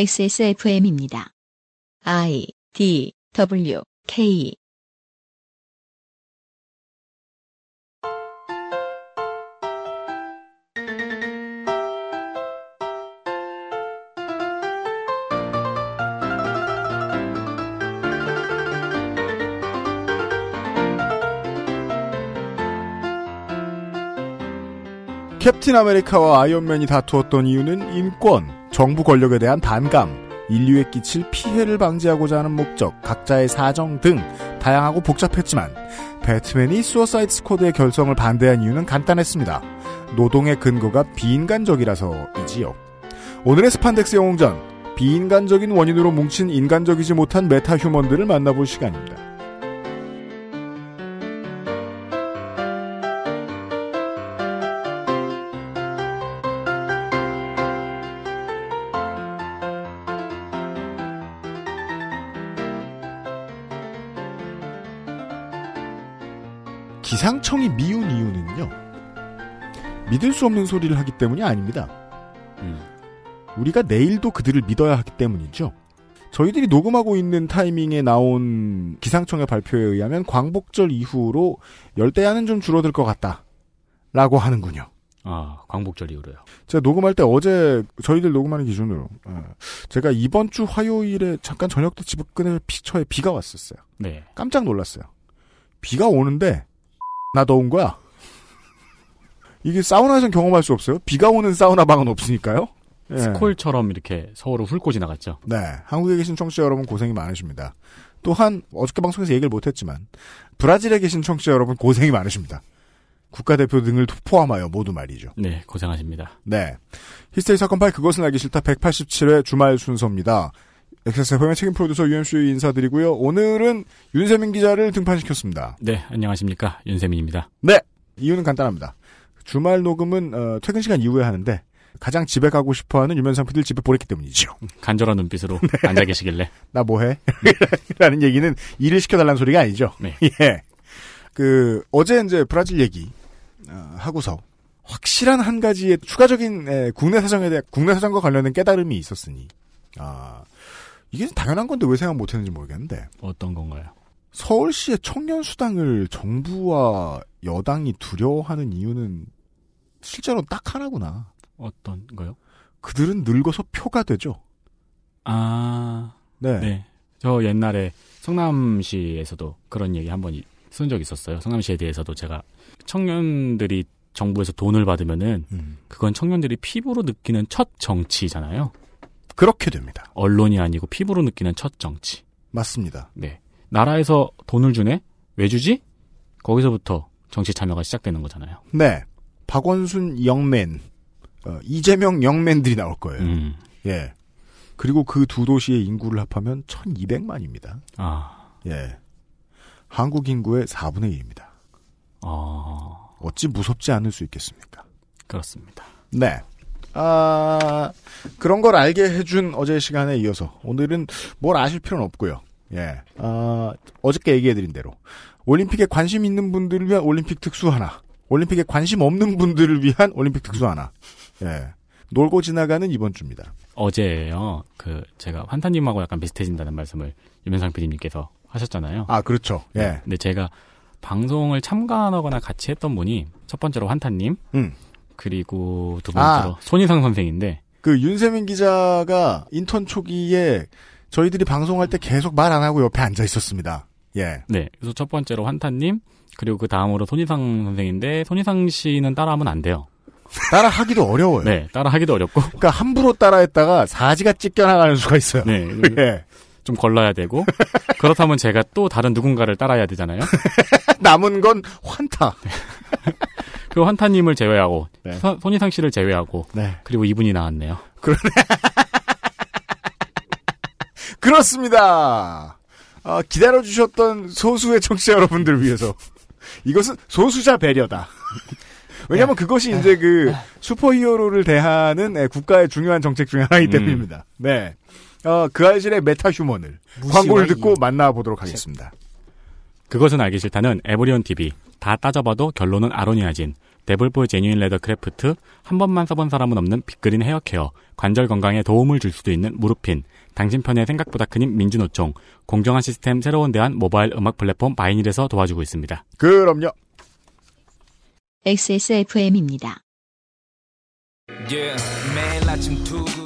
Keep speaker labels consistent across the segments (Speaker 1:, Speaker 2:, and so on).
Speaker 1: XSFM입니다. I D W K
Speaker 2: 캡틴 아메리카와 아이언맨이 다투었던 이유는 인권, 정부 권력에 대한 반감, 인류에 끼칠 피해를 방지하고자 하는 목적, 각자의 사정 등 다양하고 복잡했지만 배트맨이 수어사이드 스쿼드의 결성을 반대한 이유는 간단했습니다. 노동의 근거가 비인간적이라서이지요. 오늘의 스판덱스 영웅전, 비인간적인 원인으로 뭉친 인간적이지 못한 메타 휴먼들을 만나볼 시간입니다. 기상청이 미운 이유는요. 믿을 수 없는 소리를 하기 때문이 아닙니다. 우리가 내일도 그들을 믿어야 하기 때문이죠. 저희들이 녹음하고 있는 타이밍에 나온 기상청의 발표에 의하면 광복절 이후로 열대야는 좀 줄어들 것 같다. 라고 하는군요.
Speaker 3: 아, 광복절 이후로요.
Speaker 2: 제가 녹음할 때 어제 저희들 녹음하는 기준으로 어, 제가 이번 주 화요일에 잠깐 저녁 때 집을 끄는 피처에 비가 왔었어요.
Speaker 3: 네.
Speaker 2: 깜짝 놀랐어요. 비가 오는데 나 더운 거야. 이게 사우나에선 경험할 수 없어요. 비가 오는 사우나 방은 없으니까요. 예.
Speaker 3: 스콜처럼 이렇게 서울을 훑고 지나갔죠.
Speaker 2: 네, 한국에 계신 청취자 여러분 고생이 많으십니다. 또한 어저께 방송에서 얘기를 못했지만 브라질에 계신 청취자 여러분 고생이 많으십니다. 국가대표 등을 포함하여 모두 말이죠.
Speaker 3: 네, 고생하십니다.
Speaker 2: 네, 히스테리 사건 파일 그것은 알기 싫다 187회 주말 순서입니다. XSFM의 책임 프로듀서 유현수 인사드리고요. 오늘은 윤세민 기자를 등판시켰습니다.
Speaker 3: 네, 안녕하십니까. 윤세민입니다.
Speaker 2: 네. 이유는 간단합니다. 주말 녹음은 어, 퇴근 시간 이후에 하는데 가장 집에 가고 싶어하는 유면상 PD를 집에 보냈기 때문이죠.
Speaker 3: 간절한 눈빛으로 앉아 계시길래.
Speaker 2: 나 뭐해? 라는 얘기는 일을 시켜달라는 소리가 아니죠.
Speaker 3: 네.
Speaker 2: 예. 그 어제 이제 브라질 얘기 어, 하고서 확실한 한 가지의 추가적인 에, 국내 사정에 대한 국내 사정과 관련된 깨달음이 있었으니 아 이게 당연한 건데 왜 생각 못했는지 모르겠는데
Speaker 3: 어떤 건가요?
Speaker 2: 서울시의 청년 수당을 정부와 여당이 두려워하는 이유는 실제로 딱 하나구나.
Speaker 3: 어떤 거요?
Speaker 2: 그들은 늙어서 표가 되죠.
Speaker 3: 아,
Speaker 2: 네.
Speaker 3: 네. 저 옛날에 성남시에서도 그런 얘기 한번 쓴 적이 있었어요. 성남시에 대해서도 제가 청년들이 정부에서 돈을 받으면은
Speaker 2: 음,
Speaker 3: 그건 청년들이 피부로 느끼는 첫 정치잖아요.
Speaker 2: 그렇게 됩니다.
Speaker 3: 언론이 아니고 피부로 느끼는 첫 정치.
Speaker 2: 맞습니다.
Speaker 3: 네. 나라에서 돈을 주네? 왜 주지? 거기서부터 정치 참여가 시작되는 거잖아요.
Speaker 2: 네. 박원순 영맨, 어, 이재명 영맨들이 나올 거예요.
Speaker 3: 음.
Speaker 2: 예. 그리고 그 두 도시의 인구를 합하면 1200만입니다.
Speaker 3: 아,
Speaker 2: 예. 한국 인구의 4분의 1입니다.
Speaker 3: 어,
Speaker 2: 어찌 무섭지 않을 수 있겠습니까?
Speaker 3: 그렇습니다.
Speaker 2: 네. 아, 그런 걸 알게 해준 어제 시간에 이어서 오늘은 뭘 아실 필요는 없고요. 예. 아, 어저께 얘기해드린 대로 올림픽에 관심 있는 분들을 위한 올림픽 특수 하나, 올림픽에 관심 없는 분들을 위한 올림픽 특수 하나. 예. 놀고 지나가는 이번 주입니다.
Speaker 3: 어제요, 그, 제가 환타님하고 약간 비슷해진다는 말씀을 유명상 PD님께서 하셨잖아요.
Speaker 2: 아, 그렇죠. 예.
Speaker 3: 근데 제가 방송을 참관하거나 같이 했던 분이 첫 번째로 환타님,
Speaker 2: 음.
Speaker 3: 그리고 두 번째로 손희상 선생인데,
Speaker 2: 그 윤세민 기자가 인턴 초기에 저희들이 방송할 때 계속 말 안 하고 옆에 앉아 있었습니다. 예.
Speaker 3: 네. 그래서 첫 번째로 환타님, 그리고 그 다음으로 손희상 선생인데, 손희상 씨는 따라하면 안 돼요.
Speaker 2: 따라 하기도 어려워요.
Speaker 3: 네. 따라하기도 어렵고,
Speaker 2: 그러니까 함부로 따라했다가 사지가 찢겨나가는 수가 있어요.
Speaker 3: 네.
Speaker 2: 예.
Speaker 3: 좀 걸러야 되고 그렇다면 제가 또 다른 누군가를 따라야 되잖아요.
Speaker 2: 남은 건 환타.
Speaker 3: 그 환타님을 제외하고
Speaker 2: 네.
Speaker 3: 서- 손희상 씨를 제외하고
Speaker 2: 네.
Speaker 3: 그리고 이분이 나왔네요.
Speaker 2: 그렇습니다. 아, 기다려주셨던 소수의 청취자 여러분들을 위해서. 이것은 소수자 배려다. 왜냐면 그것이 이제 그 슈퍼 히어로를 대하는 예, 국가의 중요한 정책 중에 하나이기 때문입니다. 네. 어, 그 알실의 메타 휴먼을 광고를 듣고 만나보도록 하겠습니다.
Speaker 3: 그것은 알기 싫다는 에버리온 TV 다 따져봐도 결론은 아로니아진 데볼보의 제뉴인 레더 크래프트, 한 번만 써본 사람은 없는 빅그린 헤어케어, 관절 건강에 도움을 줄 수도 있는 무릎핀, 당신 편의 생각보다 큰 힘 민주노총, 공정한 시스템 새로운 대안 모바일 음악 플랫폼 바이닐에서 도와주고 있습니다.
Speaker 2: 그럼요.
Speaker 1: XSFM입니다.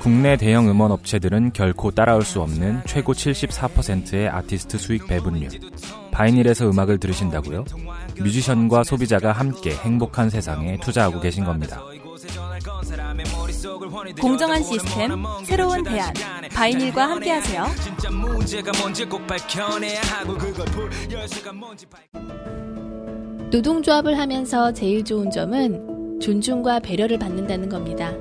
Speaker 4: 국내 대형 음원 업체들은 결코 따라올 수 없는 최고 74%의 아티스트 수익 배분율. 바이닐에서 음악을 들으신다고요? 뮤지션과 소비자가 함께 행복한 세상에 투자하고 계신 겁니다.
Speaker 5: 공정한 시스템, 새로운 대안, 바이닐과 함께하세요.
Speaker 6: 노동조합을 하면서 제일 좋은 점은 존중과 배려를 받는다는 겁니다.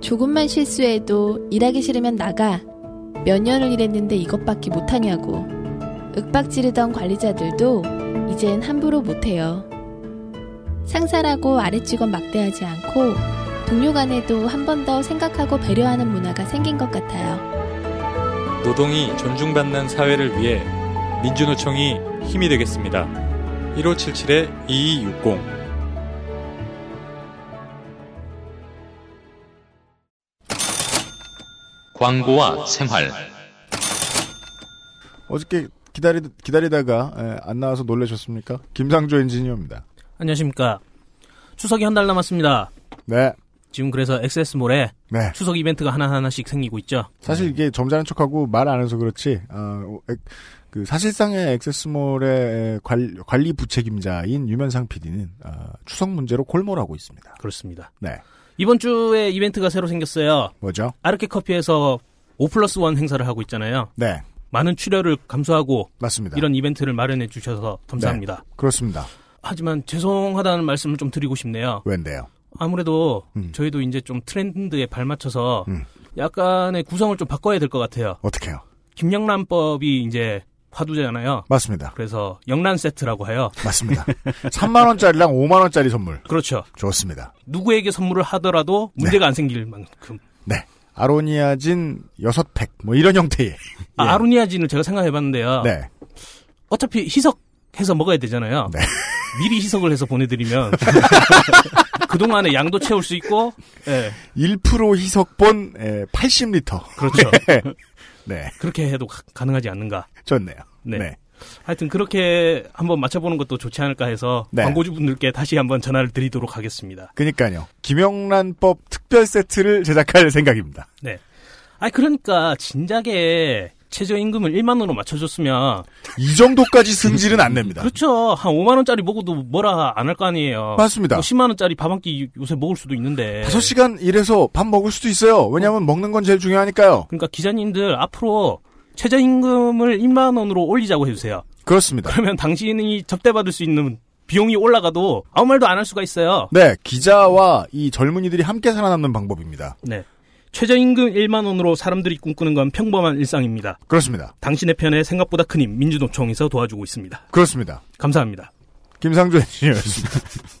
Speaker 6: 조금만 실수해도 일하기 싫으면 나가. 몇 년을 일했는데 이것밖에 못하냐고. 윽박 지르던 관리자들도 이젠 함부로 못해요. 상사라고 아래 직원 막대하지 않고 동료 간에도 한 번 더 생각하고 배려하는 문화가 생긴 것 같아요.
Speaker 7: 노동이 존중받는 사회를 위해 민주노총이 힘이 되겠습니다. 1577-2260
Speaker 8: 광고와 생활
Speaker 2: 어저께 기다리, 기다리다가 에, 안 나와서 놀라셨습니까? 김상조 엔지니어입니다.
Speaker 9: 안녕하십니까. 추석이 한 달 남았습니다.
Speaker 2: 네.
Speaker 9: 지금 그래서 XS몰에
Speaker 2: 네.
Speaker 9: 추석 이벤트가 하나하나씩 생기고 있죠.
Speaker 2: 사실 이게 점잖은 척하고 말 안 해서 그렇지, 아, 어, 액- 그 사실상의 액세스몰의 관- 관리 부책임자인 유면상 PD는 어, 추석 문제로 골몰하고 있습니다.
Speaker 9: 그렇습니다.
Speaker 2: 네.
Speaker 9: 이번 주에 이벤트가 새로 생겼어요.
Speaker 2: 뭐죠?
Speaker 9: 아르케 커피에서 5 플러스 1 행사를 하고 있잖아요.
Speaker 2: 네.
Speaker 9: 많은 출혈을 감수하고
Speaker 2: 맞습니다. 네.
Speaker 9: 이런 이벤트를 마련해 주셔서 감사합니다.
Speaker 2: 그렇습니다.
Speaker 9: 하지만 죄송하다는 말씀을 좀 드리고 싶네요.
Speaker 2: 웬데요?
Speaker 9: 아무래도
Speaker 2: 음.
Speaker 9: 저희도 이제 좀 트렌드에 발맞춰서
Speaker 2: 음.
Speaker 9: 약간의 구성을 좀 바꿔야 될 것 같아요.
Speaker 2: 어떻게요?
Speaker 9: 김영란법이 이제 화두잖아요.
Speaker 2: 맞습니다.
Speaker 9: 그래서 영란 세트라고 해요.
Speaker 2: 맞습니다. 3만원짜리랑 5만원짜리 선물.
Speaker 9: 그렇죠.
Speaker 2: 좋습니다.
Speaker 9: 누구에게 선물을 하더라도 문제가 안 생길 만큼.
Speaker 2: 네. 아로니아진 6팩. 뭐 이런 형태의.
Speaker 9: 아,
Speaker 2: 예.
Speaker 9: 아로니아진을 제가 생각해봤는데요.
Speaker 2: 네.
Speaker 9: 어차피 희석해서 먹어야 되잖아요.
Speaker 2: 네.
Speaker 9: 미리 희석을 해서 보내드리면 그동안에 양도 채울 수 있고, 예,
Speaker 2: 1% 희석본 80리터.
Speaker 9: 그렇죠.
Speaker 2: 네.
Speaker 9: 그렇게 해도 가, 능하지 않는가.
Speaker 2: 좋네요.
Speaker 9: 네. 하여튼 그렇게 한번 맞춰보는 것도 좋지 않을까 해서
Speaker 2: 네.
Speaker 9: 광고주분들께 다시 한번 전화를 드리도록 하겠습니다.
Speaker 2: 그니까요. 김영란법 특별 세트를 제작할 생각입니다.
Speaker 9: 네. 아 그러니까 진작에 최저임금을 1만 원으로 맞춰줬으면
Speaker 2: 이 정도까지 승질은 안 냅니다.
Speaker 9: 그렇죠. 한 5만 원짜리 먹어도 뭐라 안 할 거 아니에요.
Speaker 2: 맞습니다.
Speaker 9: 뭐 10만 원짜리 밥 한 끼 요새 먹을 수도 있는데.
Speaker 2: 5시간 일해서 밥 먹을 수도 있어요. 왜냐면 먹는 건 제일 중요하니까요.
Speaker 9: 그러니까 기자님들 앞으로 최저임금을 1만 원으로 올리자고 해주세요.
Speaker 2: 그렇습니다.
Speaker 9: 그러면 당신이 접대받을 수 있는 비용이 올라가도 아무 말도 안 할 수가 있어요.
Speaker 2: 네, 기자와 이 젊은이들이 함께 살아남는 방법입니다.
Speaker 9: 네. 최저임금 1만 원으로 사람들이 꿈꾸는 건 평범한 일상입니다.
Speaker 2: 그렇습니다.
Speaker 9: 당신의 편에 생각보다 큰 힘 민주노총에서 도와주고 있습니다.
Speaker 2: 그렇습니다.
Speaker 9: 감사합니다.
Speaker 2: 김상조 엔지니어였습니다.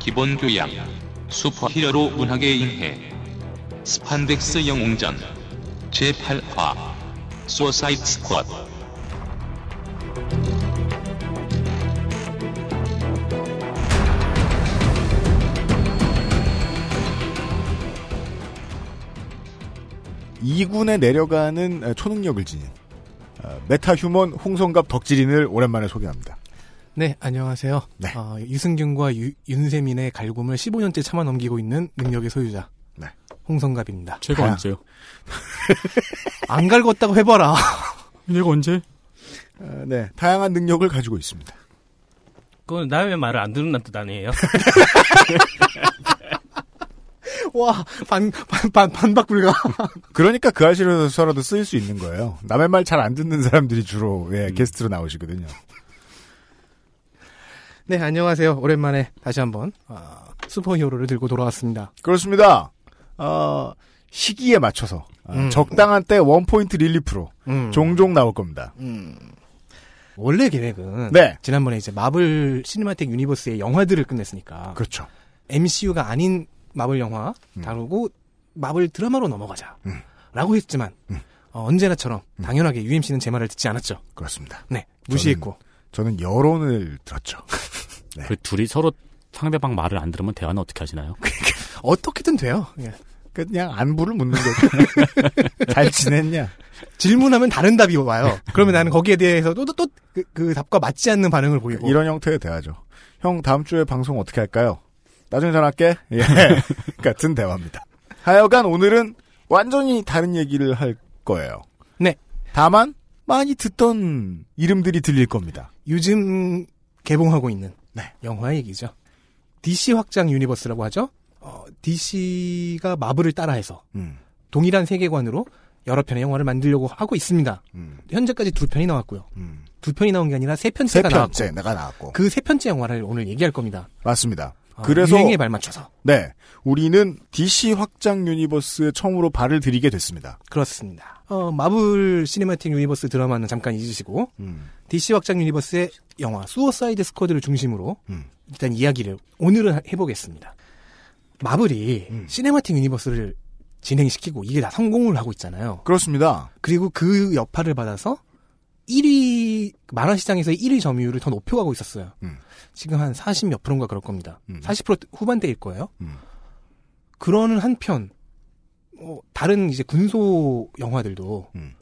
Speaker 8: 기본 교양 슈퍼히어로 문학의 인해 스판덱스 영웅전 제8화 소사이드 스쿼드
Speaker 2: 이군에 내려가는 에, 초능력을 지닌 어, 메타 휴먼 홍성갑 덕질인을 오랜만에 소개합니다.
Speaker 10: 네, 안녕하세요.
Speaker 2: 네.
Speaker 10: 어, 유승균과 유- 윤세민의 갈굼을 15년째 참아 넘기고 있는 능력의 소유자.
Speaker 2: 네.
Speaker 10: 홍성갑입니다.
Speaker 3: 제가
Speaker 2: 아.
Speaker 3: 언제요?
Speaker 10: 안 갈궜다고 해봐라.
Speaker 3: 내가 언제?
Speaker 2: 어, 네, 다양한 능력을 가지고 있습니다.
Speaker 9: 그건 나왜 말을 안 듣는다는 뜻 아니에요?
Speaker 10: 와, 반, 반, 반, 반박 불가.
Speaker 2: 그러니까 그 아실에서라도 쓰일 수 있는 거예요. 남의 말 잘 안 듣는 사람들이 주로 예, 게스트로 나오시거든요.
Speaker 10: 네, 안녕하세요. 오랜만에 다시 한번, 아, 슈퍼히어로를 들고 돌아왔습니다.
Speaker 2: 그렇습니다. 어, 시기에 맞춰서 아,
Speaker 10: 음.
Speaker 2: 적당한 때 원포인트 릴리프로 종종 나올 겁니다.
Speaker 10: 원래 계획은
Speaker 2: 네.
Speaker 10: 지난번에 이제 마블 시네마틱 유니버스의 영화들을 끝냈으니까
Speaker 2: 그렇죠.
Speaker 10: MCU가 아닌 마블 영화 다루고 마블 드라마로 넘어가자. 라고 했지만 어, 언제나처럼 당연하게 UMC는 제 말을 듣지 않았죠.
Speaker 2: 그렇습니다.
Speaker 10: 네. 무시했고.
Speaker 2: 저는 여론을 들었죠.
Speaker 3: 그 둘이 서로 상대방 말을 안 들으면 대화는 어떻게 하시나요?
Speaker 10: 어떻게든 돼요. 예.
Speaker 2: 그냥 안부를 묻는 거죠. 잘 지냈냐?
Speaker 10: 질문하면 다른 답이 와요. 그러면 나는 거기에 대해서 또 또 또 그 답과 맞지 않는 반응을 보이고
Speaker 2: 뭐 이런 형태의 대화죠. 형 다음 주에 방송 어떻게 할까요? 나중에 전화할게.
Speaker 10: 네.
Speaker 2: 예. 같은 대화입니다. 하여간 오늘은 완전히 다른 얘기를 할 거예요.
Speaker 10: 네.
Speaker 2: 다만 많이 듣던 이름들이 들릴 겁니다.
Speaker 10: 요즘 개봉하고 있는 영화 얘기죠. DC 확장 유니버스라고 하죠. DC가 마블을 따라해서
Speaker 2: 음.
Speaker 10: 동일한 세계관으로 여러 편의 영화를 만들려고 하고 있습니다.
Speaker 2: 음,
Speaker 10: 현재까지 두 편이 나왔고요. 두 편이 나온 게 아니라
Speaker 2: 세
Speaker 10: 세 편째가 나왔고
Speaker 2: 편째 내가 나왔고
Speaker 10: 그 세 편째 영화를 오늘 얘기할 겁니다.
Speaker 2: 맞습니다.
Speaker 10: 어,
Speaker 2: 그래서
Speaker 10: 유행에 발맞춰서
Speaker 2: 네 우리는 DC 확장 유니버스에 처음으로 발을 들이게 됐습니다.
Speaker 10: 그렇습니다. 어, 마블 시네마틱 유니버스 드라마는 잠깐 잊으시고
Speaker 2: 음,
Speaker 10: DC 확장 유니버스의 영화 수어사이드 스쿼드를 중심으로
Speaker 2: 음.
Speaker 10: 일단 이야기를 오늘은 하- 해보겠습니다. 마블이 시네마틱 유니버스를 진행시키고 이게 다 성공을 하고 있잖아요.
Speaker 2: 그렇습니다.
Speaker 10: 그리고 그 여파를 받아서 1위 만화 시장에서 1위 점유율을 더 높여가고 있었어요. 지금 한 40 몇 프로인가 그럴 겁니다. 40% 후반대일 거예요.
Speaker 2: 음,
Speaker 10: 그러는 한편 어, 다른 이제 군소 영화들도
Speaker 2: 음,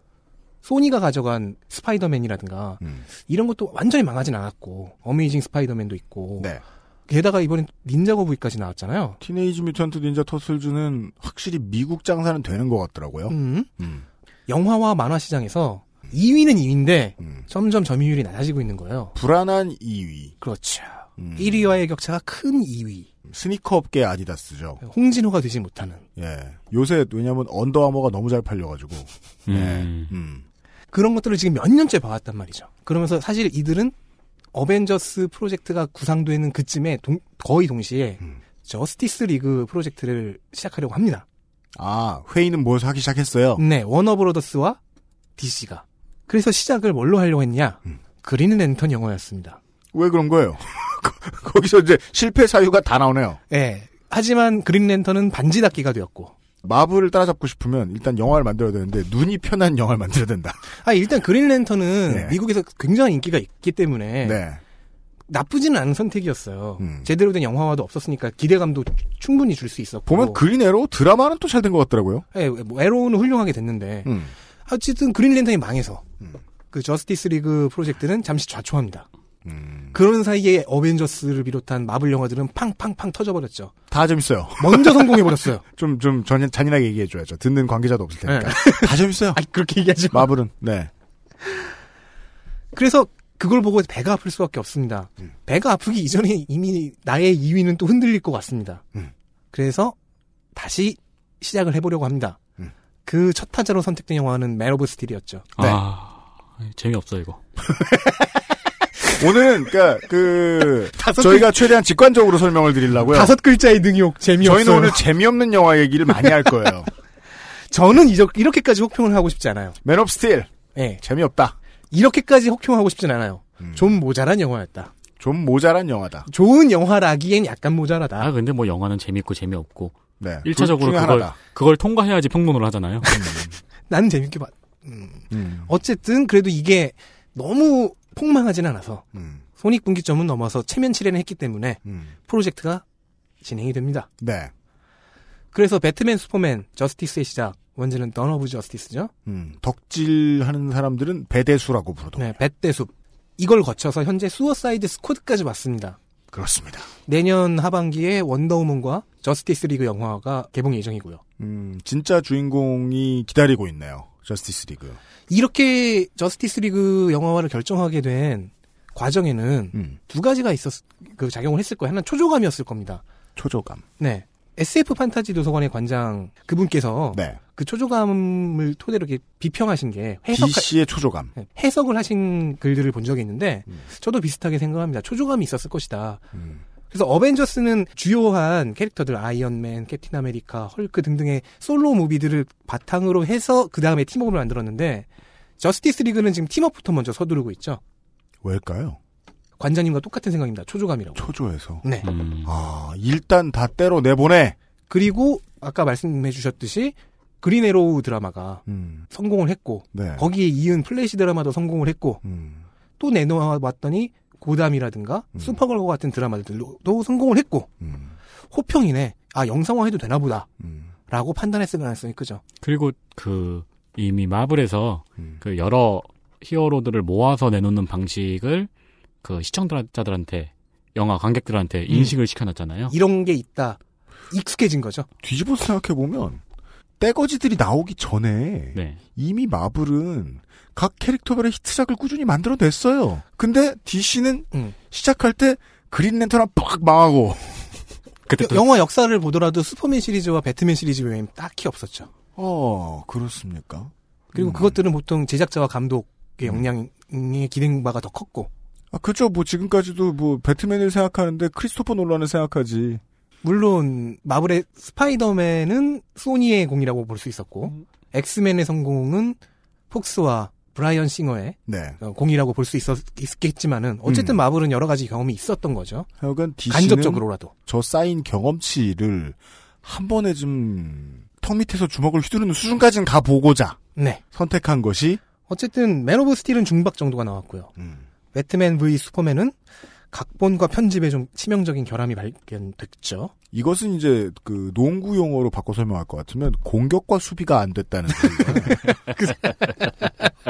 Speaker 10: 소니가 가져간 스파이더맨이라든가
Speaker 2: 음.
Speaker 10: 이런 것도 완전히 망하진 않았고 어메이징 스파이더맨도 있고
Speaker 2: 네.
Speaker 10: 게다가 이번엔 닌자고 부이까지 나왔잖아요.
Speaker 2: 티네이지 뮤턴트 닌자 터슬즈는 확실히 미국 장사는 되는 것 같더라고요.
Speaker 10: 음. 영화와 만화 시장에서 2위는 2위인데 점점 점유율이 낮아지고 있는 거예요.
Speaker 2: 음. 불안한 2위. 음.
Speaker 10: 그렇죠. 1위와의 격차가 큰 2위.
Speaker 2: 스니커 업계 아디다스죠.
Speaker 10: 홍진호가 되지 못하는.
Speaker 2: 예. 요새 왜냐면 언더아머가 너무 잘 팔려가지고. 예. 음.
Speaker 10: 그런 것들을 지금 몇 년째 봐왔단 말이죠. 그러면서 사실 이들은 어벤져스 프로젝트가 구상되는 그쯤에 동- 거의 동시에 저스티스 리그 프로젝트를 시작하려고 합니다.
Speaker 2: 아 회의는 모여서 하기 시작했어요.
Speaker 10: 네, 워너브로더스와 DC가. 그래서 시작을 뭘로 하려고 했냐?
Speaker 2: 음.
Speaker 10: 그린 랜턴 영화였습니다.
Speaker 2: 왜 그런 거예요? 거기서 이제 실패 사유가 다 나오네요.
Speaker 10: 예. 하지만 그린 랜턴은 반지 닫기가 되었고.
Speaker 2: 마블을 따라잡고 싶으면 일단 영화를 만들어야 되는데 눈이 편한 영화를 만들어야 된다.
Speaker 10: 아, 일단 그린 랜턴은
Speaker 2: 네.
Speaker 10: 미국에서 굉장한 인기가 있기 때문에
Speaker 2: 네. 음.
Speaker 10: 나쁘지는 않은 선택이었어요. 제대로 된 영화화도 없었으니까 기대감도 충분히 줄 수 있었고.
Speaker 2: 보면 그린 에로 드라마는 또 잘 된 것 같더라고요.
Speaker 10: 예, 뭐 에로우는 훌륭하게 됐는데
Speaker 2: 음.
Speaker 10: 어쨌든 그린랜턴이 망해서 그 저스티스 리그 프로젝트는 잠시 좌초합니다.
Speaker 2: 음.
Speaker 10: 그런 사이에 어벤져스를 비롯한 마블 영화들은 팡팡팡 터져버렸죠.
Speaker 2: 다 재밌어요.
Speaker 10: 먼저 성공해버렸어요.
Speaker 2: 좀, 좀, 전, 잔인하게 얘기해줘야죠. 듣는 관계자도 없을 테니까. 다 재밌어요.
Speaker 10: 아, 그렇게 얘기하지 마.
Speaker 2: 마블은. 네.
Speaker 10: 그래서 그걸 보고 배가 아플 수밖에 없습니다.
Speaker 2: 음.
Speaker 10: 배가 아프기 이전에 이미 나의 2위는 또 흔들릴 것 같습니다.
Speaker 2: 음.
Speaker 10: 그래서 다시 시작을 해보려고 합니다.
Speaker 2: 음.
Speaker 10: 그 첫 타자로 선택된 영화는 맨 오브 스틸이었죠.
Speaker 2: 네.
Speaker 3: 아, 재미없어 이거.
Speaker 2: 오늘은, 그니까, 그,
Speaker 10: 다섯
Speaker 2: 저희가 최대한 직관적으로 설명을 드리려고요.
Speaker 10: 다섯 글자의 능욕 재미없어요.
Speaker 2: 저희는 오늘 재미없는 영화 얘기를 많이 할 거예요.
Speaker 10: 저는 이저- 이렇게까지 혹평을 하고 싶지 않아요.
Speaker 2: 맨 오브 스틸.
Speaker 10: 예.
Speaker 2: 재미없다.
Speaker 10: 이렇게까지 혹평하고 싶진 않아요.
Speaker 2: 음.
Speaker 10: 좀 모자란 영화였다.
Speaker 2: 좀 모자란 영화다.
Speaker 10: 좋은 영화라기엔 약간 모자라다.
Speaker 3: 아 근데 뭐 영화는 재밌고 재미없고
Speaker 2: 네.
Speaker 3: 일차적으로
Speaker 2: 둘 중에
Speaker 3: 그걸
Speaker 2: 하나다.
Speaker 3: 그걸 통과해야지 평론을 하잖아요.
Speaker 10: 나는 재밌게 봤.
Speaker 2: 음.
Speaker 10: 어쨌든 그래도 이게 너무 폭망하진 않아서
Speaker 2: 음.
Speaker 10: 손익분기점은 넘어서 체면 치레는 했기 때문에 프로젝트가 진행이 됩니다.
Speaker 2: 네.
Speaker 10: 그래서 배트맨, 슈퍼맨, 저스티스의 시작. 원제는 던 오브 저스티스죠.
Speaker 2: 음. 덕질하는 사람들은 배대수라고 부르도.
Speaker 10: 네, 뱃대숲. 이걸 거쳐서 현재 수어사이드 스쿼드까지 왔습니다.
Speaker 2: 그렇습니다.
Speaker 10: 내년 하반기에 원더우먼과 저스티스 리그 영화가 개봉 예정이고요.
Speaker 2: 음, 진짜 주인공이 기다리고 있네요. 저스티스 리그.
Speaker 10: 이렇게 저스티스 리그 영화화를 결정하게 된 과정에는
Speaker 2: 음.
Speaker 10: 두 가지가 있었 그 작용을 했을 거예요. 하나는 초조감이었을 겁니다.
Speaker 2: 초조감.
Speaker 10: 네. SF 판타지 도서관의 관장 그분께서
Speaker 2: 네.
Speaker 10: 그 초조감을 토대로 이렇게 비평하신 게 해석
Speaker 2: DC의 초조감.
Speaker 10: 네, 해석을 하신 글들을 본 적이 있는데 저도 비슷하게 생각합니다. 초조감이 있었을 것이다. 그래서 어벤져스는 주요한 캐릭터들 아이언맨, 캡틴 아메리카, 헐크 등등의 솔로 무비들을 바탕으로 해서 그 다음에 팀업을 만들었는데 저스티스 리그는 지금 팀업부터 먼저 서두르고 있죠.
Speaker 2: 왜일까요?
Speaker 10: 관장님과 똑같은 생각입니다. 초조감이라고.
Speaker 2: 초조해서.
Speaker 10: 네.
Speaker 2: 아 일단 다 때로 내보내.
Speaker 10: 그리고 아까 말씀해주셨듯이 그린 에로우 드라마가
Speaker 2: 음.
Speaker 10: 성공을 했고
Speaker 2: 네. 음.
Speaker 10: 거기에 이은 플래시 드라마도 성공을 했고 또 내놓아봤더니 고담이라든가 슈퍼걸과 같은 드라마들도 성공을 했고
Speaker 2: 음.
Speaker 10: 호평이네 아 영상화해도 되나보다 라고 판단했을 가능성이 크죠
Speaker 3: 그리고 그 이미 마블에서
Speaker 2: 음.
Speaker 3: 그 여러 히어로들을 모아서 내놓는 방식을 그 시청자들한테 영화 관객들한테 인식을 시켜놨잖아요.
Speaker 10: 음. 이런 게 있다 익숙해진 거죠
Speaker 2: 뒤집어 서 생각해 보면 떼거지들이 나오기 전에
Speaker 10: 네.
Speaker 3: 네.
Speaker 2: 이미 마블은 각 캐릭터별의 히트작을 꾸준히 만들어냈어요. 근데 DC는
Speaker 10: 음.
Speaker 2: 시작할 때 그린 랜턴은 빡 망하고
Speaker 10: 여- 영화 역사를 보더라도 슈퍼맨 시리즈와 배트맨 시리즈 외에는 딱히 없었죠
Speaker 2: 어 그렇습니까? 음.
Speaker 10: 그리고 그것들은 보통 제작자와 감독의 역량이 기댄 바가 더 컸고
Speaker 2: 아, 그죠. 뭐 지금까지도 뭐 배트맨을 생각하는데 크리스토퍼 논란을 생각하지.
Speaker 10: 물론 마블의 스파이더맨은 소니의 공이라고 볼 수 있었고 엑스맨의 성공은 폭스와 브라이언 싱어의
Speaker 2: 네.
Speaker 10: 어, 공이라고 볼 수 있었겠지만은
Speaker 2: 음.
Speaker 10: 어쨌든 마블은 여러 가지 경험이 있었던 거죠.
Speaker 2: 하여간 DC는
Speaker 10: 간접적으로라도.
Speaker 2: 저 쌓인 경험치를 한 번에 좀 턱 밑에서 주먹을 휘두르는 수준까지는 가보고자
Speaker 10: 네.
Speaker 2: 선택한 것이
Speaker 10: 어쨌든 맨 오브 스틸은 중박 정도가 나왔고요.
Speaker 2: 음,
Speaker 10: 배트맨 v 슈퍼맨은 각본과 편집에 좀 치명적인 결함이 발견됐죠.
Speaker 2: 이것은 이제 그 농구 용어로 바꿔 설명할 것 같으면 공격과 수비가 안 됐다는 그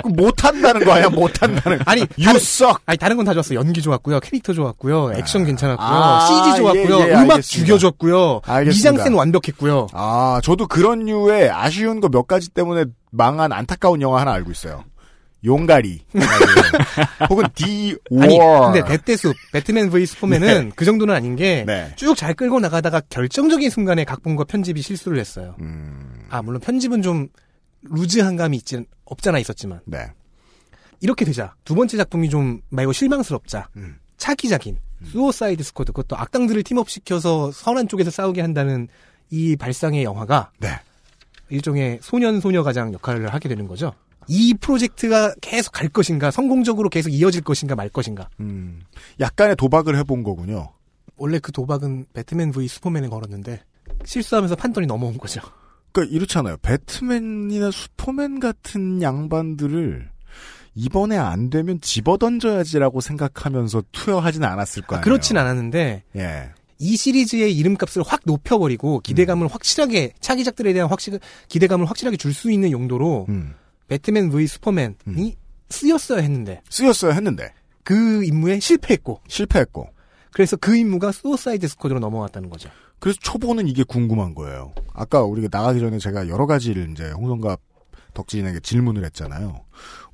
Speaker 2: 못 한다는 거야 못 한다는
Speaker 10: 아니
Speaker 2: you suck
Speaker 10: 아니 다른 건 다 좋았어 연기 좋았고요 캐릭터 좋았고요 액션 괜찮았고요
Speaker 2: 아,
Speaker 10: CG 좋았고요
Speaker 2: 예, 예,
Speaker 10: 음악
Speaker 2: 알겠습니다.
Speaker 10: 죽여줬고요
Speaker 2: 알겠습니다.
Speaker 10: 미장센 완벽했고요
Speaker 2: 아 저도 그런 류의 아쉬운 거 몇 가지 때문에 망한 안타까운 영화 하나 알고 있어요 용가리 혹은 D
Speaker 10: 아니
Speaker 2: War
Speaker 10: 근데 대대숲 배트맨 v 슈퍼맨은
Speaker 2: 네.
Speaker 10: 그 정도는 아닌 게
Speaker 2: 네.
Speaker 10: 쭉 잘 끌고 나가다가 결정적인 순간에 각본과 편집이 실수를 했어요
Speaker 2: 음,
Speaker 10: 아 물론 편집은 좀 루즈한 감이 있진 없잖아 있었지만
Speaker 2: 네.
Speaker 10: 이렇게 되자 두 번째 작품이 좀 매우 실망스럽자
Speaker 2: 음,
Speaker 10: 차기작인 수어사이드 스쿼드 그것도 악당들을 팀업 시켜서 선한 쪽에서 싸우게 한다는 이 발상의 영화가
Speaker 2: 네.
Speaker 10: 일종의 소년 소녀 가장 역할을 하게 되는 거죠. 이 프로젝트가 계속 갈 것인가 성공적으로 계속 이어질 것인가 말 것인가
Speaker 2: 음. 약간의 도박을 해본 거군요
Speaker 10: 원래 그 도박은 배트맨 v 슈퍼맨에 걸었는데 실수하면서 판돈이 넘어온 거죠.
Speaker 2: 그러니까 이렇잖아요. 배트맨이나 슈퍼맨 같은 양반들을 이번에 안 되면 집어던져야지라고 생각하면서 투여하진 않았을 거아요
Speaker 10: 그렇진 않았는데
Speaker 2: 예.
Speaker 10: 이 시리즈의 이름값을 확 높여버리고 기대감을 확실하게 차기작들에 대한 확실 기대감을 확실하게 줄 수 있는 용도로
Speaker 2: 음.
Speaker 10: 배트맨 v 슈퍼맨이 쓰였어야 했는데
Speaker 2: 쓰였어야 했는데
Speaker 10: 그 임무에 실패했고
Speaker 2: 실패했고
Speaker 10: 그래서 그 임무가 소사이드 스쿼드로 넘어갔다는 거죠.
Speaker 2: 그래서 초보는 이게 궁금한 거예요. 아까 우리가 나가기 전에 제가 여러 가지를 이제 홍성갑 덕진에게 질문을 했잖아요.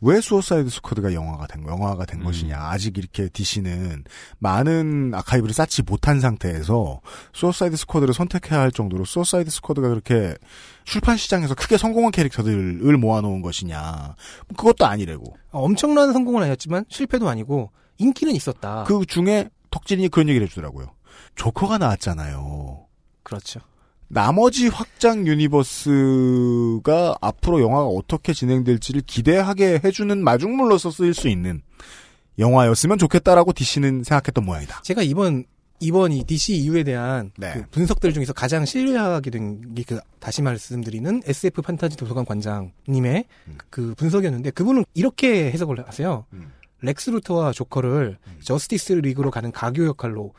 Speaker 2: 왜 수어사이드 스쿼드가 영화가 된 거- 영화가 된 것이냐. 아직 이렇게 DC는 많은 아카이브를 쌓지 못한 상태에서 수어사이드 스쿼드를 선택해야 할 정도로 수어사이드 스쿼드가 그렇게 출판 시장에서 크게 성공한 캐릭터들을 모아놓은 것이냐. 그것도 아니래고.
Speaker 10: 아, 엄청난 성공은 아니었지만 실패도 아니고 인기는 있었다.
Speaker 2: 그 중에 덕진이 그런 얘기를 해주더라고요. 조커가 나왔잖아요.
Speaker 10: 그렇죠.
Speaker 2: 나머지 확장 유니버스가 앞으로 영화가 어떻게 진행될지를 기대하게 해주는 마중물로서 쓰일 수 있는 영화였으면 좋겠다라고 DC는 생각했던 모양이다.
Speaker 10: 제가 이번 이번 이 DC 이후에 대한 그 분석들 중에서 가장 신뢰하게 된 게 그 다시 말씀드리는 SF 판타지 도서관 관장님의 그 분석이었는데 그분은 이렇게 해석을 하세요. 렉스 루터와 조커를 저스티스 리그로 가는 가교 역할로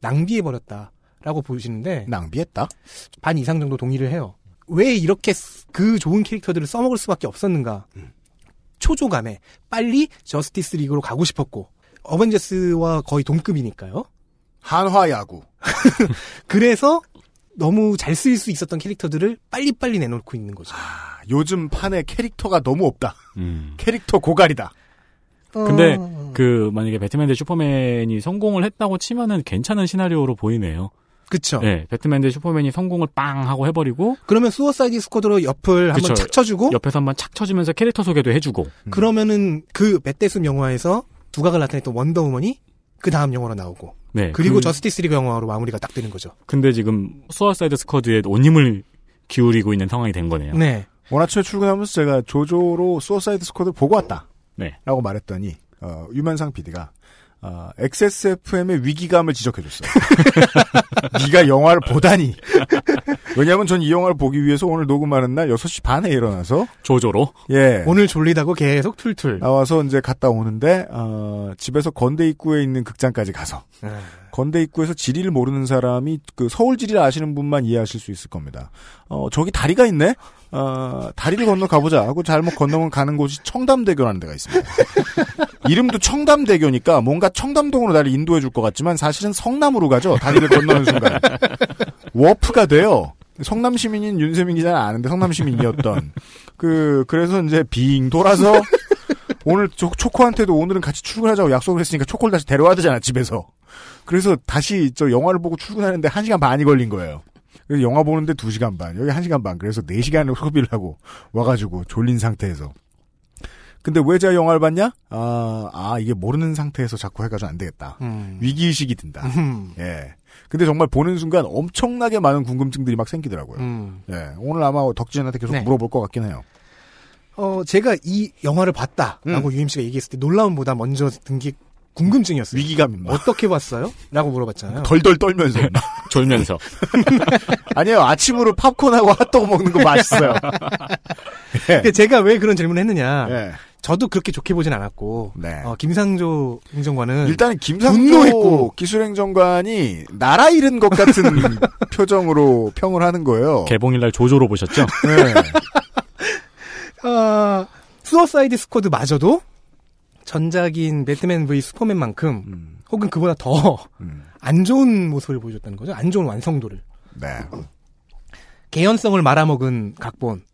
Speaker 10: 낭비해 버렸다라고 보시는데
Speaker 2: 낭비했다?
Speaker 10: 반 이상 정도 동의를 해요. 왜 이렇게 쓰- 그 좋은 캐릭터들을 써먹을 수밖에 없었는가? 초조감에 빨리 저스티스 리그로 가고 싶었고 어벤져스와 거의 동급이니까요.
Speaker 2: 한화 야구.
Speaker 3: 아.
Speaker 10: 그래서 너무 잘 쓰일 수 있었던 캐릭터들을 빨리빨리 내놓고 있는 거죠.
Speaker 2: 아, 요즘 판에 캐릭터가 너무 없다.
Speaker 10: 음.
Speaker 2: 캐릭터 고갈이다.
Speaker 3: 근데
Speaker 10: 어.
Speaker 3: 그 만약에 배트맨 대 슈퍼맨이 성공을 했다고 치면은 괜찮은 시나리오로 보이네요.
Speaker 10: 그쵸.
Speaker 3: 네, 배트맨 대 슈퍼맨이 성공을 빵 하고 해버리고
Speaker 10: 그러면 수어사이드 스쿼드로 옆을
Speaker 3: 그쵸. 음.
Speaker 10: 한번 착 쳐주고
Speaker 3: 옆에서 한번 착 쳐주면서 캐릭터 소개도 해주고
Speaker 10: 그러면은 그 맷데스 영화에서 두각을 나타냈던 원더우먼이 그 다음 영화로 나오고
Speaker 3: 네,
Speaker 10: 그리고
Speaker 3: 그-
Speaker 10: 저스티스 리그 영화로 마무리가 딱 되는 거죠.
Speaker 3: 근데 지금 수아사이드 스쿼드에 온 힘을 기울이고 있는 상황이 된 거네요.
Speaker 10: 네.
Speaker 2: 오늘 아침에 출근하면서 제가 조조로 소사이드 스쿼드를 보고 왔다.
Speaker 3: 네.
Speaker 2: 라고 말했더니 어, 유만상 PD가 어, XSFM의 위기감을 지적해줬어요. 네가 영화를 보다니. 왜냐하면 전 이 영화를 보기 위해서 오늘 녹음하는 날 6시 반에 일어나서
Speaker 3: 조조로
Speaker 2: 예
Speaker 10: 오늘 졸리다고 계속
Speaker 4: 네.
Speaker 10: 툴툴.
Speaker 2: 나와서 이제 갔다 오는데 어, 집에서 건대 입구에 있는 극장까지 가서 건대 입구에서 지리를 모르는 사람이 그 서울 지리를 아시는 분만 이해하실 수 있을 겁니다. 어 저기 다리가 있네. 어 다리를 건너 가보자 하고 잘못 건너면 가는 곳이 청담대교라는 데가 있습니다. 이름도 청담대교니까 뭔가 청담동으로 나를 인도해 줄 것 같지만 사실은 성남으로 가죠. 다리를 건너는 순간 워프가 돼요. 성남 시민인 윤세민 기자는 아는데 성남 시민이었던 그 그래서 이제 빙 돌아서 오늘 조, 초코한테도 오늘은 같이 출근하자고 약속을 했으니까 초코를 다시 데려와야 되잖아 집에서 그래서 다시 저 영화를 보고 출근하는데 1시간 반이 걸린 거예요 그래서 영화 보는데 2시간 반 여기 1시간 반 그래서 4시간을 소비를 하고 와가지고 졸린 상태에서 근데 왜 제가 영화를 봤냐? 아, 아 이게 모르는 상태에서 자꾸 해가지고 안
Speaker 10: 음.
Speaker 2: 되겠다
Speaker 3: 음.
Speaker 2: 위기의식이 든다 예. 근데 정말 보는 순간 엄청나게 많은 궁금증들이 막 생기더라고요 예, 오늘 아마 덕진한테 계속
Speaker 10: 음. 네.
Speaker 2: 물어볼 것 같긴 해요
Speaker 10: 어, 제가 이 영화를
Speaker 3: 음.
Speaker 10: 봤다라고 유임씨가 얘기했을 때 놀라움보다 먼저 든 게 궁금증이었어요.
Speaker 2: 위기감인 마
Speaker 10: 어떻게 봤어요? 라고 네. 물어봤잖아요. 네.
Speaker 2: 덜덜 떨면서 막.
Speaker 3: 졸면서
Speaker 10: 어.
Speaker 2: 아니요 아침으로 팝콘하고 핫도그 먹는 거 맛있어요.
Speaker 10: 근데 제가 왜 그런 질문을
Speaker 3: 네.
Speaker 10: 했느냐.
Speaker 2: 예.
Speaker 10: 저도 그렇게 좋게 보진 않았고, 어, 김상조 행정관은
Speaker 2: 네. 일단은
Speaker 10: 분노했고.
Speaker 2: 김상조 기술행정관이 나라 잃은 것 같은 표정으로 평을 하는 거예요.
Speaker 3: 개봉일날 조조로 보셨죠?
Speaker 2: 네.
Speaker 10: 아, 수어사이드 스쿼드 마저도 전작인 배트맨 v 슈퍼맨만큼
Speaker 2: 음.
Speaker 10: 혹은 그보다 더 안 좋은 모습을 보여줬다는 거죠. 안 좋은 완성도를.
Speaker 2: 네.
Speaker 10: 개연성을 말아먹은 각본.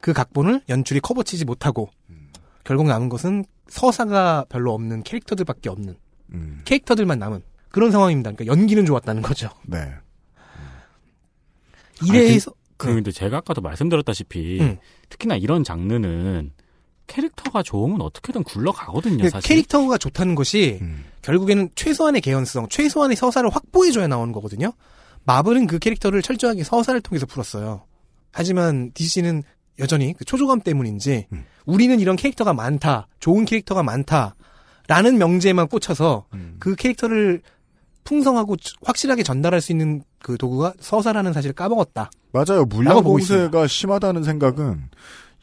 Speaker 10: 그 각본을 연출이 커버치지 못하고
Speaker 2: 음.
Speaker 10: 결국 남은 것은 서사가 별로 없는 캐릭터들밖에 없는
Speaker 2: 음.
Speaker 10: 캐릭터들만 남은 그런 상황입니다. 그러니까 연기는 좋았다는 거죠.
Speaker 2: 네.
Speaker 10: 이래서
Speaker 3: 아, 그, 근데 제가 아까도 말씀드렸다시피
Speaker 10: 음.
Speaker 3: 특히나 이런 장르는 캐릭터가 좋으면 어떻게든 굴러가거든요. 네, 사실.
Speaker 10: 네, 캐릭터가 좋다는 것이
Speaker 2: 음.
Speaker 10: 결국에는 최소한의 개연성, 최소한의 서사를 확보해줘야 나오는 거거든요. 마블은 그 캐릭터를 철저하게 서사를 통해서 풀었어요. 하지만 DC는 여전히 그 초조감 때문인지 우리는 이런 캐릭터가 많다, 좋은 캐릭터가 많다라는 명제에만 꽂혀서 그 캐릭터를 풍성하고 주- 확실하게 전달할 수 있는 그 도구가 서사라는 사실을 까먹었다.
Speaker 2: 맞아요. 물량
Speaker 10: 라고 보고
Speaker 2: 공세가 심하다는 생각은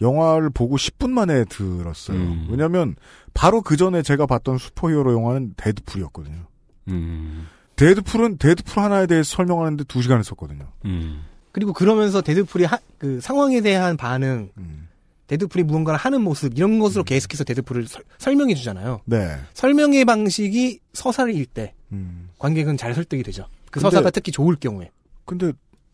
Speaker 2: 영화를 보고 10분 만에 들었어요.
Speaker 3: 음.
Speaker 2: 왜냐하면 바로 그 전에 제가 봤던 슈퍼히어로 영화는 데드풀이었거든요.
Speaker 3: 음,
Speaker 2: 데드풀은 데드풀 하나에 대해 설명하는데 2시간을 썼거든요.
Speaker 3: 음.
Speaker 10: 그리고 그러면서 데드풀이 하- 그 상황에 대한 반응, 데드풀이 무언가를 하는 모습 이런 것으로 계속해서 데드풀을 설- 설명해 주잖아요.
Speaker 2: 네.
Speaker 10: 설명의 방식이 서사일 때
Speaker 2: 음.
Speaker 10: 관객은 잘 설득이 되죠. 그
Speaker 2: 근데-
Speaker 10: 서사가 특히 좋을 경우에.
Speaker 2: 근데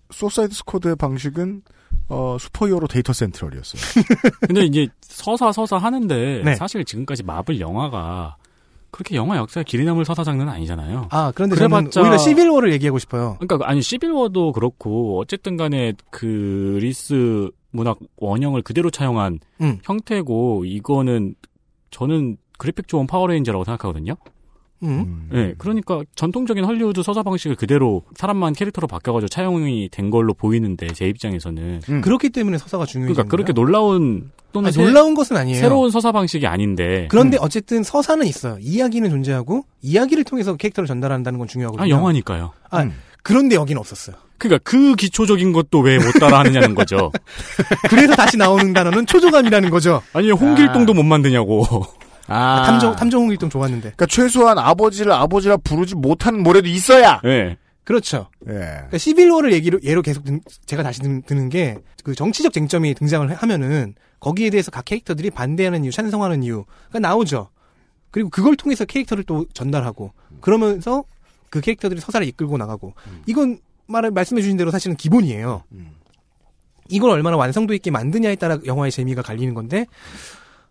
Speaker 2: 소사이드 스쿼드의 방식은 어, 슈퍼히어로 데이터 센트럴이었어요.
Speaker 3: 근데 이제 서사 서사 하는데
Speaker 10: 네.
Speaker 3: 사실 지금까지 마블 영화가 그렇게 영화 역사에 길이 남을 서사 장르는 아니잖아요.
Speaker 10: 아 그런데 저는
Speaker 3: 그래봤자-
Speaker 10: 오히려 시빌워를 얘기하고 싶어요.
Speaker 3: 그러니까 아니 시빌워도 그렇고 어쨌든 간에 그리스 문학 원형을 그대로 차용한
Speaker 10: 음.
Speaker 3: 형태고 이거는 저는 그래픽 좋은 파워레인저라고 생각하거든요.
Speaker 10: 음.
Speaker 3: 네, 그러니까 전통적인 헐리우드 서사 방식을 그대로 사람만 캐릭터로 바뀌어가지고 차용이 된 걸로 보이는데 제 입장에서는
Speaker 10: 그렇기 때문에 서사가 중요해요.
Speaker 3: 그러니까 그렇게 놀라운 또는 새-
Speaker 10: 놀라운 것은 아니에요.
Speaker 3: 새로운 서사 방식이 아닌데
Speaker 10: 그런데 어쨌든 서사는 있어요. 이야기는 존재하고 이야기를 통해서 캐릭터를 전달한다는 건 중요하거든요.
Speaker 3: 아 영화니까요. 음.
Speaker 10: 아, 그런데 여기는 없었어요.
Speaker 3: 그러니까 그 기초적인 것도 왜 못 따라하느냐는 거죠.
Speaker 10: 그래서 다시 나오는 단어는 초조감이라는 거죠.
Speaker 3: 아니 홍길동도 못 만드냐고.
Speaker 2: 아.
Speaker 10: 탐정 탐정 홍길동 좋았는데.
Speaker 2: 그러니까 최소한 아버지를 아버지라 부르지 못하는 모래도 있어야.
Speaker 3: 네.
Speaker 10: 그렇죠.
Speaker 2: 예.
Speaker 10: 그러니까 시빌워를 얘기로 예로 계속 든- 제가 다시 든, 드는 게 그 정치적 쟁점이 등장을 하면은 거기에 대해서 각 캐릭터들이 반대하는 이유, 찬성하는 이유가 나오죠. 그리고 그걸 통해서 캐릭터를 또 전달하고 그러면서 그 캐릭터들이 서사를 이끌고 나가고 이건 말을 말씀해 주신 대로 사실은 기본이에요. 이걸 얼마나 완성도 있게 만드냐에 따라 영화의 재미가 갈리는 건데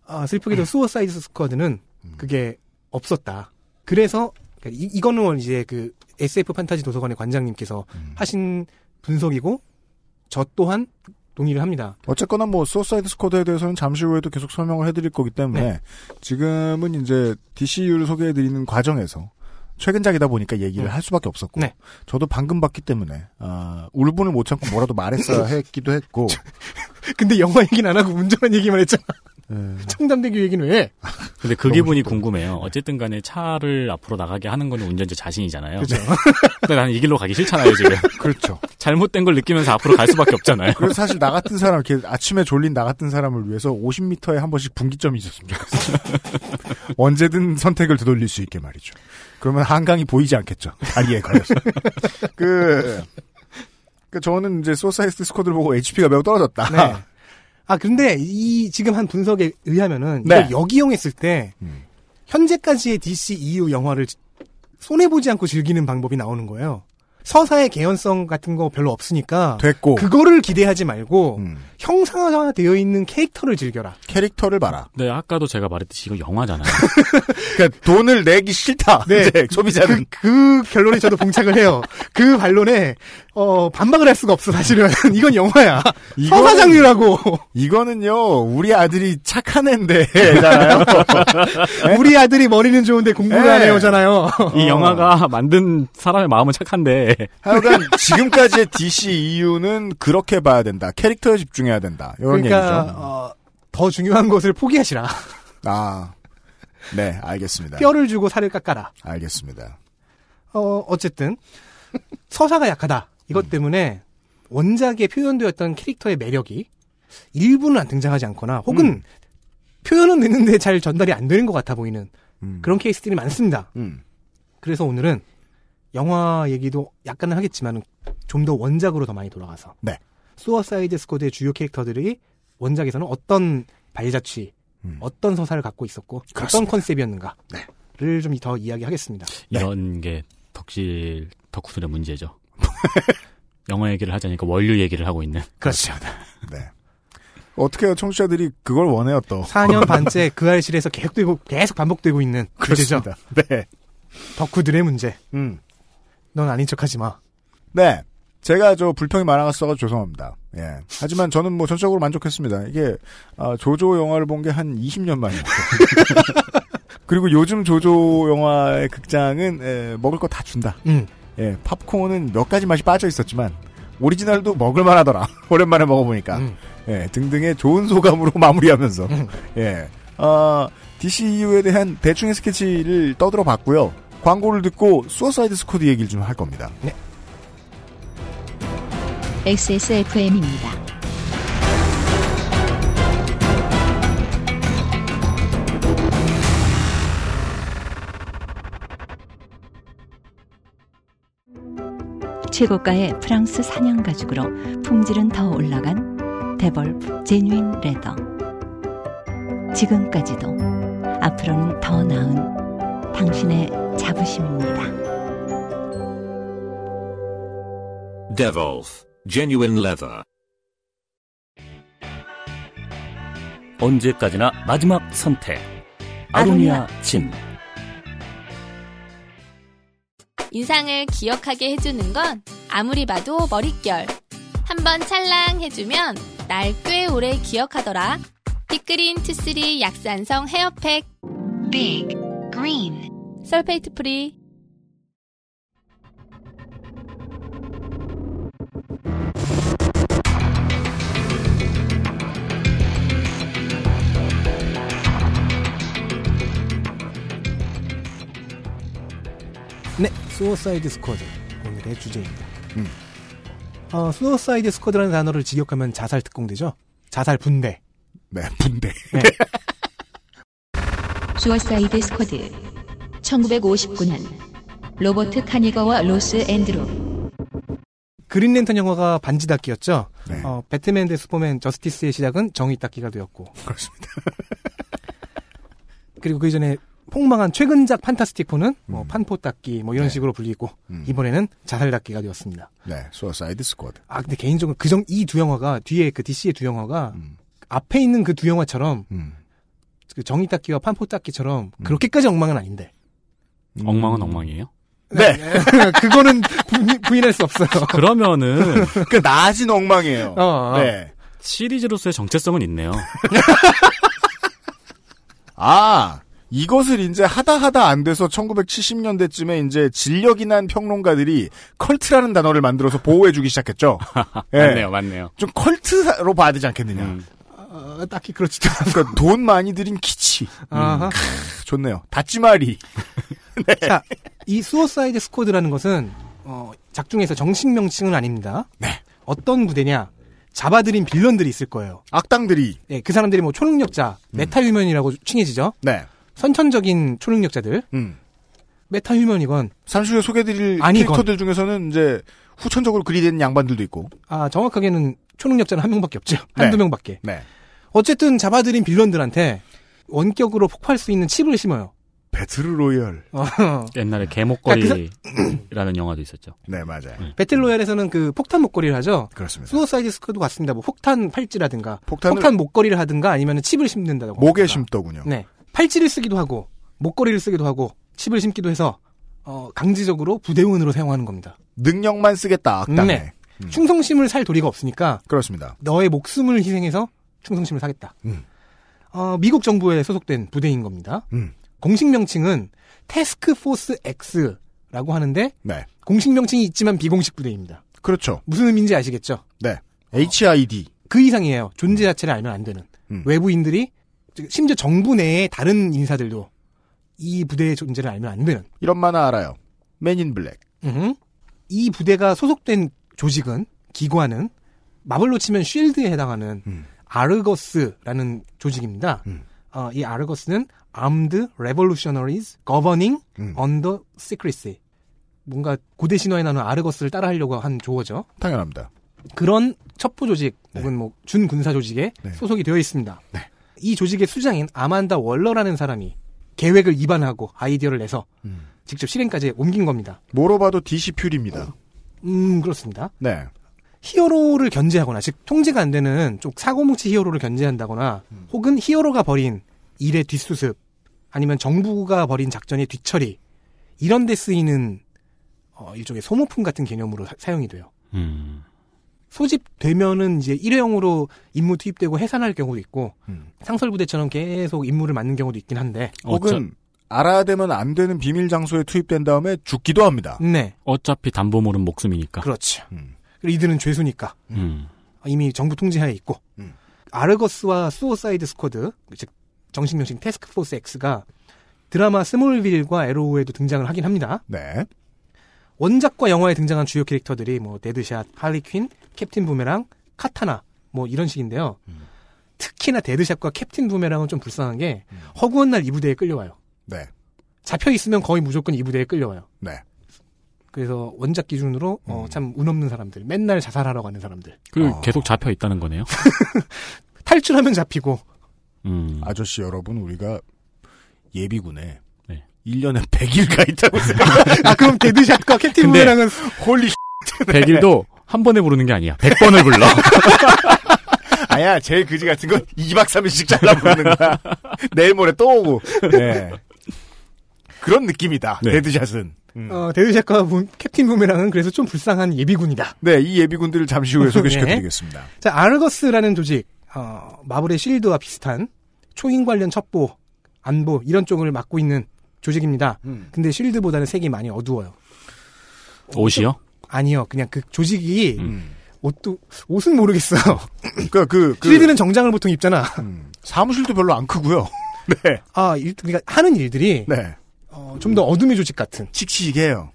Speaker 10: 아, 슬프게도 수어사이드 스쿼드는 그게 없었다. 그래서 그러니까 이, 이거는 이제 그 SF 판타지 도서관의 관장님께서 하신 분석이고 저 또한 동의를 합니다.
Speaker 2: 어쨌거나 뭐 소사이드 스쿼드에 대해서는 잠시 후에도 계속 설명을 해드릴 거기 때문에
Speaker 10: 네.
Speaker 2: 지금은 이제 DCU를 소개해드리는 과정에서 최근작이다 보니까 얘기를
Speaker 10: 음.
Speaker 2: 할 수밖에 없었고
Speaker 10: 네.
Speaker 2: 저도 방금 봤기 때문에 아, 울분을 못 참고 뭐라도 말했어야 했기도 했고
Speaker 10: 근데 영화 얘기는 안 하고 운전한 얘기만 했잖아.
Speaker 2: 예.
Speaker 10: 청담대교 얘기는 왜? 네. 해?
Speaker 3: 근데 그 기분이 궁금해요. 어쨌든 간에 차를 앞으로 나가게 하는 거는 운전자 자신이잖아요.
Speaker 2: 그죠.
Speaker 3: 근데 나는 이 길로 가기 싫잖아요, 지금.
Speaker 2: 그렇죠.
Speaker 3: 잘못된 걸 느끼면서 앞으로 갈 수밖에 없잖아요.
Speaker 2: 그래서 사실 나 같은 사람 이렇게 아침에 졸린 나 같은 사람을 위해서 50m에 한 번씩 분기점이 있었으면 좋겠어요. 언제든 선택을 되돌릴 수 있게 말이죠. 그러면 한강이 보이지 않겠죠. 다리에 걸려서. 그, 그 저는 이제 소사이스 스쿼드를 보고 HP가 매우 떨어졌다.
Speaker 10: 네. 아 근데 이 지금 한 분석에 의하면은
Speaker 2: 네. 음.
Speaker 10: 이걸 역이용했을 때 현재까지의 DC EU 영화를 손해 보지 않고 즐기는 방법이 나오는 거예요. 서사의 개연성 같은 거 별로 없으니까
Speaker 2: 됐고 음.
Speaker 10: 그거를 기대하지 말고 형상화되어 있는 캐릭터를 즐겨라.
Speaker 2: 캐릭터를 봐라.
Speaker 3: 네, 아까도 제가 말했듯이 이거 영화잖아요.
Speaker 2: 그러니까 네. 돈을 내기 싫다. 이제 소비자는
Speaker 10: 그, 그 결론에 저도 봉착을 해요. 그 반론에 어, 반박을 할 수가 없어 사실은 이건 영화야.
Speaker 2: 이거는-
Speaker 10: 서사 장르라고
Speaker 2: 이거는요 우리 아들이 착한 네, 애인데잖아요. 예?
Speaker 10: 우리 아들이 머리는 좋은데 공부를
Speaker 2: 네.
Speaker 10: 안 해오잖아요.
Speaker 3: 이 영화가 만든 사람의 마음은 착한데
Speaker 2: 하여간 지금까지의 DC EU는 그렇게 봐야 된다. 캐릭터에 집중해야 된다. 이런
Speaker 10: 그러니까
Speaker 2: 얘기죠.
Speaker 10: 어, 더 중요한 것을 포기하시라.
Speaker 2: 아, 네, 알겠습니다.
Speaker 10: 뼈를 주고 살을 깎아라.
Speaker 2: 알겠습니다.
Speaker 10: 어, 어쨌든 서사가 약하다. 이것
Speaker 2: 음.
Speaker 10: 때문에 원작에 표현되었던 캐릭터의 매력이 일부는 안 등장하지 않거나 혹은
Speaker 2: 음.
Speaker 10: 표현은 됐는데 잘 전달이 안 되는 것 같아 보이는 그런 케이스들이 많습니다.
Speaker 2: 음.
Speaker 10: 그래서 오늘은 영화 얘기도 약간은 하겠지만 좀 더 원작으로 더 많이 돌아가서
Speaker 2: 네.
Speaker 10: 수어사이드 스쿼드의 주요 캐릭터들이 원작에서는 어떤 발자취,
Speaker 2: 음.
Speaker 10: 어떤 서사를 갖고 있었고 어떤
Speaker 2: 그렇습니다. 네.
Speaker 10: 컨셉이었는가를 좀 더 이야기하겠습니다.
Speaker 3: 이런 게 덕질 덕후들의 문제죠. 영화 얘기를 하자니까 원류 얘기를 하고 있는.
Speaker 10: 그렇죠.
Speaker 2: 네. 어떻게 청취자들이 그걸 원해요 또?
Speaker 10: 4년 반째 그 알실에서 계속되고 계속 반복되고 있는 문제죠.
Speaker 2: 그렇습니다. 네.
Speaker 10: 덕후들의 문제.
Speaker 2: 음.
Speaker 10: 넌 아닌 척하지 마.
Speaker 2: 네. 제가 저 불평이 많아갔어서 죄송합니다. 예. 하지만 저는 뭐 전적으로 만족했습니다. 이게 아, 조조 영화를 본 게 한 20년 만이에요. 그리고 요즘 조조 영화의 극장은 에, 먹을 거 다 준다.
Speaker 10: 음.
Speaker 2: 예, 팝콘은 몇 가지 맛이 빠져 있었지만 오리지널도 먹을만 하더라. 오랜만에 먹어보니까.
Speaker 10: 음.
Speaker 2: 예, 등등의 좋은 소감으로 마무리하면서 예, 아, DCU에 대한 대충의 스케치를 떠들어 봤고요. 광고를 듣고 수어사이드 스쿼드 얘기를 좀 할 겁니다.
Speaker 1: XSFM입니다.
Speaker 11: 최고가의 프랑스 사냥 가죽으로 품질은 더 올라간 데벌프 제뉴인 레더. 지금까지도 앞으로는 더 나은 당신의 자부심입니다.
Speaker 12: Devolf, genuine leather.
Speaker 13: 언제까지나 마지막 선택. 아로니아 진.
Speaker 14: 인상을 기억하게 해주는 건 아무리 봐도 머릿결. 한번 찰랑 해주면 날 꽤 오래 기억하더라. 빅그린 투쓰리 약산성 헤어팩. 빅 그린. 설페이트 프리.
Speaker 10: 네, 수어사이드 스쿼드 오늘의 주제입니다.
Speaker 2: 음.
Speaker 10: 어, 수어사이드 스쿼드라는 단어를 직역하면 자살 특공대죠. 자살 분대.
Speaker 2: 네, 분대.
Speaker 1: 수어사이드 스쿼드 1959년 로버트 카니거와 로스 앤드루
Speaker 10: 그린랜턴 영화가 반지 닦기였죠. 어, 배트맨 대 슈퍼맨 저스티스의 시작은 정의 닦기가 되었고.
Speaker 2: 그렇습니다.
Speaker 10: 그리고 그 전에 폭망한 최근작 판타스티코는 뭐 판포 닦기 뭐 이런 식으로 불리고 이번에는 자살 닦기가 되었습니다.
Speaker 2: 네, 수어사이드 스쿼드.
Speaker 10: 아 근데 개인적으로 그정 이 두 영화가 뒤에 그 DC의 두 영화가 앞에 있는 그 두 영화처럼
Speaker 2: 음.
Speaker 10: 그 정의 닦기와 판포 닦기처럼 그렇게까지 엉망은 아닌데.
Speaker 3: 음. 엉망은 엉망이에요?
Speaker 2: 네.
Speaker 10: 그거는 부, 인할수 없어요.
Speaker 3: 그러면은
Speaker 2: 그 낮은 엉망이에요.
Speaker 10: 어, 어.
Speaker 2: 네.
Speaker 3: 시리즈로서의 정체성은 있네요.
Speaker 2: 아, 이것을 이제 하다 하다 안 돼서 1970년대쯤에 이제 진력이 난 평론가들이 컬트라는 단어를 만들어서 보호해주기 시작했죠. 예.
Speaker 3: 맞네요, 맞네요.
Speaker 2: 좀 컬트로 봐야 되지 않겠느냐.
Speaker 10: 어, 딱히 그렇지도 않고.
Speaker 2: 그러니까 돈 많이 들인 키치.
Speaker 10: 아하.
Speaker 2: 크, 좋네요. 다찌마리.
Speaker 10: 자, 이 수어사이드 스쿼드라는 것은 어, 작중에서 정식 명칭은 아닙니다.
Speaker 2: 네.
Speaker 10: 어떤 부대냐? 잡아들인 빌런들이 있을 거예요.
Speaker 2: 악당들이.
Speaker 10: 예, 그 사람들이 뭐 초능력자,
Speaker 2: 음.
Speaker 10: 메타 휴먼이라고 칭해지죠.
Speaker 2: 네.
Speaker 10: 선천적인 초능력자들. 메타 휴먼이건
Speaker 2: 잠시 음. 소개드릴 캐릭터들 중에서는 이제 후천적으로 그리 된 양반들도 있고.
Speaker 10: 아, 정확하게는 초능력자는 한 명밖에 없죠. 한두
Speaker 2: 네.
Speaker 10: 명밖에.
Speaker 2: 네.
Speaker 10: 어쨌든 잡아들인 빌런들한테 원격으로 폭발 수 있는 칩을 심어요.
Speaker 2: 배틀로얄.
Speaker 10: 어.
Speaker 3: 옛날에
Speaker 10: 그러니까
Speaker 3: 개목걸이라는 영화도 있었죠.
Speaker 2: 네, 맞아요.
Speaker 10: 배틀로얄에서는 그 폭탄 목걸이를 하죠.
Speaker 2: 그렇습니다.
Speaker 10: 수어사이드 스쿼드 같습니다. 뭐 폭탄 팔찌라든가
Speaker 2: 네. 폭탄을-
Speaker 10: 폭탄 목걸이를 하든가 아니면 칩을 심는다든가.
Speaker 2: 목에 심더군요.
Speaker 10: 네. 팔찌를 쓰기도 하고 목걸이를 쓰기도 하고 칩을 심기도 해서 어, 강제적으로 부대원으로 사용하는 겁니다.
Speaker 2: 능력만 쓰겠다. 악당에.
Speaker 10: 네.
Speaker 2: 음.
Speaker 10: 충성심을 살 도리가 없으니까
Speaker 2: 그렇습니다.
Speaker 10: 너의 목숨을 희생해서 충성심을 사겠다.
Speaker 2: 음.
Speaker 10: 어, 미국 정부에 소속된 부대인 겁니다.
Speaker 2: 음.
Speaker 10: 공식 명칭은 테스크포스 X라고 하는데
Speaker 2: 네.
Speaker 10: 공식 명칭이 있지만 비공식 부대입니다.
Speaker 2: 그렇죠.
Speaker 10: 무슨 의미인지 아시겠죠?
Speaker 2: 네. HID.
Speaker 10: 그 이상이에요. 존재 자체를 알면 안 되는
Speaker 2: 음.
Speaker 10: 외부인들이 심지어 정부 내의 다른 인사들도 이 부대의 존재를 알면 안 되는
Speaker 2: 이런 만화 알아요. 맨인 블랙.
Speaker 10: 음흠. 이 부대가 소속된 조직은 기관은 마블로 치면 쉴드에 해당하는
Speaker 2: 음.
Speaker 10: 아르거스라는 조직입니다. 어, 이 아르거스는 Armed Revolutionaries Governing Under Secrecy 뭔가 고대 신화에 나오는 아르거스를 따라하려고 한 조어죠.
Speaker 2: 당연합니다.
Speaker 10: 그런 첩보 조직 혹은 뭐 준군사 조직에 소속이 되어 있습니다. 이 조직의 수장인 아만다 월러라는 사람이 계획을 위반하고 아이디어를 내서
Speaker 2: 음.
Speaker 10: 직접 실행까지 옮긴 겁니다.
Speaker 2: 뭐로 봐도 DC 퓨리입니다.
Speaker 10: 음 그렇습니다.
Speaker 2: 네.
Speaker 10: 히어로를 견제하거나 즉 통제가 안 되는 쪽 사고뭉치 히어로를 견제한다거나 혹은 히어로가 벌인 일의 뒷수습 아니면 정부가 벌인 작전의 뒤처리 이런 데 쓰이는 어, 일종의 소모품 같은 개념으로 사- 사용이 돼요.
Speaker 3: 음.
Speaker 10: 소집되면은 이제 일회용으로 임무 투입되고 해산할 경우도 있고
Speaker 2: 음.
Speaker 10: 상설부대처럼 계속 임무를 맡는 경우도 있긴 한데
Speaker 2: 혹은 알아야 되면 안 되는 비밀 장소에 투입된 다음에 죽기도 합니다. 음.
Speaker 10: 네
Speaker 3: 어차피 담보 모른 목숨이니까.
Speaker 10: 그렇죠. 그리고 이들은 죄수니까
Speaker 3: 음.
Speaker 10: 이미 정부 통제하에 있고 아르거스와 수어사이드 스쿼드 즉 정식 명칭 테스크포스 X가 드라마 스몰빌과 에로우에도 등장을 하긴 합니다.
Speaker 2: 네.
Speaker 10: 원작과 영화에 등장한 주요 캐릭터들이 뭐 데드샷, 할리퀸, 캡틴 부메랑, 카타나 뭐 이런 식인데요. 특히나 데드샷과 캡틴 부메랑은 좀 불쌍한 게 허구한 날 이 부대에 끌려와요.
Speaker 2: 네.
Speaker 10: 잡혀 있으면 거의 무조건 이 부대에 끌려와요.
Speaker 2: 네.
Speaker 10: 그래서 원작 기준으로 어, 참 운없는 사람들, 맨날 자살하러 가는 사람들.
Speaker 3: 그리고 계속 잡혀 있다는 거네요.
Speaker 10: 탈출하면 잡히고
Speaker 3: 음.
Speaker 2: 아저씨 여러분, 우리가 예비군에 1년에 100일 가 있다고 생각하고.
Speaker 10: 아, 그럼 데드샷과
Speaker 3: 근데
Speaker 10: 캡틴 부메랑은
Speaker 2: 홀리
Speaker 3: 100일도 한 번에 부르는 게 아니야. 100번을 불러.
Speaker 2: 아야, 제일 그지 같은 건 2박 3일씩 잘라보는 거야. 내일 모레 또 오고. 네. 그런 느낌이다.
Speaker 10: 네.
Speaker 2: 데드샷은.
Speaker 10: 어, 데드샷과 문- 캡틴 부메랑은 그래서 좀 불쌍한 예비군이다.
Speaker 2: 네, 이 예비군들을 잠시 후에
Speaker 3: 네.
Speaker 2: 소개시켜드리겠습니다.
Speaker 10: 자, 아르거스라는 조직, 어, 마블의 실드와 비슷한 초인 관련 첩보, 안보 이런 쪽을 맡고 있는 조직입니다.
Speaker 2: 음.
Speaker 10: 근데 실드보다는 색이 많이 어두워요.
Speaker 3: 옷이요?
Speaker 10: 아니요, 그냥 그 조직이 옷도 옷은 모르겠어.
Speaker 2: 그러니까 음. 그, 그-
Speaker 10: 실드는 정장을 보통 입잖아.
Speaker 2: 사무실도 별로 안 크고요. 네.
Speaker 10: 아, 일, 그러니까 하는 일들이
Speaker 2: 네.
Speaker 10: 좀 더 어둠의 조직 같은.
Speaker 2: 칙칙해요.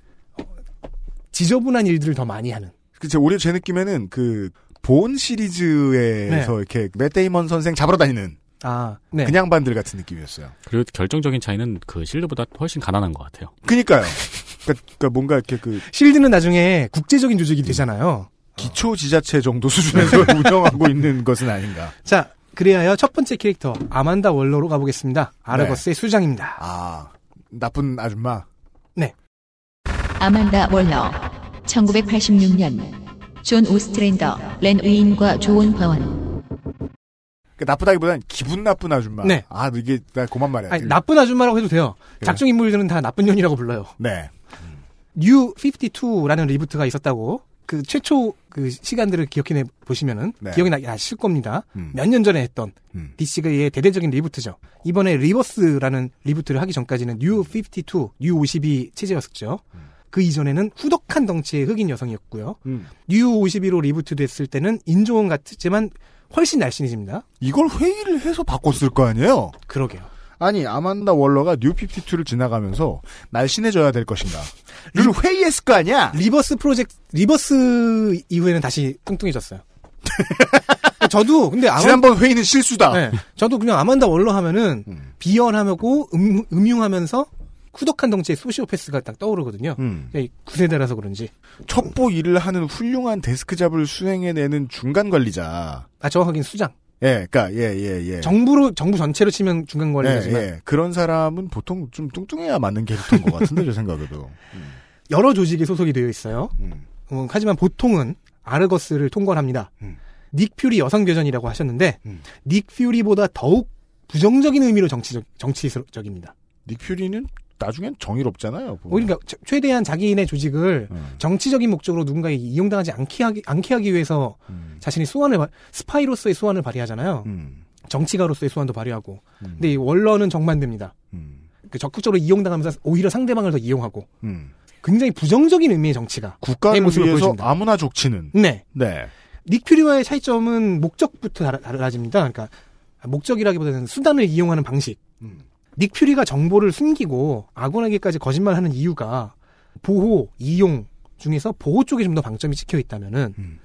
Speaker 10: 지저분한 일들을 더 많이 하는.
Speaker 2: 그제 오히려 제 느낌에는 그 본 시리즈에서
Speaker 10: 네.
Speaker 2: 이렇게 맷데이먼 선생 잡으러 다니는
Speaker 10: 아, 네.
Speaker 2: 그냥 반들 같은 느낌이었어요.
Speaker 3: 그리고 결정적인 차이는 그 실드보다 훨씬 가난한 것 같아요.
Speaker 2: 그니까요. 그러니까, 그러니까 뭔가 이렇게 그
Speaker 10: 실드는 나중에 국제적인 조직이 되잖아요.
Speaker 2: 기초 지자체 정도 수준에서 운영하고 있는 것은 아닌가. 네.
Speaker 10: 자, 그리하여 첫 번째 캐릭터 아만다 월러로 가보겠습니다. 아르거스의 수장입니다.
Speaker 2: 아, 나쁜 아줌마.
Speaker 1: 아만다 월너 1986년 존 오스트랜더, 렌 위인과 조온 버원
Speaker 2: 그러니까 나쁘다기보단 기분 나쁜 아줌마.
Speaker 10: 네.
Speaker 2: 아, 이게 나 그만 말해야
Speaker 10: 아니, 나쁜 아줌마라고 해도 돼요. 작중 인물들은 다 나쁜 년이라고 불러요.
Speaker 2: 네.
Speaker 10: 뉴 52라는 리부트가 있었다고 그 최초 그 시간들을 기억해 보시면은
Speaker 2: 네.
Speaker 10: 기억이 나, 나실 겁니다.
Speaker 2: 음.
Speaker 10: 몇 년 전에 했던
Speaker 2: 음.
Speaker 10: DC의 대대적인 리부트죠. 이번에 리버스라는 리부트를 하기 전까지는 뉴 52, 뉴 52 체제였었죠. 그 이전에는 후덕한 덩치의 흑인 여성이었고요.
Speaker 2: 음.
Speaker 10: 뉴 52로 리부트 됐을 때는 인종은 같지만 훨씬 날씬해집니다.
Speaker 2: 이걸 회의를 해서 바꿨을 거 아니에요?
Speaker 10: 그러게요.
Speaker 2: 아니, 아만다 월러가 뉴52를 지나가면서 날씬해져야 될 것인가. 를 회의했을 거 아니야?
Speaker 10: 리버스 프로젝트, 리버스 이후에는 다시 뚱뚱해졌어요. 저도, 근데 아마. 네.
Speaker 2: 지난번 회의는 실수다.
Speaker 10: 저도 그냥 아만다 월러 하면은, 비열하고 음, 음흉하면서 후덕한 덩치의 소시오패스가 딱 떠오르거든요.
Speaker 2: 음.
Speaker 10: 이 구세대라서 그런지.
Speaker 2: 첩보 일을 하는 훌륭한 데스크 잡을 수행해내는 중간 관리자.
Speaker 10: 아, 정확하긴 수장.
Speaker 2: 예, 그니까, 예, 예,
Speaker 10: 네.
Speaker 2: 예.
Speaker 10: 정부로, 정부 전체로 치면 중간 관리자지만.
Speaker 2: 예, 예. 그런 사람은 보통 좀 뚱뚱해야 맞는 캐릭터인 것 같은데, 제 생각에도. 음.
Speaker 10: 여러 조직에 소속이 되어 있어요. 어, 하지만 보통은 아르거스를 통과합니다. 닉 퓨리 여성 교전이라고 하셨는데 닉 퓨리보다 더욱 부정적인 의미로 정치적 정치적입니다.
Speaker 2: 닉 퓨리는 나중엔 정의롭잖아요. 보면. 예.
Speaker 10: 그러니까 최- 최대한 자기인의 조직을 정치적인 목적으로 누군가에게 이용당하지 않게 하기, 않게 하기 위해서
Speaker 2: 음.
Speaker 10: 자신의 소환을 발- 스파이로서의 소환을 발휘하잖아요.
Speaker 2: 음.
Speaker 10: 정치가로서의 소환도 발휘하고. 근데 이 원러는 정반대입니다. 그 적극적으로 이용당하면서 오히려 상대방을 더 이용하고
Speaker 2: 음.
Speaker 10: 굉장히 부정적인 의미의 정치가
Speaker 2: 국가를
Speaker 10: 의 모습을
Speaker 2: 위해서
Speaker 10: 보여줍니다.
Speaker 2: 아무나 족치는.
Speaker 10: 네.
Speaker 2: 네.
Speaker 10: 닉퓨리와의 차이점은 목적부터 달라- 달라집니다. 그러니까 목적이라기보다는 수단을 이용하는 방식. 닉퓨리가 정보를 숨기고 아군에게까지 거짓말하는 이유가 보호, 이용 중에서 보호 쪽에 좀 더 방점이 찍혀 있다면은
Speaker 2: 음.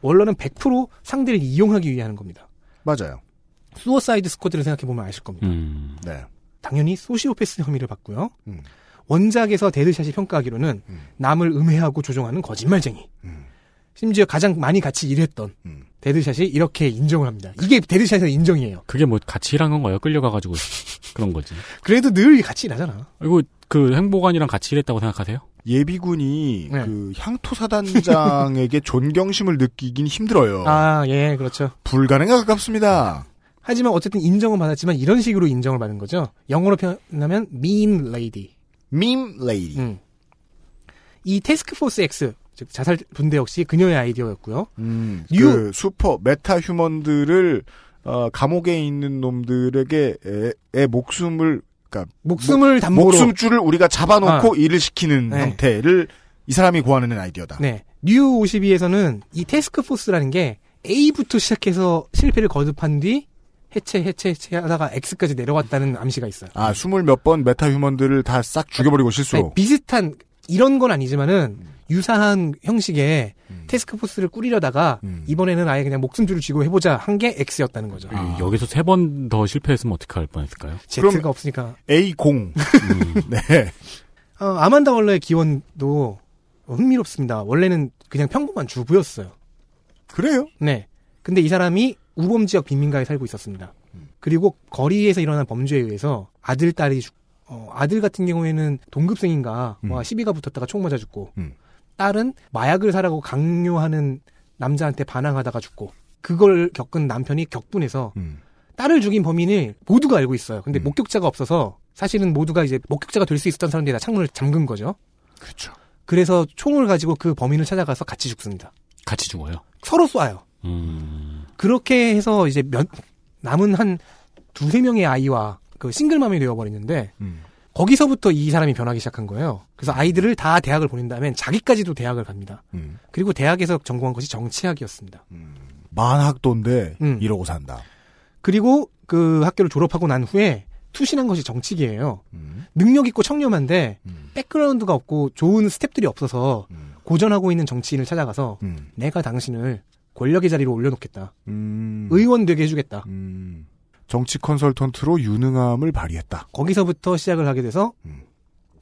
Speaker 10: 원래는 100% 상대를 이용하기 위해 하는 겁니다.
Speaker 2: 맞아요.
Speaker 10: 수어사이드 스쿼드를 생각해 보면 아실
Speaker 3: 음.
Speaker 10: 겁니다.
Speaker 2: 네. 음.
Speaker 10: 당연히 소시오패스 혐의를 받고요. 원작에서 데드샷이 평가하기로는 남을 음해하고 조종하는 거짓말쟁이. 심지어 가장 많이 같이 일했던
Speaker 2: 음.
Speaker 10: 데드샷이 이렇게 인정을 합니다. 이게 데드샷의 인정이에요.
Speaker 3: 그게 뭐 같이 일한 건 거예요? 끌려가가지고 그런 거지.
Speaker 10: 그래도 늘 같이 일하잖아.
Speaker 3: 이거 그 행보관이랑 같이 일했다고 생각하세요?
Speaker 2: 예비군이
Speaker 10: 네.
Speaker 2: 그 향토 사단장에게 존경심을 느끼긴 힘들어요.
Speaker 10: 아, 예, 그렇죠.
Speaker 2: 불가능에 가깝습니다.
Speaker 10: 하지만 어쨌든 인정은 받았지만 이런 식으로 인정을 받은 거죠. 영어로 표현하면 mean lady. 음.
Speaker 2: meme lady.
Speaker 10: 이 테스크포스 X, 즉 자살 분대 역시 그녀의 아이디어였고요.
Speaker 2: 음, 그
Speaker 10: 뉴-
Speaker 2: 슈퍼 메타 휴먼들을 어, 감옥에 있는 놈들에게 애, 애 목숨을 그러니까
Speaker 10: 목숨을
Speaker 2: 목-
Speaker 10: 담보로.
Speaker 2: 목숨줄을 우리가 잡아놓고
Speaker 10: 아.
Speaker 2: 일을 시키는
Speaker 10: 네.
Speaker 2: 형태를 이 사람이 고안하는 아이디어다.
Speaker 10: 네. 뉴 52에서는 이 테스크포스라는 게 A부터 시작해서 실패를 거듭한 뒤 해체, 해체, 해체하다가 X까지 내려왔다는 암시가 있어요.
Speaker 2: 아 스물 몇 번 메타 휴먼들을 다 싹 죽여버리고 실수로.
Speaker 10: 아니, 네, 비슷한 이런 건 아니지만은 유사한 형식의 테스크포스를 꾸리려다가 이번에는 아예 그냥 목숨줄을 쥐고 해보자 한 게 X였다는 거죠.
Speaker 3: 이- 여기서 세 번 더 실패했으면 어떻게 할 뻔했을까요?
Speaker 10: Z가 없으니까.
Speaker 2: A 공. 네.
Speaker 10: 어, 아만다 월러의 기원도 흥미롭습니다. 원래는 그냥 평범한 주부였어요.
Speaker 2: 그래요?
Speaker 10: 네. 근데 이 사람이 우범 지역 빈민가에 살고 있었습니다. 그리고 거리에서 일어난 범죄에 의해서 아들, 딸이 죽, 어, 아들 같은 경우에는 동급생인가,
Speaker 2: 음.
Speaker 10: 와, 시비가 붙었다가 총 맞아 죽고, 딸은 마약을 사라고 강요하는 남자한테 반항하다가 죽고, 그걸 겪은 남편이 격분해서 딸을 죽인 범인을 모두가 알고 있어요.
Speaker 2: 음.
Speaker 10: 근데 목격자가 없어서 사실은 모두가 이제 목격자가 될 수 있었던 사람들이 다 창문을 잠근 거죠.
Speaker 2: 그렇죠.
Speaker 10: 그래서 총을 가지고 그 범인을 찾아가서 같이 죽습니다.
Speaker 3: 같이 죽어요.
Speaker 10: 서로 쏴요. 그렇게 해서 이제 몇, 남은 한 두세 명의 아이와 그 싱글맘이 되어버리는데,
Speaker 2: 음,
Speaker 10: 거기서부터 이 사람이 변하기 시작한 거예요. 그래서 아이들을 다 대학을 보낸 다음엔 자기까지도 대학을 갑니다.
Speaker 2: 음,
Speaker 10: 그리고 대학에서 전공한 것이 정치학이었습니다.
Speaker 2: 만학도인데
Speaker 10: 음.
Speaker 2: 이러고 산다.
Speaker 10: 그리고 그 학교를 졸업하고 난 후에 투신한 것이 정치계예요.
Speaker 2: 음,
Speaker 10: 능력 있고 청렴한데 백그라운드가 없고 좋은 스텝들이 없어서
Speaker 2: 음,
Speaker 10: 고전하고 있는 정치인을 찾아가서 내가 당신을 권력의 자리로 올려놓겠다.
Speaker 2: 음.
Speaker 10: 의원 되게 해주겠다.
Speaker 2: 정치 컨설턴트로 유능함을 발휘했다.
Speaker 10: 거기서부터 시작을 하게 돼서
Speaker 3: 음.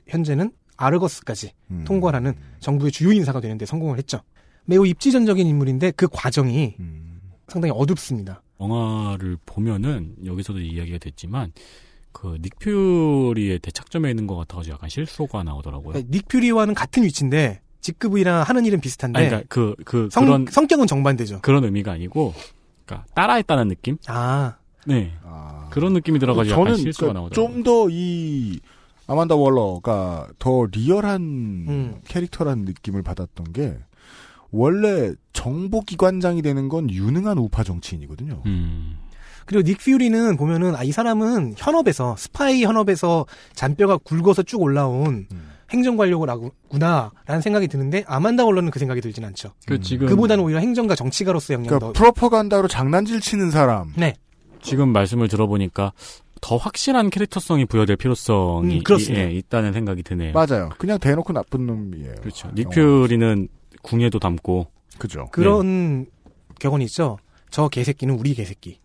Speaker 10: 현재는 아르거스까지
Speaker 2: 음.
Speaker 10: 통과하는 정부의 주요 인사가 되는데 성공을 했죠. 매우 입지전적인 인물인데 그 과정이
Speaker 2: 음.
Speaker 10: 상당히 어둡습니다.
Speaker 3: 영화를 보면은 여기서도 이야기가 됐지만 그 닉퓨리의 대착점에 있는 것 같아가지고 약간 실소가 나오더라고요.
Speaker 10: 그러니까 닉 퓨리와는 같은 위치인데 직급이랑 하는 일은 비슷한데
Speaker 3: 아니, 그러니까 그, 그,
Speaker 10: 성,
Speaker 3: 그런-
Speaker 10: 성격은 정반대죠.
Speaker 3: 그런 의미가 아니고, 그러니까 따라했다는 느낌?
Speaker 10: 아.
Speaker 3: 네. 그런 느낌이 들어가지고 약간
Speaker 2: 저는 그러니까
Speaker 3: 실소가 나오더라고요.
Speaker 2: 좀 더 이 아만다 월러가 더 리얼한 캐릭터라는 느낌을 받았던 게 원래 정보기관장이 되는 건 유능한 우파 정치인이거든요.
Speaker 3: 음.
Speaker 10: 그리고 닉 퓨리는 보면은 아 이 사람은 현업에서 스파이 현업에서 잔뼈가 굵어서 쭉 올라온
Speaker 3: 음.
Speaker 10: 행정관료구나라는 생각이 드는데 아만다 월러는 그 생각이 들진 않죠.
Speaker 3: 그 지금-
Speaker 10: 그보다는 오히려 행정가 정치가로서 영향
Speaker 2: 그러니까
Speaker 10: 더
Speaker 2: 프로파간다로 장난질 치는 사람.
Speaker 10: 네.
Speaker 3: 지금 말씀을 들어보니까 더 확실한 캐릭터성이 부여될 필요성이
Speaker 2: 음, 그렇습니다.
Speaker 3: 이- 예, 있다는 생각이 드네요.
Speaker 2: 맞아요. 그냥 대놓고 나쁜 놈이에요. 그렇죠.
Speaker 3: 닉퓨리는 궁예도 담고
Speaker 2: 그죠. 네.
Speaker 10: 그런 격언이 있죠. 저 개새끼는 우리 개새끼.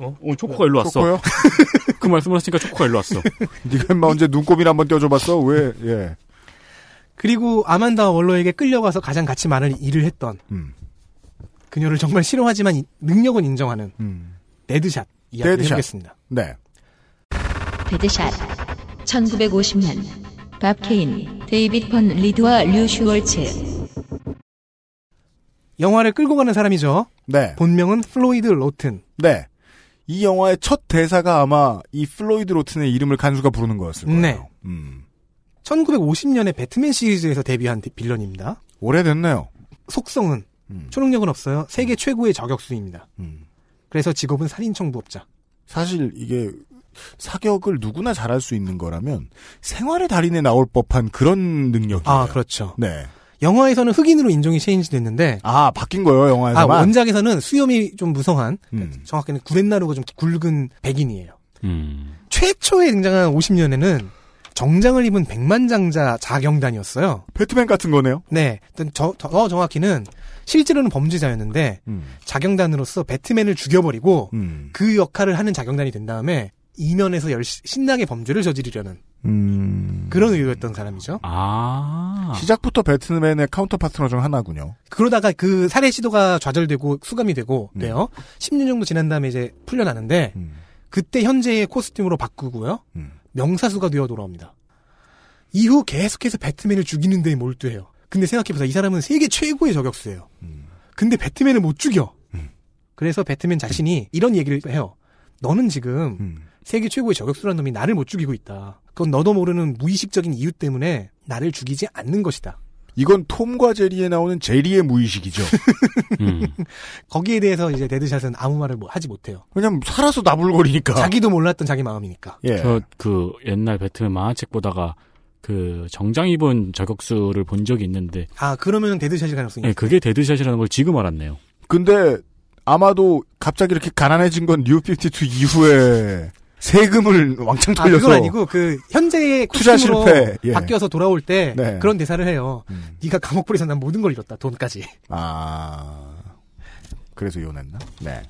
Speaker 9: 어? 오늘 초코가 일로 왔어.
Speaker 2: 초코요?
Speaker 3: 그 말씀을 하시니까 초코가 일로 왔어.
Speaker 2: 네가 인마 언제 눈곱이나 한번 떼어줘봤어? 왜? 예.
Speaker 10: 그리고 아만다 월러에게 끌려가서 가장 같이 많은 일을 했던
Speaker 2: 음.
Speaker 10: 그녀를 정말 싫어하지만 이- 능력은 인정하는
Speaker 2: 음.
Speaker 10: 데드샷 이야기를
Speaker 2: 데드샷.
Speaker 10: 해보겠습니다.
Speaker 2: 네.
Speaker 1: 데드샷 1950년 밥 케인, 데이빗 펀 리드와 류 슈월츠
Speaker 10: 영화를 끌고 가는 사람이죠.
Speaker 2: 네.
Speaker 10: 본명은 플로이드 로튼.
Speaker 2: 네. 이 영화의 첫 대사가 아마 이 플로이드 로튼의 이름을 간수가 부르는 거였을 거예요. 음.
Speaker 10: 네. 1950년에 배트맨 시리즈에서 데뷔한 디- 빌런입니다.
Speaker 2: 오래됐네요. 음,
Speaker 10: 속성은 초능력은 없어요. 세계 최고의 저격수입니다. 그래서 직업은 살인 청부업자.
Speaker 2: 사실 이게 사격을 누구나 잘할 수 있는 거라면 생활의 달인에 나올 법한 그런 능력이에요.
Speaker 10: 아, 그렇죠.
Speaker 2: 네.
Speaker 10: 영화에서는 흑인으로 인종이 체인지됐는데
Speaker 2: 아 바뀐 거예요
Speaker 10: 아,
Speaker 2: 영화에서만.
Speaker 10: 원작에서는 수염이 좀 무성한
Speaker 2: 음.
Speaker 10: 정확히는 구렛나루가 좀 굵은 백인이에요.
Speaker 3: 음.
Speaker 10: 최초에 등장한 50년에는 정장을 입은 백만장자 자경단이었어요.
Speaker 2: 배트맨 같은 거네요.
Speaker 10: 네, 일단 저, 더- 더 정확히는 실제로는 범죄자였는데
Speaker 2: 음.
Speaker 10: 자경단으로서 배트맨을 죽여버리고 그 역할을 하는 자경단이 된 다음에 이면에서 열 신나게 범죄를 저지르려는 음. 그런 의도였던 사람이죠.
Speaker 3: 아.
Speaker 2: 음. 시작부터 배트맨의 카운터 파트너 중 하나군요.
Speaker 10: 그러다가 그 살해 시도가 좌절되고 수감이 되고
Speaker 2: 네.
Speaker 10: 돼요. 10년 정도 지난 다음에 이제 풀려나는데
Speaker 2: 음.
Speaker 10: 그때 현재의 코스튬으로 바꾸고요. 명사수가 되어 돌아옵니다. 이후 계속해서 배트맨을 죽이는 데에 몰두해요. 근데 생각해보세요. 이 사람은 세계 최고의 저격수예요. 근데 배트맨을 못 죽여. 그래서 배트맨 자신이 이런 얘기를 해요. 너는 지금
Speaker 2: 음.
Speaker 10: 세계 최고의 저격수라는 놈이 나를 못 죽이고 있다. 그건 너도 모르는 무의식적인 이유 때문에 나를 죽이지 않는 것이다.
Speaker 2: 이건 톰과 제리에 나오는 제리의 무의식이죠.
Speaker 3: 음.
Speaker 10: 거기에 대해서 이제 데드샷은 아무 말을 뭐 하지 못해요.
Speaker 2: 왜냐면 살아서 나불거리니까.
Speaker 10: 자기도 몰랐던 자기 마음이니까.
Speaker 2: 예. 네.
Speaker 3: 저 그 옛날 배트맨 만화책 보다가 그 정장 입은 저격수를 본 적이 있는데
Speaker 10: 아 그러면 데드샷일 가능성이
Speaker 3: 예, 그게 데드샷이라는 걸 지금 알았네요.
Speaker 2: 근데 아마도 갑자기 이렇게 가난해진 건 뉴52 이후에 세금을 왕창
Speaker 10: 아,
Speaker 2: 돌려서
Speaker 10: 그건 아니고 그 현재의
Speaker 2: 투자
Speaker 10: 코스튬으로
Speaker 2: 실패. 예.
Speaker 10: 바뀌어서 돌아올 때
Speaker 2: 네.
Speaker 10: 그런 대사를 해요. 네가 감옥불에서 난 모든 걸 잃었다. 돈까지.
Speaker 2: 음. 아 그래서 이혼했나? 네.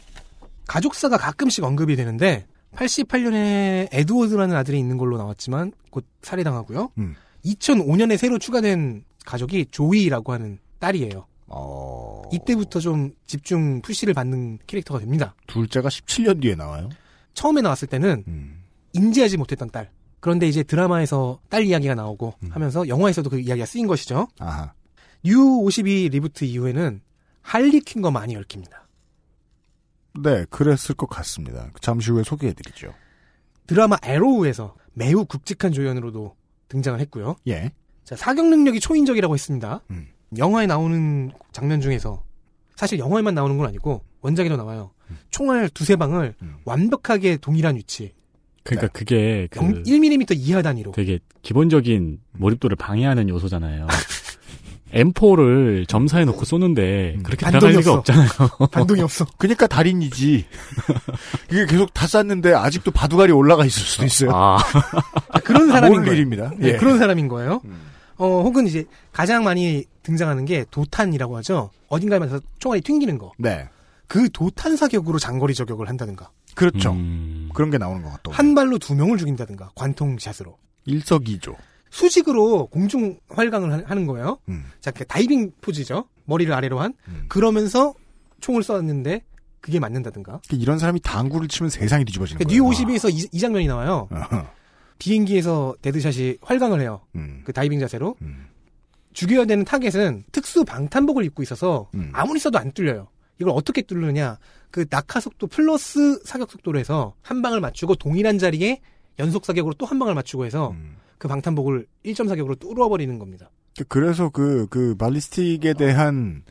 Speaker 10: 가족사가 가끔씩 언급이 되는데 88년에 에드워드라는 아들이 있는 걸로 나왔지만 곧 살해당하고요.
Speaker 2: 음.
Speaker 10: 2005년에 새로 추가된 가족이 조이라고 하는 딸이에요.
Speaker 2: 어.
Speaker 10: 이때부터 좀 집중 푸시를 받는 캐릭터가 됩니다.
Speaker 2: 둘째가 17년 뒤에 나와요.
Speaker 10: 처음에 나왔을 때는 인지하지 못했던 딸. 그런데 이제 드라마에서 딸 이야기가 나오고
Speaker 2: 음.
Speaker 10: 하면서 영화에서도 그 이야기가 쓰인 것이죠.
Speaker 2: 아하.
Speaker 10: U52 리부트 이후에는 할리퀸과 많이 얽힙니다.
Speaker 2: 네, 그랬을 것 같습니다. 잠시 후에 소개해드리죠.
Speaker 10: 드라마 에로우에서 매우 굵직한 조연으로도 등장을 했고요.
Speaker 2: 예.
Speaker 10: 자, 사격 능력이 초인적이라고 했습니다.
Speaker 2: 음.
Speaker 10: 영화에 나오는 장면 중에서 사실 영화에만 나오는 건 아니고 원작에도 나와요.
Speaker 2: 음.
Speaker 10: 총알 두세 방을 완벽하게 동일한 위치,
Speaker 3: 그러니까 그게 그
Speaker 10: 음, 1mm 이하 단위로
Speaker 3: 되게 기본적인 몰입도를 방해하는 요소잖아요. M4를 점사해 놓고 쏘는데
Speaker 10: 음.
Speaker 3: 그렇게 들어갈 리가 없잖아요.
Speaker 10: 반동이 없어.
Speaker 2: 그러니까 달인이지. 이게 계속 다 쌌는데 아직도 바둑알이 올라가 있을 수도 있어요. 아,
Speaker 10: 그런 아, 사람인
Speaker 2: 모를
Speaker 10: 거예요.
Speaker 2: 일입니다.
Speaker 10: 네,
Speaker 2: 예. 음.
Speaker 10: 그런 사람인 거예요. 어, 혹은 이제 가장 많이 등장하는 게 도탄이라고 하죠. 어딘가에 맞아서 총알이 튕기는 거.
Speaker 2: 네.
Speaker 10: 그 도탄 사격으로 장거리 저격을 한다든가.
Speaker 2: 그렇죠.
Speaker 3: 음.
Speaker 2: 그런 게 나오는 것 같더라고요.
Speaker 10: 음. 한 발로 두 명을 죽인다든가. 관통샷으로.
Speaker 2: 일석이조.
Speaker 10: 수직으로 공중 활강을 하- 하는 거예요.
Speaker 2: 음.
Speaker 10: 음. 자, 그 다이빙 포즈죠. 머리를 아래로 한. 그러면서 총을 쏘았는데 그게 맞는다든가.
Speaker 2: 이런 사람이 당구를 치면 세상이 뒤집어지는 아.
Speaker 10: 그러니까
Speaker 2: 어.
Speaker 10: 뉴 52에서 이, 이 장면이 나와요. 비행기에서 데드샷이 활강을 해요.
Speaker 2: 음.
Speaker 10: 그 다이빙 자세로. 죽여야 되는 타겟은 특수 방탄복을 입고 있어서 아무리 써도 안 뚫려요. 이걸 어떻게 뚫느냐. 그 낙하 속도 플러스 사격 속도로 해서 한 방을 맞추고 동일한 자리에 연속 사격으로 또 한 방을 맞추고 해서
Speaker 2: 음.
Speaker 10: 그 방탄복을 1점 사격으로 뚫어 버리는 겁니다.
Speaker 2: 그래서 그, 그, 발리스틱에 대한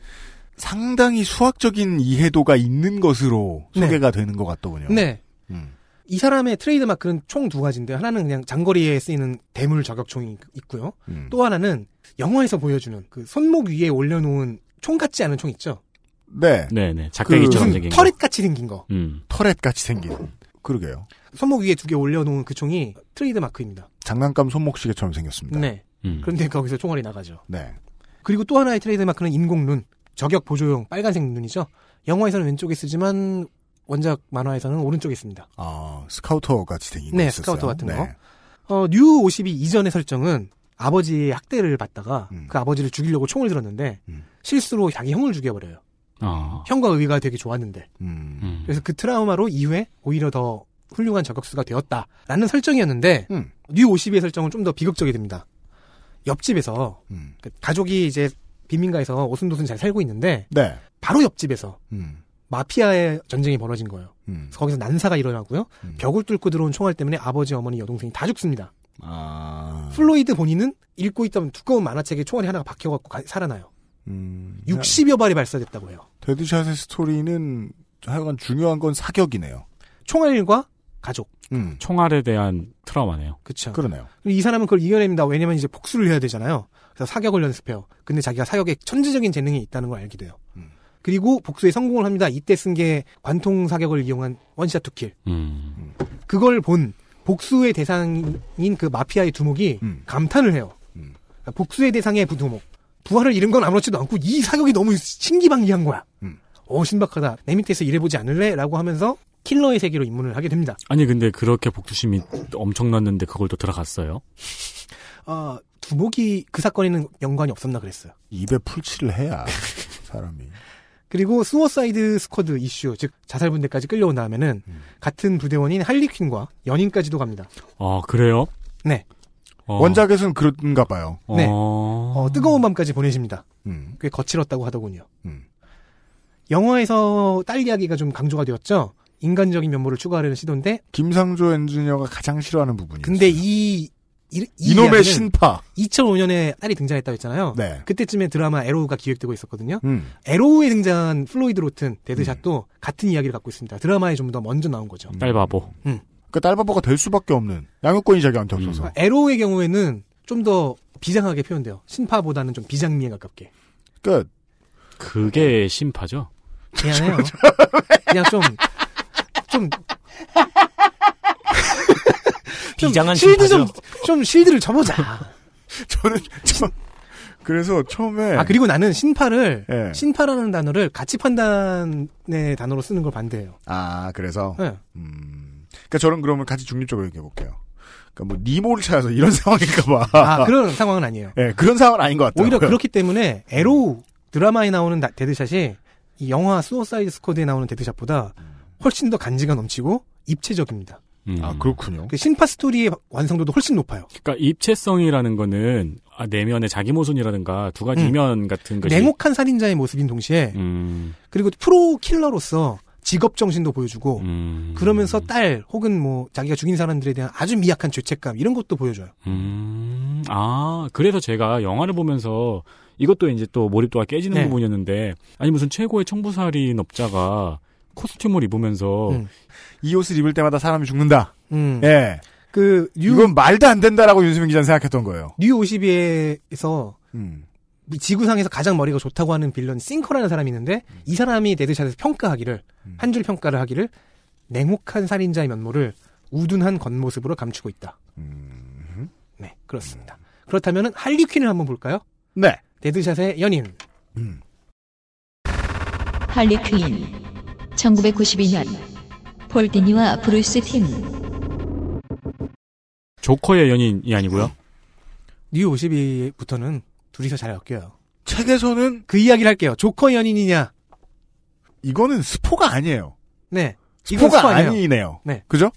Speaker 2: 상당히 수학적인 이해도가 있는 것으로
Speaker 10: 네.
Speaker 2: 소개가 되는 것 같더군요.
Speaker 10: 네.
Speaker 2: 음.
Speaker 10: 이 사람의 트레이드 마크는 총 두 가지인데 하나는 그냥 장거리에 쓰이는 대물 저격총이 있고요.
Speaker 2: 음.
Speaker 10: 또 하나는 영화에서 보여주는 그 손목 위에 올려놓은 총 같지 않은 총 있죠.
Speaker 2: 네.
Speaker 3: 네네. 작대기처럼
Speaker 10: 그 무슨
Speaker 3: 그 생긴 거.
Speaker 10: 터렛 같이 생긴 거.
Speaker 3: 음.
Speaker 2: 터렛 같이 생긴. 그러게요.
Speaker 10: 손목 위에 두 개 올려놓은 그 총이 트레이드 마크입니다.
Speaker 2: 장난감 손목시계처럼 생겼습니다.
Speaker 10: 네.
Speaker 3: 음.
Speaker 10: 그런데 거기서 총알이 나가죠.
Speaker 2: 네.
Speaker 10: 그리고 또 하나의 트레이드 마크는 인공눈, 저격 보조용 빨간색 눈이죠. 영화에서는 왼쪽에 쓰지만 원작 만화에서는 오른쪽에 씁니다.
Speaker 2: 아, 스카우터 같이 생긴 거
Speaker 10: 네,
Speaker 2: 있었어요.
Speaker 10: 스카우터 같은
Speaker 2: 네.
Speaker 10: 거. 어, 뉴 52 이전의 설정은 아버지의 학대를 받다가 그 아버지를 죽이려고 총을 들었는데 실수로 자기 형을 죽여버려요.
Speaker 3: 아.
Speaker 10: 형과 의가 되게 좋았는데.
Speaker 2: 음.
Speaker 10: 그래서 그 트라우마로 이후에 오히려 더 훌륭한 저격수가 되었다라는 설정이었는데
Speaker 2: 음.
Speaker 10: 뉴 52의 설정은 좀 더 비극적이 됩니다. 옆집에서
Speaker 2: 음.
Speaker 10: 그 가족이 이제 빈민가에서 오순도순 잘 살고 있는데
Speaker 2: 네.
Speaker 10: 바로 옆집에서
Speaker 2: 음.
Speaker 10: 마피아의 전쟁이 벌어진 거예요.
Speaker 2: 음.
Speaker 10: 그래서 거기서 난사가 일어나고요. 벽을 뚫고 들어온 총알 때문에 아버지, 어머니, 여동생이 다 죽습니다.
Speaker 2: 아.
Speaker 10: 플로이드 본인은 읽고 있던 두꺼운 만화책에 총알이 하나가 박혀갖고 가- 살아나요.
Speaker 2: 음.
Speaker 10: 60여 발이 발사됐다고 해요.
Speaker 2: 데드샷의 스토리는 하여간 중요한 건 사격이네요.
Speaker 10: 총알과 가족.
Speaker 3: 총알에 대한 트라우마네요.
Speaker 10: 그쵸.
Speaker 2: 그러네요.
Speaker 10: 이 사람은 그걸 이겨냅니다. 왜냐면 이제 복수를 해야 되잖아요. 그래서 사격을 연습해요. 근데 자기가 사격에 천재적인 재능이 있다는 걸 알게 돼요. 그리고 복수에 성공을 합니다. 이때 쓴 게 관통 사격을 이용한 원샷 투킬.
Speaker 3: 음.
Speaker 10: 그걸 본 복수의 대상인 그 마피아의 두목이 감탄을 해요. 그러니까 복수의 대상의 부 두목. 부활을 잃은 건 아무렇지도 않고 이 사격이 너무 신기방기한 거야. 어 신박하다. 내 밑에서 일해보지 않을래? 라고 하면서 킬러의 세계로 입문을 하게 됩니다.
Speaker 3: 아니 근데 그렇게 복수심이 엄청났는데 그걸 또 들어갔어요?
Speaker 10: 아, 두목이 그 사건에는 연관이 없었나 그랬어요.
Speaker 2: 입에 풀칠을 해야 사람이.
Speaker 10: 그리고 스워사이드 스쿼드 이슈, 즉 자살 분대까지 끌려온 다음에는 같은 부대원인 할리퀸과 연인까지도 갑니다.
Speaker 3: 아 그래요?
Speaker 10: 네.
Speaker 3: 어.
Speaker 2: 원작에서는 그런가 봐요.
Speaker 10: 네.
Speaker 3: 어.
Speaker 10: 어, 뜨거운 밤까지 보내십니다.
Speaker 2: 음.
Speaker 10: 꽤 거칠었다고 하더군요. 영화에서 딸 이야기가 좀 강조가 되었죠. 인간적인 면모를 추구하려는 시도인데
Speaker 2: 김상조 엔지니어가 가장 싫어하는 부분이.
Speaker 10: 근데 이, 이, 이
Speaker 2: 네. 이놈의
Speaker 10: 이야기는
Speaker 2: 신파.
Speaker 10: 2005년에 딸이 등장했다고 했잖아요.
Speaker 2: 네.
Speaker 10: 그때쯤에 드라마 에로우가 기획되고 있었거든요.
Speaker 2: 음.
Speaker 10: 에로우에 등장한 플로이드 로튼 데드샷도 같은 이야기를 갖고 있습니다. 드라마에 좀 더 먼저 나온 거죠.
Speaker 3: 딸바보.
Speaker 10: 음.
Speaker 2: 그 딸바보가 될 수밖에 없는 양육권이 자기한테 없어서.
Speaker 10: 그러니까 에로우의 경우에는 좀 더 비장하게 표현돼요. 신파보다는 좀 비장미에 가깝게.
Speaker 2: 끝.
Speaker 3: 그게
Speaker 10: 어.
Speaker 3: 심파죠?
Speaker 10: 미안해요. 그냥 좀, 좀.
Speaker 2: 비장한
Speaker 10: 실드 좀,
Speaker 2: 심파죠.
Speaker 10: 좀 실드를 쳐보자.
Speaker 2: 저는, 저, 그래서 처음에.
Speaker 10: 아, 그리고 나는 신파를,
Speaker 2: 예.
Speaker 10: 신파라는 단어를 가치 판단의 단어로 쓰는 걸 반대해요.
Speaker 2: 아, 그래서.
Speaker 10: 네.
Speaker 2: 그러니까 저는 그러면 같이 중립적으로 얘기해 볼게요. 그러니까 뭐 니모를 찾아서 이런 상황일까 봐.
Speaker 10: 아, 그런 상황은 아니에요.
Speaker 2: 예, 그런 상황은 아닌 것 같아요.
Speaker 10: 오히려 그렇기 때문에 에로우 드라마에 나오는 나- 데드샷이 이 영화 수어사이드 스쿼드에 나오는 데드샷보다 훨씬 더 간지가 넘치고 입체적입니다.
Speaker 2: 아, 그렇군요.
Speaker 10: 그 신파 스토리의 완성도도 훨씬 높아요.
Speaker 3: 음. 그러니까 입체성이라는 거는 아, 내면의 자기 모순이라든가 두 가지
Speaker 10: 음.
Speaker 3: 이면 같은 것이
Speaker 10: 냉혹한 살인자의 모습인 동시에
Speaker 3: 그러니까 음.
Speaker 10: 그리고 프로 킬러로서 직업 정신도 보여주고
Speaker 3: 음.
Speaker 10: 그러면서 딸 혹은 뭐 자기가 죽인 사람들에 대한 아주 미약한 죄책감 이런 것도 보여줘요.
Speaker 3: 음, 아, 그래서 제가 영화를 보면서 이것도 이제 또 몰입도가 깨지는
Speaker 10: 네.
Speaker 3: 부분이었는데, 아니 무슨 최고의 청부살인 업자가 코스튬을 입으면서
Speaker 2: 이 옷을 입을 때마다 사람이 죽는다.
Speaker 10: 음.
Speaker 2: 예.
Speaker 10: 그
Speaker 2: 이건 말도 안 된다라고 윤수민 기자는 생각했던 거예요.
Speaker 10: 뉴 52에서
Speaker 2: 음.
Speaker 10: 지구상에서 가장 머리가 좋다고 하는 빌런 싱커라는 사람이 있는데 이 사람이 데드샷에서 평가하기를 한 줄 평가를 하기를 냉혹한 살인자의 면모를 우둔한 겉모습으로 감추고 있다.
Speaker 2: 음.
Speaker 10: 네 그렇습니다. 그렇다면 할리퀸을 한번 볼까요?
Speaker 2: 네.
Speaker 10: 데드샷의 연인.
Speaker 2: 음.
Speaker 1: 할리퀸 1992년 폴디니와 브루스 팀
Speaker 3: 조커의 연인이 아니고요.
Speaker 10: 뉴 52부터는 둘이서 잘 엮여요.
Speaker 2: 책에서는
Speaker 10: 그 이야기를 할게요. 조커 연인이냐
Speaker 2: 이거는 스포가 아니에요.
Speaker 10: 네. 이건
Speaker 2: 스포가
Speaker 10: 스포 아니에요.
Speaker 2: 아니네요.
Speaker 10: 네.
Speaker 2: 그죠?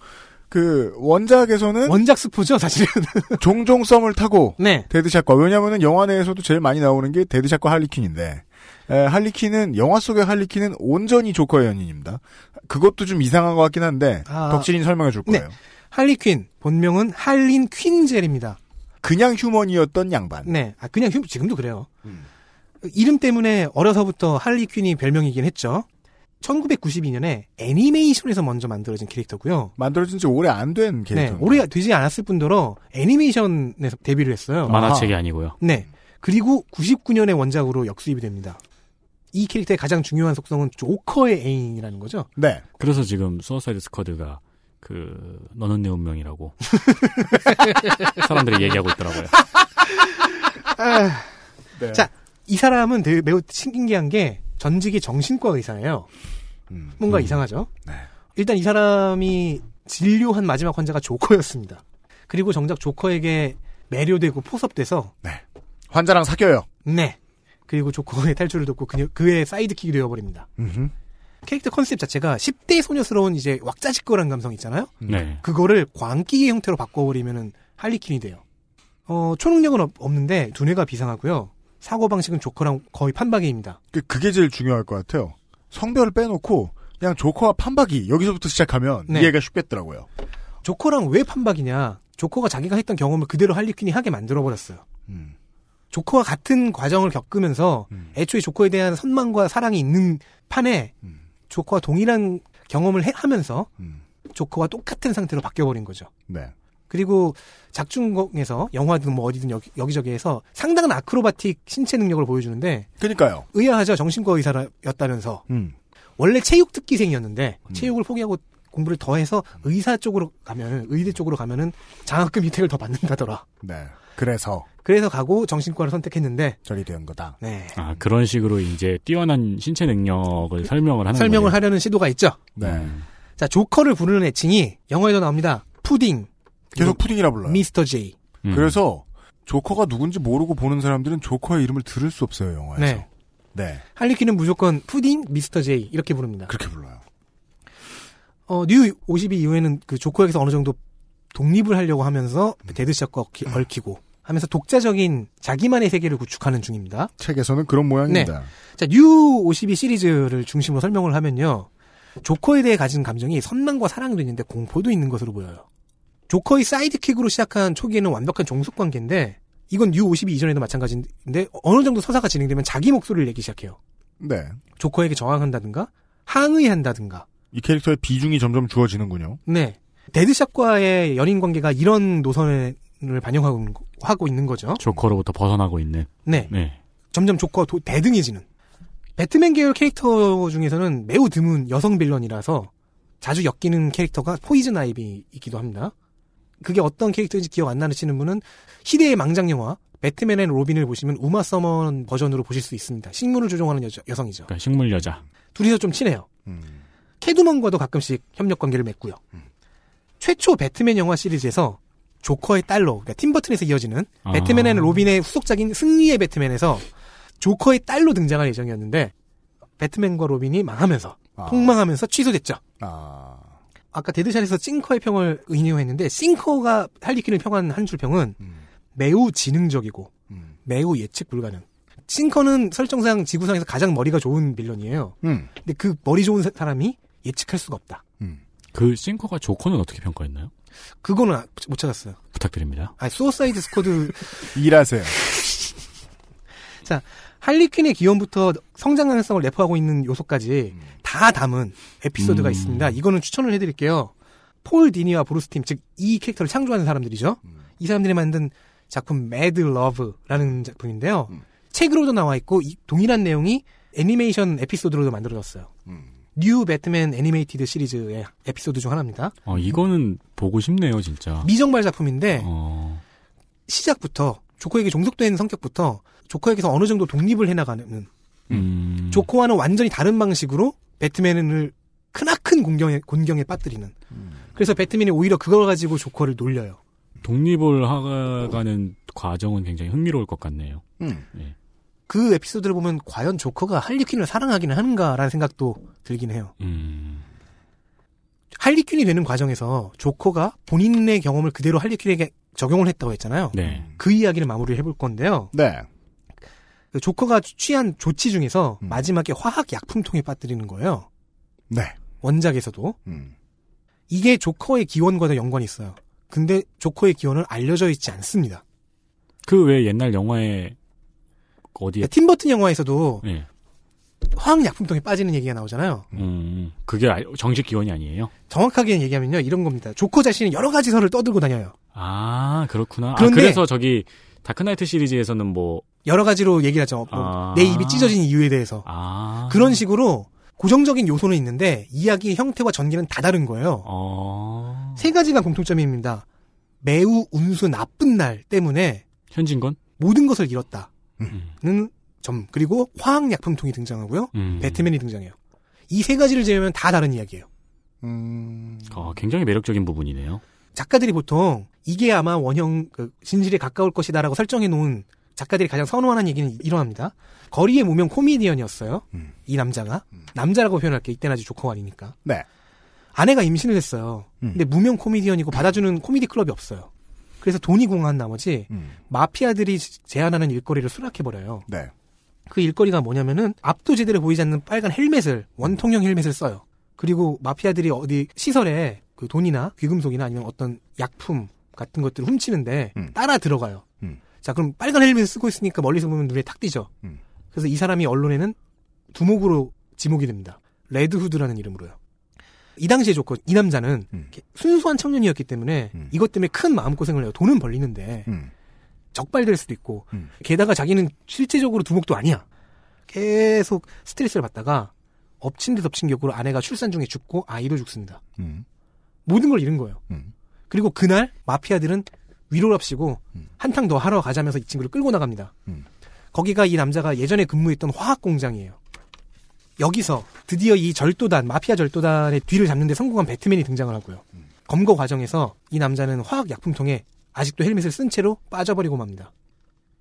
Speaker 2: 그 원작에서는
Speaker 10: 원작 스포죠, 사실은. 네.
Speaker 2: 종종 썸을 타고 데드샷과 왜냐하면은 영화 내에서도 제일 많이 나오는 게 데드샷과 할리퀸인데 에, 할리퀸은 영화 속의 할리퀸은 온전히 조커의 연인입니다. 그것도 좀 이상한 것 같긴 한데
Speaker 10: 아.
Speaker 2: 덕진이 설명해 줄 거예요.
Speaker 10: 할리퀸 본명은 할린 퀸젤입니다.
Speaker 2: 그냥 휴먼이었던 양반. 음.
Speaker 10: 네, 아, 그냥 휴 지금도 그래요. 이름 때문에 어려서부터 할리퀸이 별명이긴 했죠. 1992년에 애니메이션에서 먼저 만들어진 캐릭터고요.
Speaker 2: 만들어진 지 오래 안 된
Speaker 10: 네,
Speaker 2: 캐릭터.
Speaker 10: 오래 되지 않았을 뿐더러 애니메이션에서 데뷔를 했어요.
Speaker 3: 만화책이 아니고요.
Speaker 10: 네. 그리고 99년에 원작으로 역수입이 됩니다. 이 캐릭터의 가장 중요한 속성은 조커의 애인이라는 거죠.
Speaker 2: 네.
Speaker 3: 그래서 지금 수어사이드 스쿼드가 그 너는 내 운명이라고 사람들이 얘기하고 있더라고요.
Speaker 10: 아.
Speaker 2: 네.
Speaker 10: 자, 이 사람은 되게 매우 신기한 게 전직이 정신과 의사예요.
Speaker 2: 음,
Speaker 10: 뭔가 이상하죠?
Speaker 2: 뭐 네.
Speaker 10: 일단 이 사람이 진료한 마지막 환자가 조커였습니다. 그리고 정작 조커에게 매료되고 포섭돼서
Speaker 2: 환자랑 사겨요.
Speaker 10: 네. 그리고 조커의 탈출을 돕고 그녀, 그의 사이드킥이 되어버립니다. 캐릭터 컨셉 자체가 10대 소녀스러운 이제 왁자지껄한 감성 있잖아요?
Speaker 3: 네.
Speaker 10: 그거를 광기의 형태로 바꿔버리면은 할리퀸이 돼요. 어, 초능력은 없- 없는데 두뇌가 비상하고요. 사고방식은 조커랑 거의 판박이입니다.
Speaker 2: 그- 그게 제일 중요할 것 같아요. 성별을 빼놓고 그냥 조커와 판박이 여기서부터 시작하면
Speaker 10: 네.
Speaker 2: 이해가 쉽겠더라고요.
Speaker 10: 조커랑 왜 판박이냐? 조커가 자기가 했던 경험을 그대로 할리퀸이 하게 만들어버렸어요.
Speaker 2: 음,
Speaker 10: 조커와 같은 과정을 겪으면서
Speaker 3: 음.
Speaker 10: 애초에 조커에 대한 선망과 사랑이 있는 판에
Speaker 3: 음.
Speaker 10: 조커와 동일한 경험을 해- 하면서
Speaker 2: 음.
Speaker 10: 조커와 똑같은 상태로 바뀌어버린 거죠.
Speaker 2: 네.
Speaker 10: 그리고 작중공에서 영화든 뭐 어디든 여기, 여기저기에서 상당한 아크로바틱 신체 능력을 보여주는데
Speaker 2: 그러니까요.
Speaker 10: 의아하죠. 정신과 의사였다면서
Speaker 2: 음.
Speaker 10: 원래 체육 특기생이었는데
Speaker 3: 음.
Speaker 10: 체육을 포기하고 공부를 더해서 의사 쪽으로 가면 의대 쪽으로 가면은 장학금 혜택을 더 받는다더라.
Speaker 2: 네. 그래서
Speaker 10: 그래서 가고 정신과를 선택했는데
Speaker 2: 저리 된 거다.
Speaker 10: 네.
Speaker 3: 아 그런 식으로 이제 뛰어난 신체 능력을 설명을 하는
Speaker 10: 그 설명을 음.
Speaker 3: 거죠.
Speaker 10: 하려는 시도가 있죠.
Speaker 2: 네.
Speaker 10: 자 조커를 부르는 애칭이 영어에도 나옵니다. 푸딩.
Speaker 2: 계속 푸딩이라 불러요.
Speaker 10: 미스터 제이.
Speaker 3: 음.
Speaker 2: 그래서 조커가 누군지 모르고 보는 사람들은 조커의 이름을 들을 수 없어요 영화에서.
Speaker 10: 네.
Speaker 2: 네.
Speaker 10: 할리퀸은 무조건 푸딩, 미스터 제이 이렇게 부릅니다.
Speaker 2: 그렇게 불러요.
Speaker 10: 어, 뉴 52 이후에는 그 조커에게서 어느 정도 독립을 하려고 하면서
Speaker 2: 음.
Speaker 10: 데드샷과 얽히- 얽히고 하면서 독자적인 자기만의 세계를 구축하는 중입니다.
Speaker 2: 책에서는 그런 모양입니다.
Speaker 10: 네. 자, 뉴 52 시리즈를 중심으로 설명을 하면요. 조커에 대해 가진 감정이 선망과 사랑도 있는데 공포도 있는 것으로 보여요. 조커의 사이드킥으로 시작한 초기에는 완벽한 종속 관계인데 이건 뉴 52 이전에도 마찬가지인데 어느 정도 서사가 진행되면 자기 목소리를 내기 시작해요.
Speaker 2: 네.
Speaker 10: 조커에게 저항한다든가 항의한다든가
Speaker 2: 이 캐릭터의 비중이 점점 주어지는군요.
Speaker 10: 네. 데드샷과의 연인 관계가 이런 노선을 반영하고 있는 거- 하고 있는 거죠.
Speaker 3: 조커로부터 벗어나고 있는.
Speaker 10: 네.
Speaker 3: 네.
Speaker 10: 점점 조커가 도- 대등해지는. 배트맨 계열 캐릭터 중에서는 매우 드문 여성 빌런이라서 자주 엮이는 캐릭터가 포이즌 아이비이기도 합니다. 그게 어떤 캐릭터인지 기억 안 나시는 분은 희대의 망작 영화 배트맨 앤 로빈을 보시면 우마 서먼 버전으로 보실 수 있습니다. 식물을 조종하는 여자, 여성이죠.
Speaker 3: 그러니까 식물 여자.
Speaker 10: 둘이서 좀 친해요.
Speaker 2: 음.
Speaker 10: 캐두먼과도 가끔씩 협력 관계를 맺고요. 최초 배트맨 영화 시리즈에서 조커의 딸로, 그러니까 팀버튼에서 이어지는
Speaker 3: 아.
Speaker 10: 배트맨 앤 로빈의 후속작인 승리의 배트맨에서 조커의 딸로 등장할 예정이었는데 배트맨과 로빈이 망하면서 폭망하면서 취소됐죠.
Speaker 2: 아.
Speaker 10: 아까 데드샷에서 싱커의 평을 인용했는데 싱커가 할리퀸을 평한 한 줄 평은
Speaker 2: 음.
Speaker 10: 매우 지능적이고 매우 예측 불가능. 싱커는 설정상 지구상에서 가장 머리가 좋은 빌런이에요.
Speaker 2: 음.
Speaker 10: 근데 그 머리 좋은 사- 사람이 예측할 수가 없다.
Speaker 3: 그 싱커가 조커는 어떻게 평가했나요?
Speaker 10: 그거는 아- 못 찾았어요.
Speaker 3: 부탁드립니다.
Speaker 10: 아, 수어사이드 스쿼드
Speaker 2: 일하세요.
Speaker 10: 자, 할리퀸의 기원부터 성장 가능성을 내포하고 있는 요소까지 다 담은 에피소드가
Speaker 3: 음.
Speaker 10: 있습니다. 이거는 추천을 해드릴게요. 폴 디니와 보루스팀, 즉 이 캐릭터를 창조하는 사람들이죠.
Speaker 3: 음.
Speaker 10: 이 사람들이 만든 작품 매드 러브라는 작품인데요.
Speaker 3: 음.
Speaker 10: 책으로도 나와 있고 이 동일한 내용이 애니메이션 에피소드로도 만들어졌어요.
Speaker 2: 음,
Speaker 10: 뉴 배트맨 애니메이티드 시리즈의 에피소드 중 하나입니다.
Speaker 3: 어 이거는 보고 싶네요 진짜.
Speaker 10: 미정발 작품인데
Speaker 3: 어.
Speaker 10: 시작부터 조커에게 종속된 성격부터 조커에게서 어느 정도 독립을 해나가는
Speaker 3: 음.
Speaker 10: 조커와는 완전히 다른 방식으로 배트맨을 크나큰 공경에, 곤경에 빠뜨리는. 그래서 배트맨이 오히려 그걸 가지고 조커를 놀려요.
Speaker 2: 음.
Speaker 3: 독립을 하가는 과정은 굉장히 흥미로울 것 같네요.
Speaker 10: 그 에피소드를 보면 과연 조커가 할리퀸을 사랑하기는 하는가라는 생각도 들긴 해요.
Speaker 3: 음.
Speaker 10: 할리퀸이 되는 과정에서 조커가 본인의 경험을 그대로 할리퀸에게 적용을 했다고 했잖아요.
Speaker 3: 네.
Speaker 10: 그 이야기를 마무리를 해볼 건데요.
Speaker 2: 네.
Speaker 10: 조커가 취한 조치 중에서 마지막에 화학 약품통에 빠뜨리는 거예요.
Speaker 2: 네.
Speaker 10: 원작에서도.
Speaker 2: 음.
Speaker 10: 이게 조커의 기원과도 연관이 있어요. 근데 조커의 기원은 알려져 있지 않습니다.
Speaker 3: 그 외 옛날 영화에 어디에
Speaker 10: 그러니까 팀 버튼 영화에서도
Speaker 3: 예.
Speaker 10: 화학 약품통에 빠지는 얘기가 나오잖아요.
Speaker 3: 음, 그게 알- 정식 기원이 아니에요?
Speaker 10: 정확하게 얘기하면요, 이런 겁니다. 조커 자신은 여러 가지 설을 떠들고 다녀요.
Speaker 3: 아 그렇구나. 그
Speaker 10: 그런데-
Speaker 3: 그래서 저기 다크나이트 시리즈에서는 뭐
Speaker 10: 여러 가지로 얘기를 하죠. 뭐
Speaker 3: 아.
Speaker 10: 내 입이 찢어진 이유에 대해서.
Speaker 3: 아.
Speaker 10: 그런 식으로 고정적인 요소는 있는데 이야기의 형태와 전개는 다 다른 거예요.
Speaker 3: 어.
Speaker 10: 세 가지가 공통점입니다. 매우 운수 나쁜 날 때문에
Speaker 3: 현진건
Speaker 10: 모든 것을 잃었다는 점 그리고 화학약품통이 등장하고요.
Speaker 3: 음.
Speaker 10: 배트맨이 등장해요. 이 세 가지를 제외하면 다 다른 이야기예요.
Speaker 2: 음.
Speaker 3: 아, 굉장히 매력적인 부분이네요.
Speaker 10: 작가들이 보통 이게 아마 원형 그 진실에 가까울 것이다라고 설정해 놓은 작가들이 가장 선호하는 얘기는 이러합니다. 거리의 무명 코미디언이었어요. 이 남자가 남자라고 표현할게 이때는 아직 조커가 아니니까.
Speaker 2: 네.
Speaker 10: 아내가 임신을 했어요.
Speaker 2: 음.
Speaker 10: 근데 무명 코미디언이고 받아주는 코미디 클럽이 없어요. 그래서 돈이 공허한 나머지
Speaker 2: 음.
Speaker 10: 마피아들이 제안하는 일거리를 수락해 버려요.
Speaker 2: 네.
Speaker 10: 그 일거리가 뭐냐면은 앞도 제대로 보이지 않는 빨간 헬멧을 원통형 헬멧을 써요. 그리고 마피아들이 어디 시설에 그 돈이나 귀금속이나 아니면 어떤 약품 같은 것들을 훔치는데 따라 들어가요.
Speaker 2: 음.
Speaker 10: 자 그럼 빨간 헬멧을 쓰고 있으니까 멀리서 보면 눈에 탁 띄죠. 그래서 이 사람이 언론에는 두목으로 지목이 됩니다. 레드 후드라는 이름으로요. 이 당시에 조건 이 남자는 이렇게 순수한 청년이었기 때문에 이것 때문에 큰 마음고생을 해요. 돈은 벌리는데
Speaker 2: 음,
Speaker 10: 적발될 수도 있고 게다가 자기는 실제적으로 두목도 아니야. 계속 스트레스를 받다가 엎친 데 덮친 격으로 아내가 출산 중에 죽고 아이도 죽습니다.
Speaker 2: 음.
Speaker 10: 모든 걸 잃은 거예요. 그리고 그날 마피아들은 위로랍시고 한탕 더 하러 가자면서 이 친구를 끌고 나갑니다. 거기가 이 남자가 예전에 근무했던 화학 공장이에요. 여기서 드디어 이 절도단 마피아 절도단의 뒤를 잡는데 성공한 배트맨이 등장을 하고요. 검거 과정에서 이 남자는 화학 약품통에 아직도 헬멧을 쓴 채로 빠져버리고 맙니다.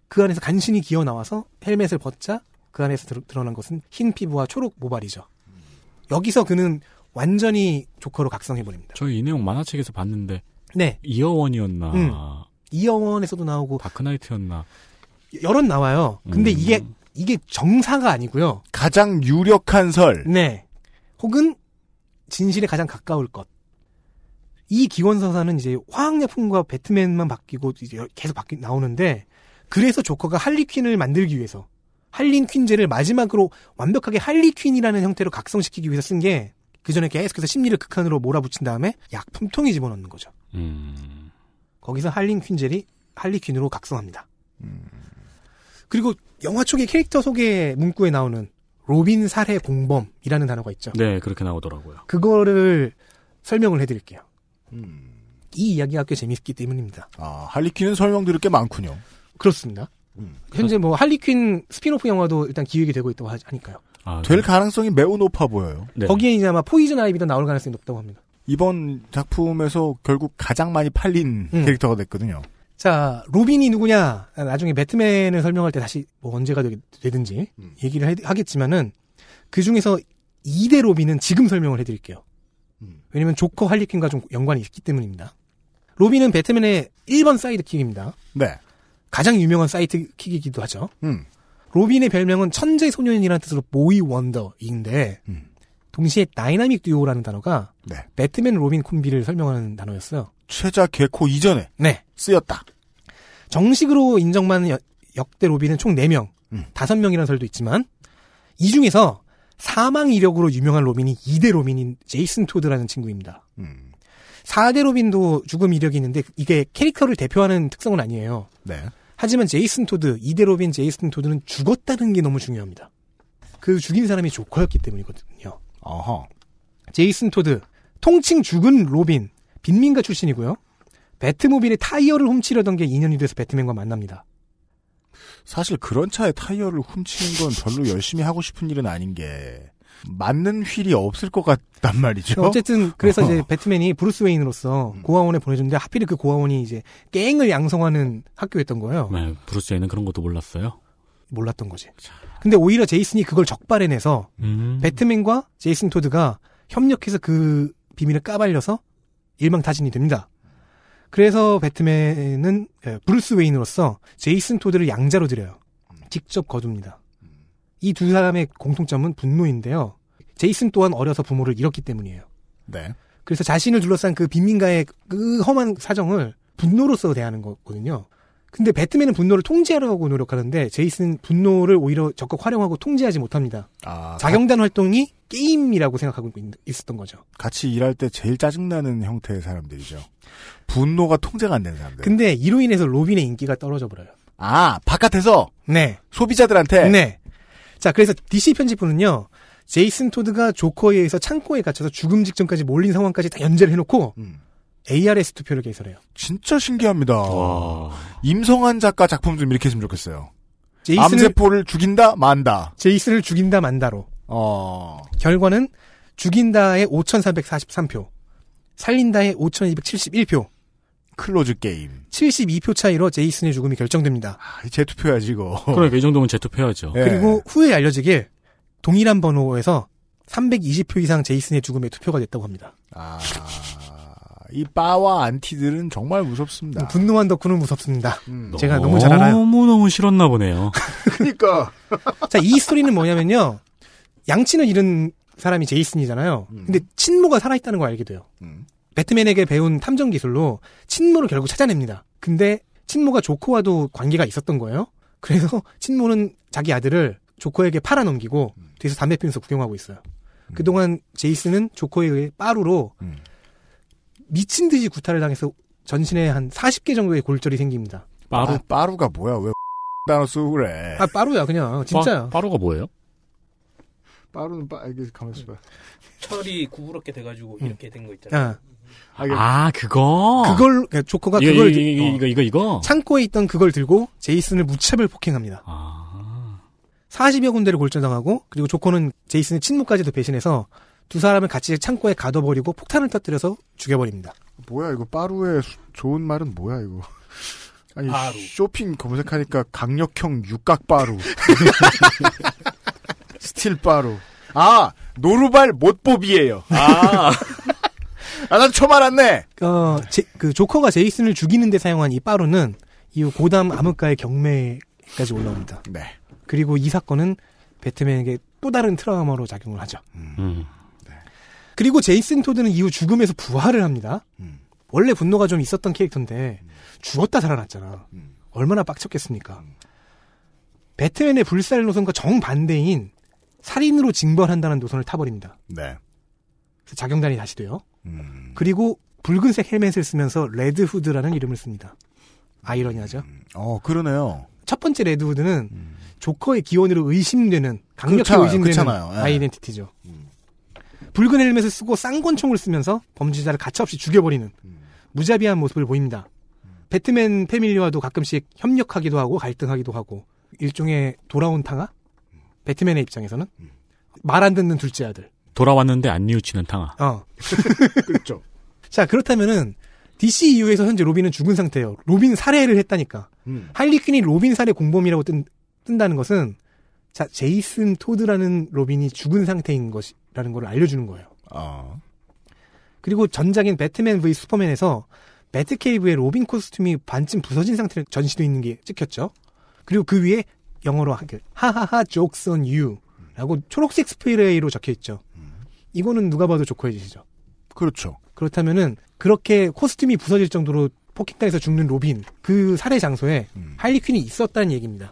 Speaker 10: 그 안에서 간신히 기어 나와서 헬멧을 벗자 그 안에서 드- 드러난 것은 흰 피부와 초록 모발이죠. 여기서 그는 완전히 조커로 각성해 버립니다.
Speaker 3: 저희 이 내용 만화책에서 봤는데
Speaker 10: 네.
Speaker 3: 이어원이었나
Speaker 10: 음. 이어원에서도 나오고
Speaker 3: 다크나이트였나
Speaker 10: 여론 나와요. 근데 이게 이게 정사가 아니고요.
Speaker 2: 가장 유력한 설.
Speaker 10: 네. 혹은 진실에 가장 가까울 것. 이 기원서사는 이제 화학약품과 배트맨만 바뀌고 이제 여- 계속 바뀌 나오는데 그래서 조커가 할리퀸을 만들기 위해서 할린퀸제를 마지막으로 완벽하게 할리퀸이라는 형태로 각성시키기 위해서 쓴 게 그 전에 계속해서 심리를 극한으로 몰아붙인 다음에 약품통에 집어넣는 거죠. 음. 거기서 할린퀸젤이 할리퀸으로 각성합니다. 음. 그리고 영화 초기 캐릭터 소개 문구에 나오는 로빈 살해 공범이라는 단어가 있죠.
Speaker 3: 네 그렇게 나오더라고요.
Speaker 10: 그거를 설명을 해드릴게요. 이 이야기가 꽤 재밌기 때문입니다.
Speaker 2: 음, 아, 할리퀸은 설명드릴 게 많군요.
Speaker 10: 그렇습니다. 현재 뭐 할리퀸 스피노프 영화도 일단 기획이 되고 있다고 하- 하니까요.
Speaker 3: 아,
Speaker 10: 네.
Speaker 3: 네.
Speaker 2: 될 가능성이 매우 높아 보여요.
Speaker 10: 거기에 이제 아마 포이즌 아이비도 나올 가능성이 높다고 합니다.
Speaker 2: 이번 작품에서 결국 가장 많이 팔린
Speaker 10: 음.
Speaker 2: 캐릭터가 됐거든요.
Speaker 10: 자, 로빈이 누구냐? 나중에 배트맨을 설명할 때 다시 뭐 언제가 되, 든지 얘기를 해- 하겠지만은 그 중에서 2대 로빈은 지금 설명을 해드릴게요. 왜냐면 조커 할리퀸과 좀 연관이 있기 때문입니다. 로빈은 배트맨의 1번 사이드킥입니다.
Speaker 2: 네.
Speaker 10: 가장 유명한 사이드킥이기도 하죠.
Speaker 2: 음.
Speaker 10: 로빈의 별명은 천재 소년이라는 뜻으로 보이 원더인데
Speaker 2: 음.
Speaker 10: 동시에 다이나믹 듀오라는 단어가
Speaker 2: 네.
Speaker 10: 배트맨 로빈 콤비를 설명하는 단어였어요.
Speaker 2: 최자 개코 이전에
Speaker 10: 네.
Speaker 2: 쓰였다.
Speaker 10: 정식으로 인정받는 여- 역대 로빈은 총 4명, 다섯 5명이라는 설도 있지만 이 중에서 사망 이력으로 유명한 로빈이 2대 로빈인 제이슨 토드라는 친구입니다.
Speaker 2: 음,
Speaker 10: 4대 로빈도 죽음 이력이 있는데 이게 캐릭터를 대표하는 특성은 아니에요.
Speaker 2: 네.
Speaker 10: 하지만 제이슨 토드, 이대로빈 제이슨 토드는 죽었다는 게 너무 중요합니다. 그 죽인 사람이 조커였기 때문이거든요.
Speaker 2: 어허.
Speaker 10: 제이슨 토드, 통칭 죽은 로빈, 빈민가 출신이고요. 배트모빌의 타이어를 훔치려던 게 인연이 돼서 배트맨과 만납니다.
Speaker 2: 사실 그런 차에 타이어를 훔치는 건 별로 열심히 하고 싶은 일은 아닌 게 맞는 휠이 없을 것 같단 말이죠.
Speaker 10: 네, 어쨌든 그래서 이제
Speaker 2: 어.
Speaker 10: 배트맨이 브루스 웨인으로서 고아원에 보내줬는데 하필 그 고아원이 이제 갱을 양성하는 학교였던 거예요.
Speaker 3: 네, 브루스에는 그런 것도 몰랐어요.
Speaker 10: 몰랐던 거지. 근데 오히려 제이슨이 그걸 적발해내서 음. 배트맨과 제이슨 토드가 협력해서 그 비밀을 까발려서 일망타진이 됩니다. 그래서 배트맨은 에, 브루스 웨인으로서 제이슨 토드를 양자로 들여요. 직접 거둡니다. 이 두 사람의 공통점은 분노인데요. 제이슨 또한 어려서 부모를 잃었기 때문이에요.
Speaker 2: 네.
Speaker 10: 그래서 자신을 둘러싼 그 빈민가의 그 험한 사정을 분노로서 대하는 거거든요. 근데 배트맨은 분노를 통제하려고 노력하는데 제이슨은 분노를 오히려 적극 활용하고 통제하지 못합니다.
Speaker 2: 아,
Speaker 10: 자경단 활동이 게임이라고 생각하고 있- 있었던 거죠.
Speaker 2: 같이 일할 때 제일 짜증나는 형태의 사람들이죠. 분노가 통제가 안 되는 사람들.
Speaker 10: 근데 이로 인해서 로빈의 인기가 떨어져 버려요.
Speaker 2: 아, 바깥에서?
Speaker 10: 네.
Speaker 2: 소비자들한테?
Speaker 10: 네. 자, 그래서 DC 편집부는요, 제이슨 토드가 조커에 의해서 창고에 갇혀서 죽음 직전까지 몰린 상황까지 다 연재를 해놓고, ARS 투표를 개설해요.
Speaker 2: 음, 진짜 신기합니다.
Speaker 10: 어.
Speaker 2: 임성한 작가 작품 좀 이렇게 했으면 좋겠어요.
Speaker 10: 제이슨을-
Speaker 2: 암세포를 죽인다, 만다. 어,
Speaker 10: 제이슨을 죽인다 만다로. 결과는 죽인다에 5,443표, 살린다에 5,271표.
Speaker 2: 클로즈 게임.
Speaker 10: 72표 차이로 제이슨의 죽음이 결정됩니다.
Speaker 2: 재투표야지, 이거.
Speaker 3: 그러니까 이 정도면 재투표해야죠.
Speaker 10: 그리고 후에 알려지길 동일한 번호에서 320표 이상 제이슨의 죽음에 투표가 됐다고 합니다.
Speaker 2: 아, 이 빠와 안티들은 정말 무섭습니다.
Speaker 10: 분노한 덕후는 무섭습니다.
Speaker 2: 음.
Speaker 10: 제가 너무 잘 알아요.
Speaker 3: 너무너무 싫었나 보네요.
Speaker 2: 그러니까.
Speaker 10: 자, 이 스토리는 뭐냐면요. 양친을 잃은 사람이 제이슨이잖아요. 근데 친모가 살아있다는 걸 알게 돼요.
Speaker 2: 음.
Speaker 10: 배트맨에게 배운 탐정 기술로 친모를 결국 찾아냅니다. 근데 친모가 조커와도 관계가 있었던 거예요. 그래서 친모는 자기 아들을 조커에게 팔아넘기고 뒤에서 담배 피면서 구경하고 있어요. 그동안 제이슨은 조커에 의해 빠루로
Speaker 2: 음.
Speaker 10: 미친 듯이 구타를 당해서 전신에 한 40개 정도의 골절이 생깁니다.
Speaker 2: 아, 빠루? 빠루가 뭐야? 왜 단어 쓰고 그래?
Speaker 10: 아, 빠루야, 그냥. 진짜야.
Speaker 3: 빠루가 뭐예요?
Speaker 2: 빠루는 빠, 이게 가만있어 봐.
Speaker 9: 철이 구부럽게 돼가지고 이렇게 된 거 있잖아요.
Speaker 10: 아.
Speaker 3: 아, 그거?
Speaker 10: 그걸 그러니까 조커가
Speaker 3: 이거,
Speaker 10: 그걸
Speaker 3: 이거, 예, 이거,
Speaker 10: 어,
Speaker 3: 이거, 이거, 이거?
Speaker 10: 창고에 있던 그걸 들고 제이슨을 무차별 폭행합니다.
Speaker 3: 아.
Speaker 10: 40여 군데를 골절당하고 그리고 조커는 제이슨의 친모까지도 배신해서 두 사람을 같이 창고에 가둬버리고 폭탄을 터뜨려서 죽여버립니다.
Speaker 2: 뭐야 이거 빠루의 수- 좋은 말은 뭐야 이거? 아니
Speaker 10: 빠루.
Speaker 2: 쇼핑 검색하니까 강력형 육각 빠루, 스틸 빠루. 아 노루발 못보비예요. 아, 아난 처음 알았네.
Speaker 10: 어, 제- 그 조커가 제이슨을 죽이는데 사용한 이 빠루는 이후 고담 암흑가의 경매까지 올라옵니다.
Speaker 2: 네.
Speaker 10: 그리고 이 사건은 배트맨에게 또 다른 트라우마로 작용을 하죠.
Speaker 2: 음,
Speaker 10: 음. 그리고 제이슨 토드는 이후 죽음에서 부활을 합니다.
Speaker 2: 음,
Speaker 10: 원래 분노가 좀 있었던 캐릭터인데 죽었다 살아났잖아.
Speaker 2: 음.
Speaker 10: 얼마나 빡쳤겠습니까? 배트맨의 불살 노선과 정반대인 살인으로 징벌한다는 노선을 타버립니다.
Speaker 2: 네. 음.
Speaker 10: 그래서 자경단이 다시 돼요. 그리고 붉은색 헬멧을 쓰면서 레드 후드라는 이름을 씁니다. 아이러니하죠.
Speaker 2: 어 그러네요.
Speaker 10: 첫 번째 레드 후드는 조커의 기원으로 의심되는 강력히
Speaker 2: 음. 그렇잖아요.
Speaker 10: 의심되는
Speaker 2: 그렇잖아요. 예.
Speaker 10: 아이덴티티죠. 붉은 헬멧을 쓰고 쌍권총을 쓰면서 범죄자를 가차없이 죽여버리는
Speaker 2: 음,
Speaker 10: 무자비한 모습을 보입니다. 배트맨 패밀리와도 가끔씩 협력하기도 하고 갈등하기도 하고 일종의 돌아온 탕아 배트맨의 입장에서는 말 안 듣는 둘째 아들
Speaker 3: 돌아왔는데 안 뉘우치는 탕아.
Speaker 10: 어.
Speaker 2: 그렇죠.
Speaker 10: 자, 그렇다면은 DC 이후에서 현재 로빈은 죽은 상태예요. 로빈 살해를 했다니까.
Speaker 2: 음.
Speaker 10: 할리퀸이 로빈 살해 공범이라고 뜬, 뜬다는 것은 자, 제이슨 토드라는 로빈이 죽은 상태인 것이라는 걸 알려주는 거예요.
Speaker 2: 아,
Speaker 10: 그리고 전작인 배트맨 v 슈퍼맨에서 배트케이브의 로빈 코스튬이 반쯤 부서진 상태로 전시돼 있는 게 찍혔죠. 그리고 그 위에 영어로 하- 하하하 jokes on you라고 초록색 스프레이로 적혀 있죠. 이거는 누가 봐도 조커의 짓이죠.
Speaker 2: 그렇죠.
Speaker 10: 그렇다면은 그렇게 코스튬이 부서질 정도로 폭행당해서 죽는 로빈 그 살해 장소에
Speaker 2: 음,
Speaker 10: 할리퀸이 있었다는 얘기입니다.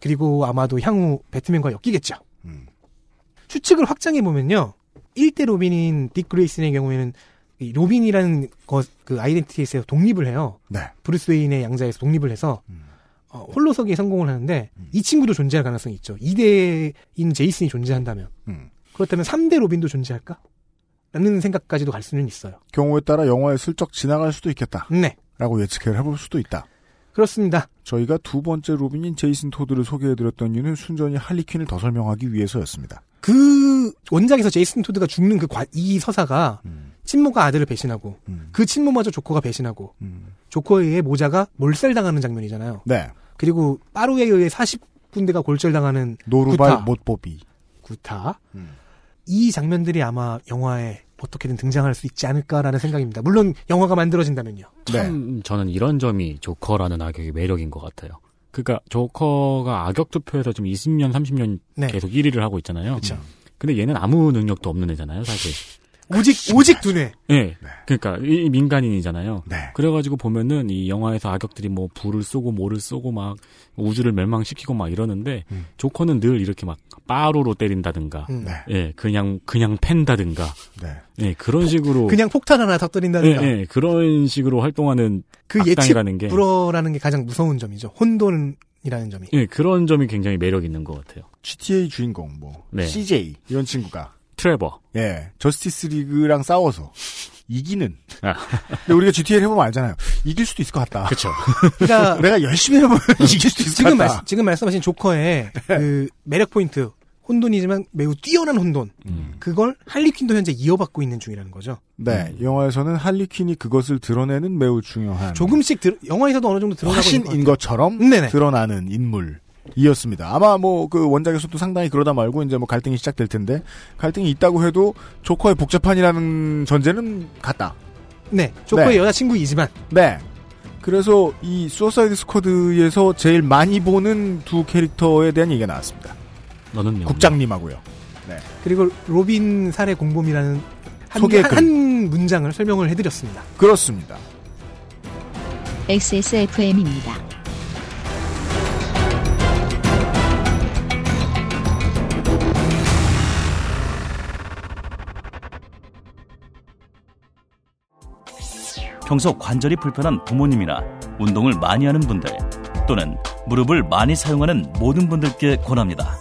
Speaker 10: 그리고 아마도 향후 배트맨과 엮이겠죠.
Speaker 2: 음,
Speaker 10: 추측을 확장해 보면요. 1대 로빈인 딕 그레이슨의 경우에는 이 로빈이라는 것, 그 아이덴티티에서 독립을 해요.
Speaker 2: 네.
Speaker 10: 브루스 웨인의 양자에서 독립을 해서
Speaker 2: 음.
Speaker 10: 어, 홀로서기에 성공을 하는데 이 친구도 존재할 가능성이 있죠. 2대인 제이슨이 존재한다면
Speaker 2: 음.
Speaker 10: 그렇다면 3대 로빈도 존재할까? 라는 생각까지도 갈 수는 있어요.
Speaker 2: 경우에 따라 영화에 슬쩍 지나갈 수도 있겠다.
Speaker 10: 네.
Speaker 2: 라고 예측을 해볼 수도 있다.
Speaker 10: 그렇습니다.
Speaker 2: 저희가 두 번째 로빈인 제이슨 토드를 소개해드렸던 이유는 순전히 할리퀸을 더 설명하기 위해서였습니다.
Speaker 10: 그 원작에서 제이슨 토드가 죽는 그 이 서사가
Speaker 2: 음,
Speaker 10: 친모가 아들을 배신하고 그 친모마저 조커가 배신하고 조커에 의해 모자가 몰살당하는 장면이잖아요.
Speaker 2: 음. 네.
Speaker 10: 그리고 빠루에 의해 40 군대가 골절당하는
Speaker 2: 노루발
Speaker 10: 구타.
Speaker 2: 못보비.
Speaker 10: 구타.
Speaker 2: 음.
Speaker 10: 이 장면들이 아마 영화에 어떻게든 등장할 수 있지 않을까라는 생각입니다. 물론 영화가 만들어진다면요.
Speaker 2: 네.
Speaker 3: 참 저는 이런 점이 조커라는 악역의 매력인 것 같아요. 그러니까 조커가 악역 투표에서 지금 20년, 30년
Speaker 10: 네.
Speaker 3: 계속 1위를 하고 있잖아요. 근데 얘는 아무 능력도 없는 애잖아요, 사실.
Speaker 10: 오직 오직 두뇌.
Speaker 3: 예. 그러니까 이 민간인이잖아요.
Speaker 10: 네.
Speaker 2: 네.
Speaker 3: 그래가지고 보면은 이 영화에서 악역들이 뭐 불을 쏘고 뭐를 쏘고 막 우주를 멸망시키고 막 이러는데 조커는 늘 이렇게 막 빠로로 때린다든가,
Speaker 10: 음. 네.
Speaker 3: 예, 그냥 그냥 팬다든가,
Speaker 2: 네.
Speaker 3: 예, 그런 식으로
Speaker 10: 뭐 그냥 폭탄 하나
Speaker 3: 예,
Speaker 10: 터뜨린다든가.
Speaker 3: 예, 그런 식으로 활동하는
Speaker 10: 그 예측
Speaker 3: 악당이라는 게
Speaker 10: 불어라는 게 가장 무서운 점이죠. 혼돈이라는 점이.
Speaker 3: 예, 그런 점이 굉장히 매력 있는 것 같아요.
Speaker 2: GTA 주인공 뭐
Speaker 3: 네.
Speaker 2: CJ 이런 친구가
Speaker 3: 트레버
Speaker 2: 예 저스티스 리그랑 싸워서 이기는
Speaker 10: 아.
Speaker 2: 근데 우리가 GTA를 해보면 알잖아요 이길 수도 있을 것 같다
Speaker 3: 그렇죠
Speaker 10: 그러니까
Speaker 2: 내가 열심히 해보면 이길 수도 있을
Speaker 10: 지금
Speaker 2: 것 같다
Speaker 10: 말씀, 지금 말씀하신 조커의 그 매력 포인트 혼돈이지만 매우 뛰어난 혼돈.
Speaker 3: 음.
Speaker 10: 그걸 할리퀸도 현재 이어받고 있는 중이라는 거죠.
Speaker 2: 네
Speaker 10: 음.
Speaker 2: 영화에서는 할리퀸이 그것을 드러내는 매우 중요한
Speaker 10: 조금씩 들- 영화에서도 어느 정도 드러나고 있는 것
Speaker 2: 화신인 것처럼 드러나는 인물이었습니다. 아마 뭐 그 원작에서도 상당히 그러다 말고 이제 뭐 갈등이 시작될 텐데 갈등이 있다고 해도 조커의 복잡한이라는 전제는 같다.
Speaker 10: 네, 조커의
Speaker 2: 여자친구이지만 네. 그래서 이 수어사이드 스쿼드에서 제일 많이 보는 두 캐릭터에 대한 얘기가 나왔습니다.
Speaker 3: 너는요?
Speaker 2: 국장님하고요. 네.
Speaker 10: 그리고 로빈 사례 공범이라는 한,
Speaker 2: 소개글.
Speaker 10: 한- 한 문장을 설명을 해드렸습니다.
Speaker 2: 그렇습니다.
Speaker 15: XSFM입니다.
Speaker 9: 평소 관절이 불편한 부모님이나 운동을 많이 하는 분들 또는 무릎을 많이 사용하는 모든 분들께 권합니다.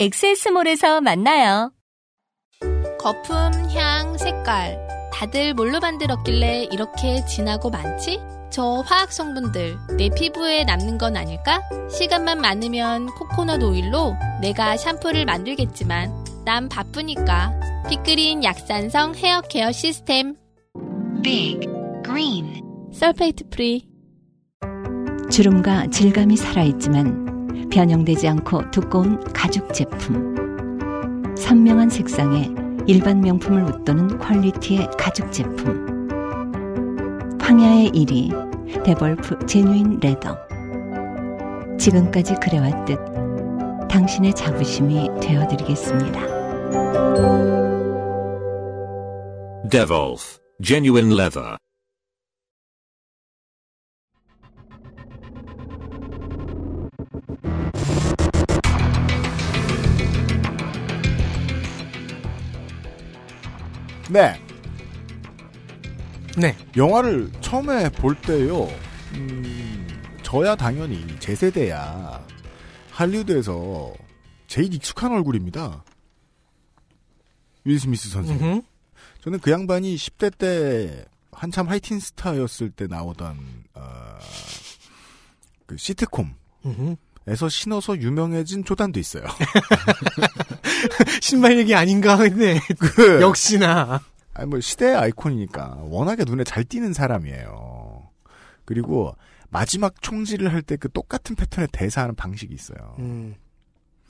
Speaker 16: 엑세스몰에서 만나요.
Speaker 14: 거품, 향, 색깔. 다들 뭘로 만들었길래 이렇게 진하고 많지? 저 화학 성분들 내 피부에 남는 건 아닐까? 시간만 많으면 코코넛 오일로 내가 샴푸를 만들겠지만 난 바쁘니까 피크린 약산성 헤어 케어 시스템 빅 그린 설페이트 프리
Speaker 1: 주름과 질감이 살아있지만 변형되지 않고 두꺼운 가죽 제품. 선명한 색상에 일반 명품을 웃도는 퀄리티의 가죽 제품. 황야의 1위 데볼프 제뉴인 레더. 지금까지 그래왔듯 당신의 자부심이 되어드리겠습니다.
Speaker 17: Devolf, genuine leather.
Speaker 2: 네.
Speaker 10: 네.
Speaker 2: 영화를 처음에 볼 때요. 음, 저야 당연히 제 세대야. 할리우드에서 제일 익숙한 얼굴입니다. 윌 스미스 선생.
Speaker 10: 음흠.
Speaker 2: 저는 그 양반이 10대 때 한참 하이틴 스타였을 때 나오던 어, 그 시트콤.
Speaker 10: 음흠.
Speaker 2: 에서 신어서 유명해진 조단도 있어요.
Speaker 10: 신발 얘기 아닌가 했네.
Speaker 2: 그
Speaker 10: 역시나.
Speaker 2: 아니 뭐 시대의 아이콘이니까 워낙에 눈에 잘 띄는 사람이에요. 그리고 마지막 총질을 할 때 그 똑같은 패턴의 대사하는 방식이 있어요.
Speaker 10: 음,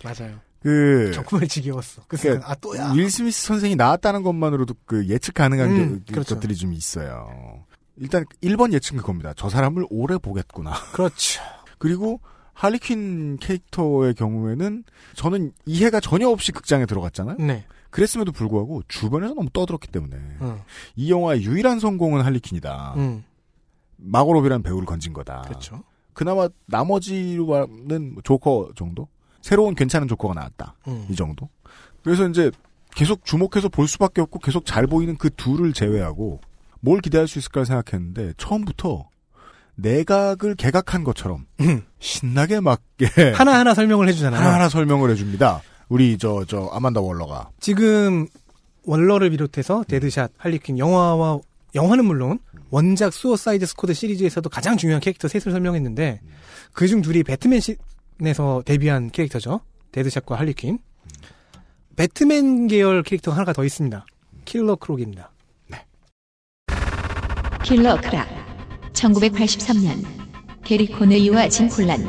Speaker 10: 맞아요.
Speaker 2: 그
Speaker 10: 정말 지겨웠어. 그
Speaker 2: 그러니까
Speaker 10: 순간, 아 또야.
Speaker 2: 윌 스미스 선생이 나왔다는 것만으로도 그 예측 가능한
Speaker 10: 음,
Speaker 2: 게,
Speaker 10: 그렇죠.
Speaker 2: 것들이 좀 있어요. 일단 1번 예측은 그겁니다. 저 사람을 오래 보겠구나.
Speaker 10: 그렇죠.
Speaker 2: 그리고 할리퀸 캐릭터의 경우에는 저는 이해가 전혀 없이 극장에 들어갔잖아요.
Speaker 10: 네.
Speaker 2: 그랬음에도 불구하고 주변에서 너무 떠들었기 때문에
Speaker 10: 어.
Speaker 2: 이 영화의 유일한 성공은 할리퀸이다.
Speaker 10: 음.
Speaker 2: 마고롭이라는 배우를 건진 거다.
Speaker 10: 그렇죠.
Speaker 2: 그나마 나머지로 말하는 조커 정도? 새로운 괜찮은 조커가 나왔다.
Speaker 10: 음.
Speaker 2: 이 정도? 그래서 이제 계속 주목해서 볼 수밖에 없고 계속 잘 보이는 그 둘을 제외하고 뭘 기대할 수 있을까 생각했는데 처음부터 내각을 개각한 것처럼
Speaker 10: 음.
Speaker 2: 신나게 막 예.
Speaker 10: 하나하나 설명을 해주잖아요.
Speaker 2: 하나하나 설명을 해줍니다. 우리 저 저 아만다 월러가
Speaker 10: 지금 월러를 비롯해서 데드샷, 할리퀸 영화와 영화는 물론 원작 수어사이드 스쿼드 시리즈에서도 가장 중요한 캐릭터 셋을 설명했는데 그중 둘이 배트맨에서 데뷔한 캐릭터죠. 데드샷과 할리퀸. 배트맨 계열 캐릭터가 하나가 더 있습니다. 킬러 크록입니다.
Speaker 15: 킬러 크락. 1983년
Speaker 1: 게리 코네이와 짐 콜란.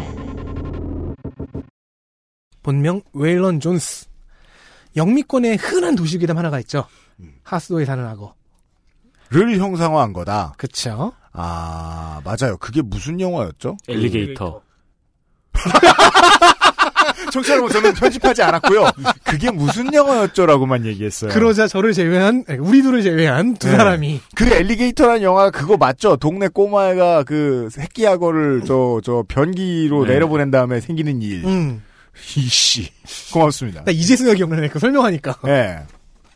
Speaker 10: 본명 웨일런 존스. 영미권의 흔한 도시괴담 하나가 있죠. 하스도에 사는 악어.
Speaker 2: 를 형상화한 거다.
Speaker 10: 그쵸.
Speaker 2: 아, 맞아요. 그게 무슨 영화였죠?
Speaker 12: 엘리게이터.
Speaker 2: 청취자 여러분, 저는 편집하지 않았고요. 그게 무슨 영화였죠라고만 얘기했어요.
Speaker 10: 그러자 저를 제외한, 아니, 우리 둘을 제외한 두
Speaker 2: 네.
Speaker 10: 사람이.
Speaker 2: 그 엘리게이터라는 영화 그거 맞죠? 동네 꼬마애가 그 새끼악어를 저, 저 변기로
Speaker 10: 네.
Speaker 2: 내려보낸 다음에 생기는 일.
Speaker 10: 음.
Speaker 2: 이씨. 고맙습니다.
Speaker 10: 나 이제서야 기억나네. 그 설명하니까.
Speaker 2: 네.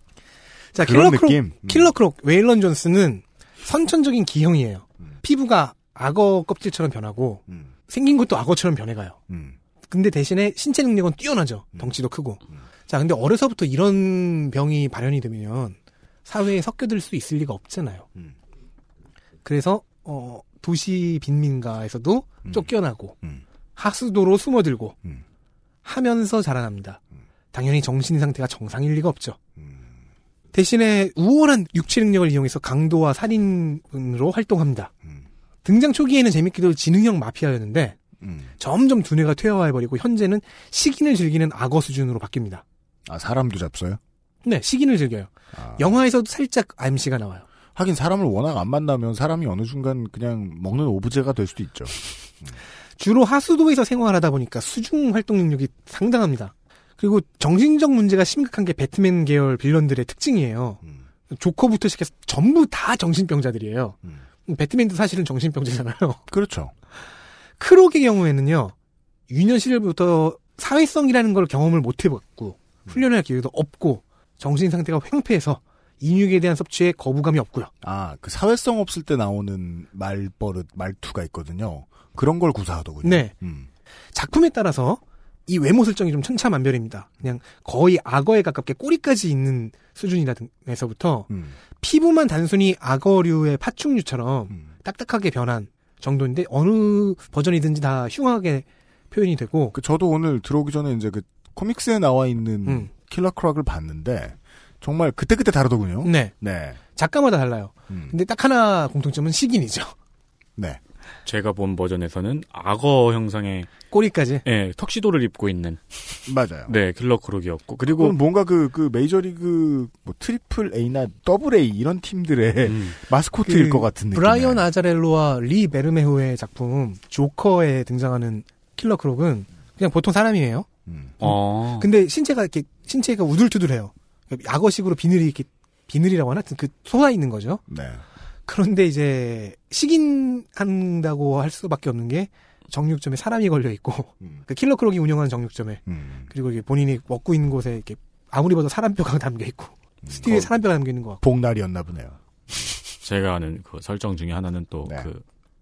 Speaker 10: 자,
Speaker 2: 그런
Speaker 10: 아, 킬러 크록,
Speaker 2: 느낌. 음.
Speaker 10: 킬러 크록, 웨일런 존스는 선천적인 기형이에요.
Speaker 2: 음.
Speaker 10: 피부가 악어 껍질처럼 변하고, 생긴 것도 악어처럼 변해가요.
Speaker 2: 음,
Speaker 10: 근데 대신에 신체 능력은 뛰어나죠. 덩치도 크고. 자, 근데 어려서부터 이런 병이 발현이 되면 사회에 섞여들 수 있을 리가 없잖아요.
Speaker 2: 음,
Speaker 10: 그래서, 어, 도시 빈민가에서도
Speaker 2: 음.
Speaker 10: 쫓겨나고, 하수도로 숨어들고, 하면서 자라납니다.
Speaker 2: 음.
Speaker 10: 당연히 정신 상태가 정상일 리가 없죠. 대신에 우월한 육체 능력을 이용해서 강도와 살인으로 활동합니다. 등장 초기에는 재밌게도 지능형 마피아였는데
Speaker 2: 음.
Speaker 10: 점점 두뇌가 퇴화해버리고 현재는 식인을 즐기는 악어 수준으로 바뀝니다.
Speaker 2: 아, 사람도 잡숴요? 아.
Speaker 10: 네, 식인을 즐겨요. 영화에서도 살짝 암시가 나와요.
Speaker 2: 하긴 사람을 워낙 안 만나면 사람이 어느 순간 그냥 먹는 오브제가 될 수도 있죠.
Speaker 10: 주로 하수도에서 생활하다 보니까 수중 활동 능력이 상당합니다. 그리고 정신적 문제가 심각한 게 배트맨 계열 빌런들의 특징이에요.
Speaker 2: 음,
Speaker 10: 조커부터 시작해서 전부 다 정신병자들이에요. 배트맨도 사실은 정신병자잖아요.
Speaker 2: 음. 그렇죠.
Speaker 10: 크록의 경우에는요, 유년 시절부터 사회성이라는 걸 경험을 못 해봤고, 훈련할 기회도 없고, 정신 상태가 횡패해서 인육에 대한 섭취에 거부감이 없고요.
Speaker 2: 아, 그 사회성 없을 때 나오는 말버릇, 말투가 있거든요. 그런 걸 구사하더군요.
Speaker 10: 네.
Speaker 2: 음.
Speaker 10: 작품에 따라서 이 외모 설정이 좀 천차만별입니다. 그냥 거의 악어에 가깝게 꼬리까지 있는 수준이라서부터
Speaker 2: 음,
Speaker 10: 피부만 단순히 악어류의 파충류처럼
Speaker 2: 음.
Speaker 10: 딱딱하게 변한 정도인데 어느 버전이든지 다 흉하게 표현이 되고
Speaker 2: 그 저도 오늘 들어오기 전에 이제 그 코믹스에 나와 있는
Speaker 10: 음.
Speaker 2: 킬러 크락을 봤는데 정말 그때그때 다르더군요.
Speaker 10: 네.
Speaker 2: 네. 음.
Speaker 10: 작가마다 달라요. 근데 딱 하나 공통점은 식인이죠.
Speaker 2: 네.
Speaker 12: 제가 본 버전에서는 악어 형상의
Speaker 10: 꼬리까지.
Speaker 3: 예,
Speaker 12: 네, 턱시도를 입고 있는.
Speaker 2: 맞아요.
Speaker 12: 네, 길러 크록이었고
Speaker 2: 그리고
Speaker 12: 그리고
Speaker 2: 뭔가 그, 그 메이저리그 뭐 트리플 A나 더블 A 이런
Speaker 10: 뭐-
Speaker 2: 팀들의
Speaker 3: 음.
Speaker 2: 마스코트일
Speaker 10: 음. 그
Speaker 2: 것 같은 느낌.
Speaker 10: 브라이언 아자렐로와 리 베르메호의 작품 조커에 등장하는 킬러 크록은 그냥 보통 사람이에요.
Speaker 2: 음,
Speaker 12: 어.
Speaker 10: 근데 신체가 이렇게 신체가 우둘투둘해요. 악어식으로 비늘이 이렇게 비늘이라고 하나 하여튼 그 솟아 있는 거죠.
Speaker 2: 네.
Speaker 10: 그런데 이제 식인한다고 할 수밖에 없는 게 정육점에 사람이 걸려 있고
Speaker 12: 음.
Speaker 10: 그 킬러 크록이 운영하는 정육점에
Speaker 2: 음.
Speaker 10: 그리고 이게 본인이 먹고 있는 곳에 이렇게 아무리 봐도 사람 뼈가 담겨 있고
Speaker 12: 어.
Speaker 10: 스티에 사람 뼈가 담겨 있는 거 같고
Speaker 2: 복날이었나 보네요.
Speaker 12: 제가 아는 그 설정 중에 하나는 또
Speaker 10: 네.
Speaker 12: 그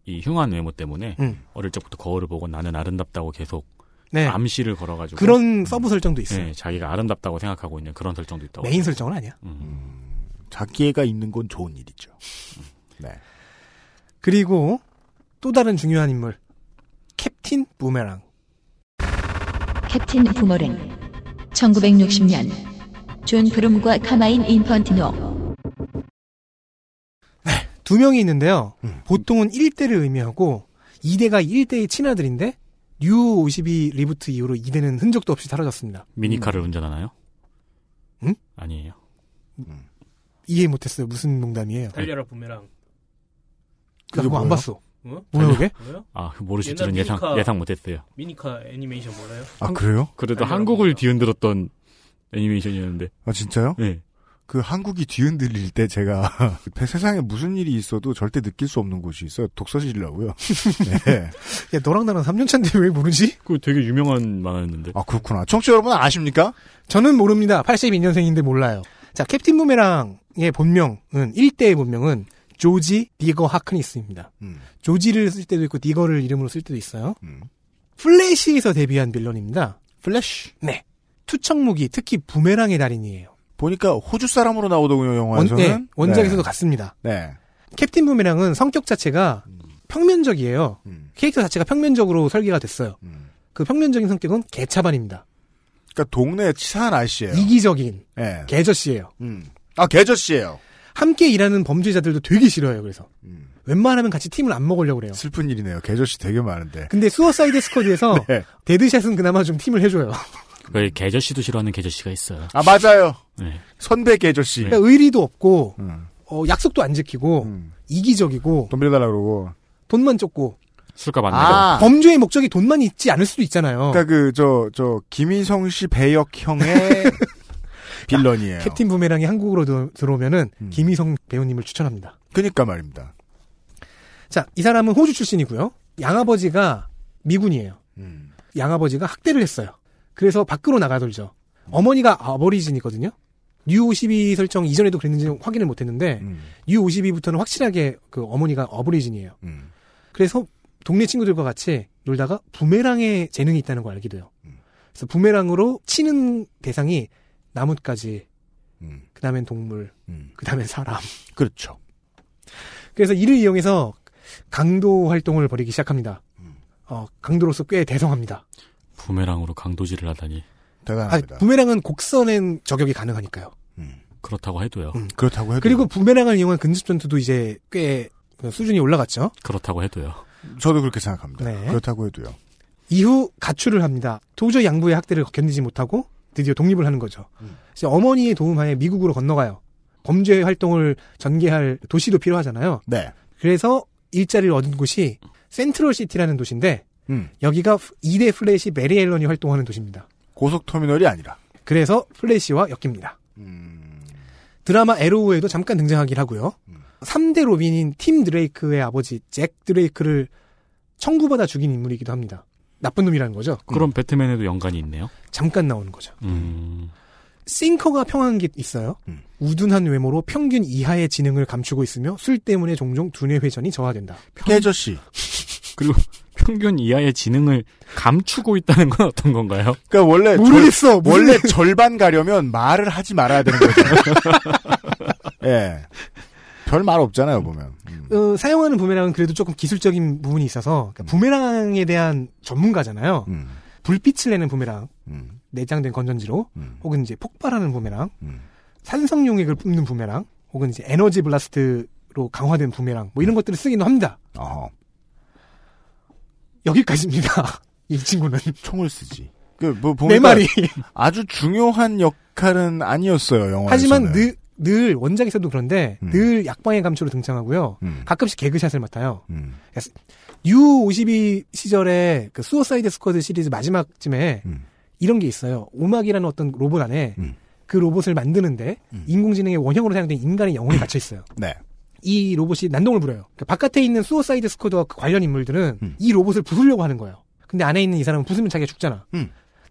Speaker 12: 이 흉한 외모 때문에
Speaker 10: 음.
Speaker 12: 어릴 적부터 거울을 보고 나는 아름답다고 계속
Speaker 10: 네.
Speaker 12: 암시를 걸어가지고
Speaker 10: 그런 서브 설정도 있어요.
Speaker 12: 네, 자기가 아름답다고 생각하고 있는 그런 설정도 있다고. 음.
Speaker 10: 메인 음. 설정은 아니야.
Speaker 2: 자기애가 있는 건 좋은 일이죠.
Speaker 10: 음.
Speaker 2: 네.
Speaker 10: 그리고 또 다른 중요한 인물 캡틴 부메랑
Speaker 1: 캡틴 부머랭 1960년 존 브룸과 카마인 인펀티노
Speaker 10: 두 명이 있는데요. 보통은 1대를 의미하고 2대가 1대의 친아들인데 뉴 52 리부트 이후로 2대는 흔적도 없이 사라졌습니다.
Speaker 12: 미니카를 운전하나요?
Speaker 10: 응?
Speaker 12: 아니에요.
Speaker 10: 이해 못했어요. 무슨 농담이에요?
Speaker 9: 달려라 부메랑.
Speaker 10: 나 그거 안 봤어.
Speaker 9: 뭐?
Speaker 10: 뭐야 그게?
Speaker 9: 뭐요?
Speaker 12: 아, 모르실
Speaker 9: 옛날
Speaker 12: 줄은 예상
Speaker 9: 미니카-
Speaker 12: 예상 못했어요.
Speaker 9: 미니카 애니메이션 몰라요?
Speaker 2: 아, 그래요?
Speaker 12: 그래도 한국을 뒤흔들었던 애니메이션이었는데.
Speaker 2: 아, 진짜요?
Speaker 12: 네.
Speaker 2: 그 한국이 뒤흔들릴 때 제가 세상에 무슨 일이 있어도 절대 느낄 수 없는 곳이 있어요. 독서실이라고요. 네.
Speaker 10: 야, 너랑 나랑 3년 차인데 왜 모르지?
Speaker 12: 그 되게 유명한 만화였는데.
Speaker 2: 아, 그렇구나. 청취자 여러분 아십니까?
Speaker 10: 저는 모릅니다. 82년생인데 몰라요. 자, 캡틴 부메랑의 본명은 1대의 본명은 조지 디거 하크니스입니다.
Speaker 2: 음,
Speaker 10: 조지를 쓸 때도 있고 디거를 이름으로 쓸 때도 있어요. 플래시에서 데뷔한 빌런입니다.
Speaker 2: 플래시?
Speaker 10: 네. 투척무기, 특히 부메랑의 달인이에요.
Speaker 2: 보니까 호주 사람으로 나오더군요, 영화에서는.
Speaker 10: 네, 원작에서도
Speaker 2: 어, 네.
Speaker 10: 같습니다.
Speaker 2: 네.
Speaker 10: 캡틴 부메랑은 성격 자체가 평면적이에요.
Speaker 2: 음,
Speaker 10: 캐릭터 자체가 평면적으로 설계가 됐어요. 그 평면적인 성격은 개차반입니다.
Speaker 2: 그러니까 동네 치사한 아저씨예요.
Speaker 10: 이기적인
Speaker 2: 예.
Speaker 10: 개저씨예요.
Speaker 2: 음. 아, 개저씨예요.
Speaker 10: 함께 일하는 범죄자들도 되게 싫어해요. 그래서
Speaker 2: 음.
Speaker 10: 웬만하면 같이 팀을 안 먹으려고 그래요.
Speaker 2: 슬픈 일이네요. 개조씨 되게 많은데.
Speaker 10: 근데 수어사이드 스쿼드에서
Speaker 2: 네.
Speaker 10: 데드샷은 그나마 좀 팀을 해줘요.
Speaker 12: 그 계저 씨도 싫어하는 계저 씨가 있어요.
Speaker 2: 아 맞아요.
Speaker 12: 네.
Speaker 2: 선배 계조 씨.
Speaker 10: 그러니까 의리도 없고
Speaker 2: 음.
Speaker 10: 어, 약속도 안 지키고 이기적이고
Speaker 2: 돈 빌려달라 그러고
Speaker 10: 돈만 쫓고
Speaker 12: 술값 안
Speaker 2: 아.
Speaker 10: 범죄의 목적이 돈만 있지 않을 수도 있잖아요.
Speaker 2: 그러니까 그 저 저 김희성 씨 배역형의 빌런이에요.
Speaker 10: 캡틴 부메랑이 한국으로 들- 들어오면은
Speaker 2: 음.
Speaker 10: 김희성 배우님을 추천합니다.
Speaker 2: 그니까 말입니다.
Speaker 10: 자, 이 사람은 호주 출신이고요. 양아버지가 미군이에요.
Speaker 2: 음,
Speaker 10: 양아버지가 학대를 했어요. 그래서 밖으로 나가돌죠. 어머니가 아버리진이거든요. 뉴52 설정 이전에도 그랬는지는 확인을 못했는데
Speaker 2: 음.
Speaker 10: 뉴52부터는 확실하게 그 어머니가 어버리진이에요.
Speaker 2: 음,
Speaker 10: 그래서 동네 친구들과 같이 놀다가 부메랑에 재능이 있다는 걸 알게 돼요.
Speaker 2: 음.
Speaker 10: 그래서 부메랑으로 치는 대상이 나뭇가지, 그 다음엔 동물, 그 다음엔 사람.
Speaker 2: 그렇죠.
Speaker 10: 그래서 이를 이용해서 강도 활동을 벌이기 시작합니다.
Speaker 12: 음.
Speaker 10: 어, 강도로서 꽤 대성합니다.
Speaker 12: 부메랑으로 강도질을 하다니.
Speaker 10: 아, 부메랑은 곡선엔 저격이 가능하니까요.
Speaker 12: 그렇다고 해도요.
Speaker 2: 음,
Speaker 10: 음.
Speaker 2: 그렇다고 해도
Speaker 10: 그리고 부메랑을 이용한 근접 전투도 이제 꽤 수준이 올라갔죠.
Speaker 12: 그렇다고 해도요.
Speaker 10: 음.
Speaker 2: 저도 그렇게 생각합니다.
Speaker 10: 네.
Speaker 2: 그렇다고 해도요.
Speaker 10: 이후 가출을 합니다. 도저히 양부의 학대를 견디지 못하고 드디어 독립을 하는 거죠.
Speaker 12: 음.
Speaker 10: 이제 어머니의 도움하에 미국으로 건너가요. 범죄 활동을 전개할 도시도 필요하잖아요.
Speaker 2: 네.
Speaker 10: 그래서 일자리를 얻은 곳이 센트럴 시티라는 도시인데
Speaker 2: 음.
Speaker 10: 여기가 2대 플래시 메리 앨런이 활동하는 도시입니다.
Speaker 2: 고속터미널이 아니라.
Speaker 10: 그래서 플래시와 엮입니다. 음. 드라마 에로우에도 잠깐 등장하긴 하고요. 3대 로빈인 팀 드레이크의 아버지 잭 드레이크를 청구받아 죽인 인물이기도 합니다. 나쁜 놈이라는 거죠. 음.
Speaker 12: 그럼 배트맨에도 연관이 있네요.
Speaker 10: 잠깐 나오는 거죠.
Speaker 12: 음.
Speaker 10: 싱커가 평한 게 있어요. 우둔한 외모로 평균 이하의 지능을 감추고 있으며 술 때문에 종종 두뇌 회전이 저하된다.
Speaker 2: 깨저씨.
Speaker 12: 그리고 평균 이하의 지능을 감추고 있다는 건 어떤 건가요?
Speaker 2: 그러니까 원래 절,
Speaker 10: 모르겠어. 무슨-
Speaker 2: 원래 절반 가려면 말을 하지 말아야 되는 거죠. 예. 별 말 없잖아요 보면. 음.
Speaker 10: 어, 사용하는 부메랑은 그래도 조금 기술적인 부분이 있어서 그러니까 부메랑에 대한 전문가잖아요.
Speaker 2: 음.
Speaker 10: 불빛을 내는 부메랑, 내장된 건전지로,
Speaker 2: 음.
Speaker 10: 혹은 이제 폭발하는 부메랑, 산성 용액을 뿜는 부메랑, 혹은 이제 에너지 블라스트로 강화된 부메랑, 뭐 이런 것들을 쓰기도 합니다. 여기까지입니다. 이 친구는
Speaker 2: 총을 쓰지. 그뭐 보면
Speaker 10: 내 말이.
Speaker 2: 아주 중요한 역할은 아니었어요 영화에서.
Speaker 10: 하지만 늘, 늘 원작에서도 그런데 늘 약방의 감초로 등장하고요.
Speaker 2: 음,
Speaker 10: 가끔씩 개그샷을 맡아요. U52 시절에 그 수어사이드 스쿼드 시리즈 마지막쯤에
Speaker 2: 음.
Speaker 10: 이런 게 있어요. 오막이라는 어떤 로봇 안에 그 로봇을 만드는데 인공지능의 원형으로 사용된 인간의 영혼이 갇혀 있어요.
Speaker 2: 네.
Speaker 10: 이 로봇이 난동을 부려요. 그러니까 바깥에 있는 수어사이드 스쿼드와 그 관련 인물들은 이 로봇을 부수려고 하는 거예요. 근데 안에 있는 이 사람은 부수면 자기가 죽잖아.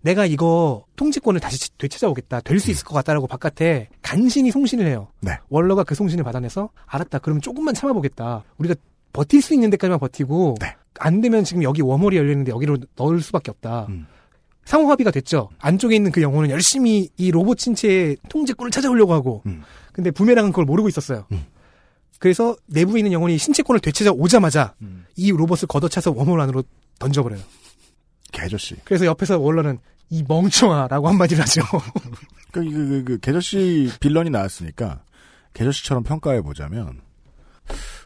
Speaker 10: 내가 이거 통치권을 다시 지- 되찾아오겠다. 될 수 있을 것 같다라고 바깥에 간신히 송신을 해요.
Speaker 2: 네.
Speaker 10: 월러가 그 송신을 받아내서 알았다. 그러면 조금만 참아보겠다. 우리가 버틸 수 있는 데까지만 버티고 안 되면 지금 여기 웜홀이 열리는데 여기로 넣을 수밖에
Speaker 2: 음.
Speaker 10: 없다. 상호 합의가 됐죠. 안쪽에 있는 그 영혼은 열심히 이 로봇 신체의 통제권을 찾아오려고 하고
Speaker 2: 음.
Speaker 10: 근데 부메랑은 그걸 모르고 있었어요. 그래서 내부에 있는 영혼이 신체권을 되찾아 오자마자
Speaker 2: 음.
Speaker 10: 이 로봇을 걷어차서 웜홀 안으로 던져버려요.
Speaker 2: 개저씨.
Speaker 10: 그래서 옆에서 월러는 이 멍청아라고 한마디를 하죠.
Speaker 2: 그, 그, 그, 그 개저씨 빌런이 나왔으니까 개저씨처럼 평가해 보자면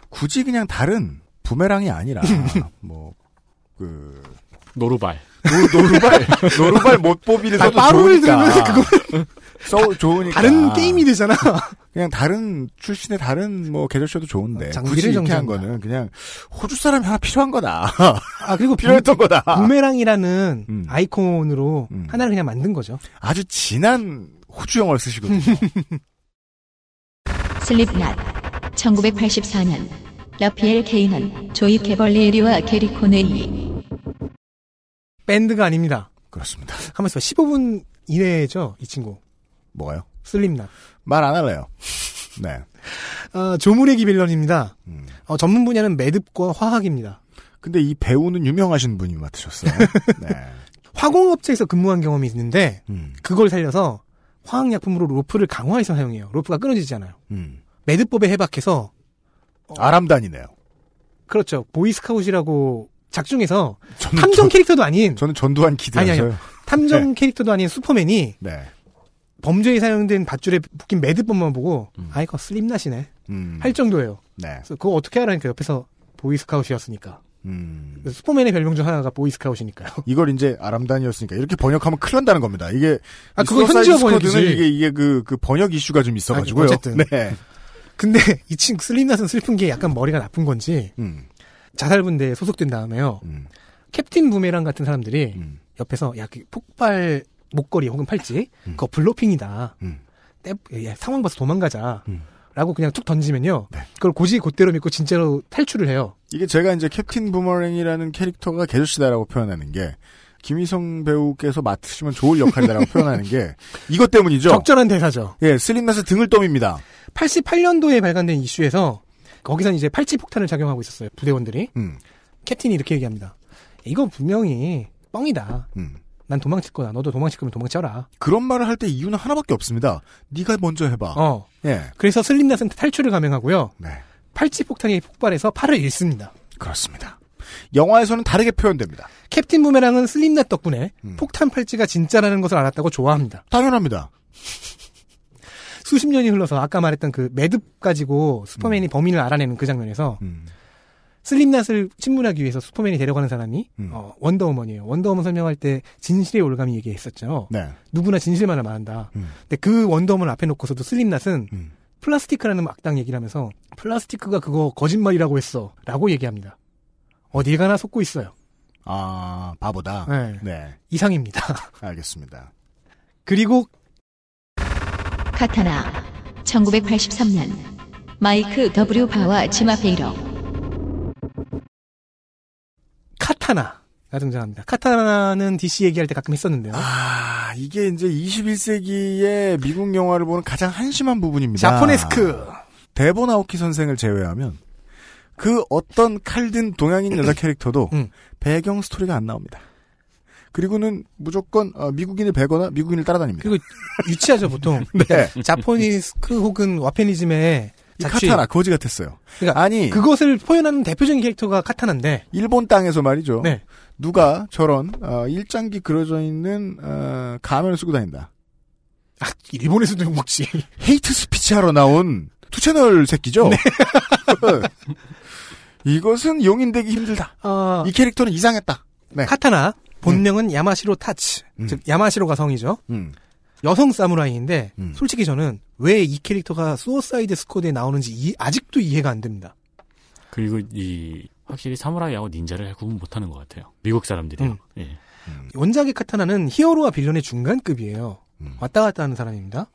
Speaker 2: 굳이 그냥 다른 부메랑이 아니라 뭐, 뭐그
Speaker 12: 노루발.
Speaker 2: 노, 루발 노루발 못 뽑이는
Speaker 10: 아니,
Speaker 2: 것도
Speaker 10: 빠로를
Speaker 2: 좋으니까.
Speaker 10: 들으면
Speaker 2: 써 좋으니까.
Speaker 10: 다른 게임이 되잖아.
Speaker 2: 그냥 다른 출신의 다른 뭐 개저쇼도 좋은데
Speaker 10: 장비를
Speaker 2: 굳이 이렇게 한
Speaker 10: 정지한다.
Speaker 2: 거는 그냥 호주 사람이 하나 필요한 거다.
Speaker 10: 아 그리고
Speaker 2: 필요했던 거다. 음.
Speaker 10: 부메랑이라는 아이콘으로 하나를 그냥 만든 거죠.
Speaker 2: 아주 진한 호주 영어를
Speaker 10: 음.
Speaker 2: 쓰시거든요.
Speaker 1: 슬립낫 1984년 라피엘 케이넌, 조이 캐벌리에리와 게리 코넬이
Speaker 10: 밴드가 아닙니다.
Speaker 2: 그렇습니다.
Speaker 10: 가만 있어 15분 이내죠 이 친구.
Speaker 2: 뭐가요?
Speaker 10: 슬립낫.
Speaker 2: 말 안 할래요. 네. 음.
Speaker 10: 어, 조무래기 빌런입니다. 어, 전문 분야는 매듭과 화학입니다.
Speaker 2: 근데 이 배우는 유명하신 분이 맡으셨어요. 네.
Speaker 10: 화공업체에서 근무한 경험이 있는데
Speaker 2: 음.
Speaker 10: 그걸 살려서 화학약품으로 로프를 강화해서 사용해요. 로프가 끊어지잖아요.
Speaker 2: 음.
Speaker 10: 매듭법에 해박해서
Speaker 2: 아람단이네요.
Speaker 10: 그렇죠. 보이스카웃이라고 작중에서
Speaker 2: 음, 저는 네.
Speaker 10: 탐정
Speaker 2: 전-
Speaker 10: 캐릭터도 아닌
Speaker 2: 저는 전두환 기대하죠.
Speaker 10: 아니 아니요. 탐정 캐릭터도 아닌 슈퍼맨이
Speaker 2: 네.
Speaker 10: 범죄에 사용된 밧줄에 묶인 매듭범만 보고
Speaker 2: 음.
Speaker 10: 아 이거 슬림낫이네 할 정도예요.
Speaker 2: 네.
Speaker 10: 그래서 그거 어떻게 알아니까 옆에서 보이스카웃이었으니까.
Speaker 2: 음.
Speaker 10: 그래서 슈퍼맨의 별명 중 하나가 보이스카웃이니까요.
Speaker 2: 이걸 이제 아람단이었으니까 이렇게 번역하면 큰일 난다는 겁니다. 이게
Speaker 10: 아,
Speaker 2: 이
Speaker 10: 그건
Speaker 2: 수어사이드
Speaker 10: 현지어 번역이지.
Speaker 2: 스쿼드는 이게 이게 그, 그 번역 이슈가 좀 있어가지고요.
Speaker 10: 아니, 어쨌든.
Speaker 2: 네.
Speaker 10: 근데 이 친구 슬림낫은 슬픈 게 약간 머리가 나쁜 건지
Speaker 2: 음,
Speaker 10: 자살분대에 소속된 다음에요. 캡틴 부메랑 같은 사람들이
Speaker 2: 음.
Speaker 10: 옆에서 야그 폭발 목걸이 혹은 팔찌 그거 블로핑이다.
Speaker 2: 음.
Speaker 10: 떼- 야, 상황 봐서 도망가자. 라고 그냥 툭 던지면요. 그걸 고지 곧대로 믿고 진짜로 탈출을 해요.
Speaker 2: 이게 제가 이제 캡틴 부머랭이라는 캐릭터가 개조시다라고 표현하는 게 김희성 배우께서 맡으시면 좋을 역할이다라고 표현하는 게 이것 때문이죠.
Speaker 10: 적절한 대사죠.
Speaker 2: 예, 슬림나스 등을 떠밉니다.
Speaker 10: 88년도에 발간된 이슈에서 거기선 이제 팔찌 폭탄을 작용하고 있었어요. 부대원들이.
Speaker 2: 음,
Speaker 10: 캡틴이 이렇게 얘기합니다. 이거 분명히 뻥이다. 난 도망칠 거야. 너도 도망칠 거면 도망쳐라.
Speaker 2: 음. 그런 말을 할 때 이유는 하나밖에 없습니다. 네가 먼저 해봐.
Speaker 10: 어.
Speaker 2: 예,
Speaker 10: 그래서 슬림나센트 탈출을 감행하고요.
Speaker 2: 네.
Speaker 10: 팔찌 폭탄이 폭발해서 팔을 잃습니다.
Speaker 2: 그렇습니다. 영화에서는 다르게 표현됩니다.
Speaker 10: 캡틴 부메랑은 슬림낫 덕분에 폭탄 팔찌가 진짜라는 것을 알았다고 좋아합니다.
Speaker 2: 당연합니다.
Speaker 10: 수십 년이 흘러서 아까 말했던 그 매듭 가지고 슈퍼맨이 범인을 알아내는 그 장면에서
Speaker 2: 음,
Speaker 10: 슬림낫을 친문하기 위해서 슈퍼맨이 데려가는 사람이 어, 원더우먼이에요. 원더우먼 설명할 때 진실의 올감이 얘기했었죠.
Speaker 2: 네. 음.
Speaker 10: 누구나 진실만을 말한다. 근데 그 원더우먼 앞에 놓고서도 슬림낫은 플라스티크라는 악당 얘기를 하면서 플라스티크가 그거 거짓말이라고 했어. 라고 얘기합니다. 어딜 가나 속고 있어요.
Speaker 2: 아, 바보다.
Speaker 10: 네.
Speaker 2: 네.
Speaker 10: 이상입니다.
Speaker 2: 알겠습니다.
Speaker 10: 그리고
Speaker 1: 카타나 1983년 마이크 W 바와 지마 페이러
Speaker 10: 카타나가 등장합니다. 카타나는 DC 얘기할 때 가끔 했었는데요.
Speaker 2: 아, 이게 이제 21세기의 미국 영화를 보는 가장 한심한 부분입니다.
Speaker 10: 자포네스크.
Speaker 2: 대본 아오키 선생을 제외하면 그 어떤 칼든 동양인 여자 캐릭터도
Speaker 10: 음.
Speaker 2: 배경 스토리가 안 나옵니다. 그리고는 무조건 어, 미국인을 베거나 미국인을 따라다닙니다.
Speaker 10: 그리고 유치하죠 보통.
Speaker 2: 네.
Speaker 10: 자포니스크 혹은 와페니즘의
Speaker 2: 이
Speaker 10: 자취.
Speaker 2: 카타나 거지 같았어요.
Speaker 10: 그러니까
Speaker 2: 아니
Speaker 10: 그것을 표현하는 대표적인 캐릭터가 카타나인데
Speaker 2: 일본 땅에서 말이죠.
Speaker 10: 네.
Speaker 2: 누가 저런 어, 일장기 그려져 있는 어, 가면을 쓰고 다닌다. 아,
Speaker 10: 일본에서도 혹시
Speaker 2: 헤이트 스피치 하러 나온 투 채널 새끼죠. 네. 이것은 용인되기 힘들다. 아. 이 음. 캐릭터는 이상했다.
Speaker 10: 어, 카타나 본명은 야마시로 타츠,
Speaker 2: 음.
Speaker 10: 즉 야마시로가 성이죠. 여성 사무라이인데
Speaker 2: 음.
Speaker 10: 솔직히 저는 왜 이 캐릭터가 수어사이드 스쿼드에 나오는지 이- 아직도 이해가 안 됩니다.
Speaker 12: 그리고 이 확실히 사무라이하고 닌자를 구분 못하는 것 같아요. 미국 사람들이.
Speaker 10: 음.
Speaker 12: 요 예.
Speaker 10: 원작의 카타나는 히어로와 빌런의 중간급이에요.
Speaker 2: 음.
Speaker 10: 왔다 갔다 하는 사람입니다.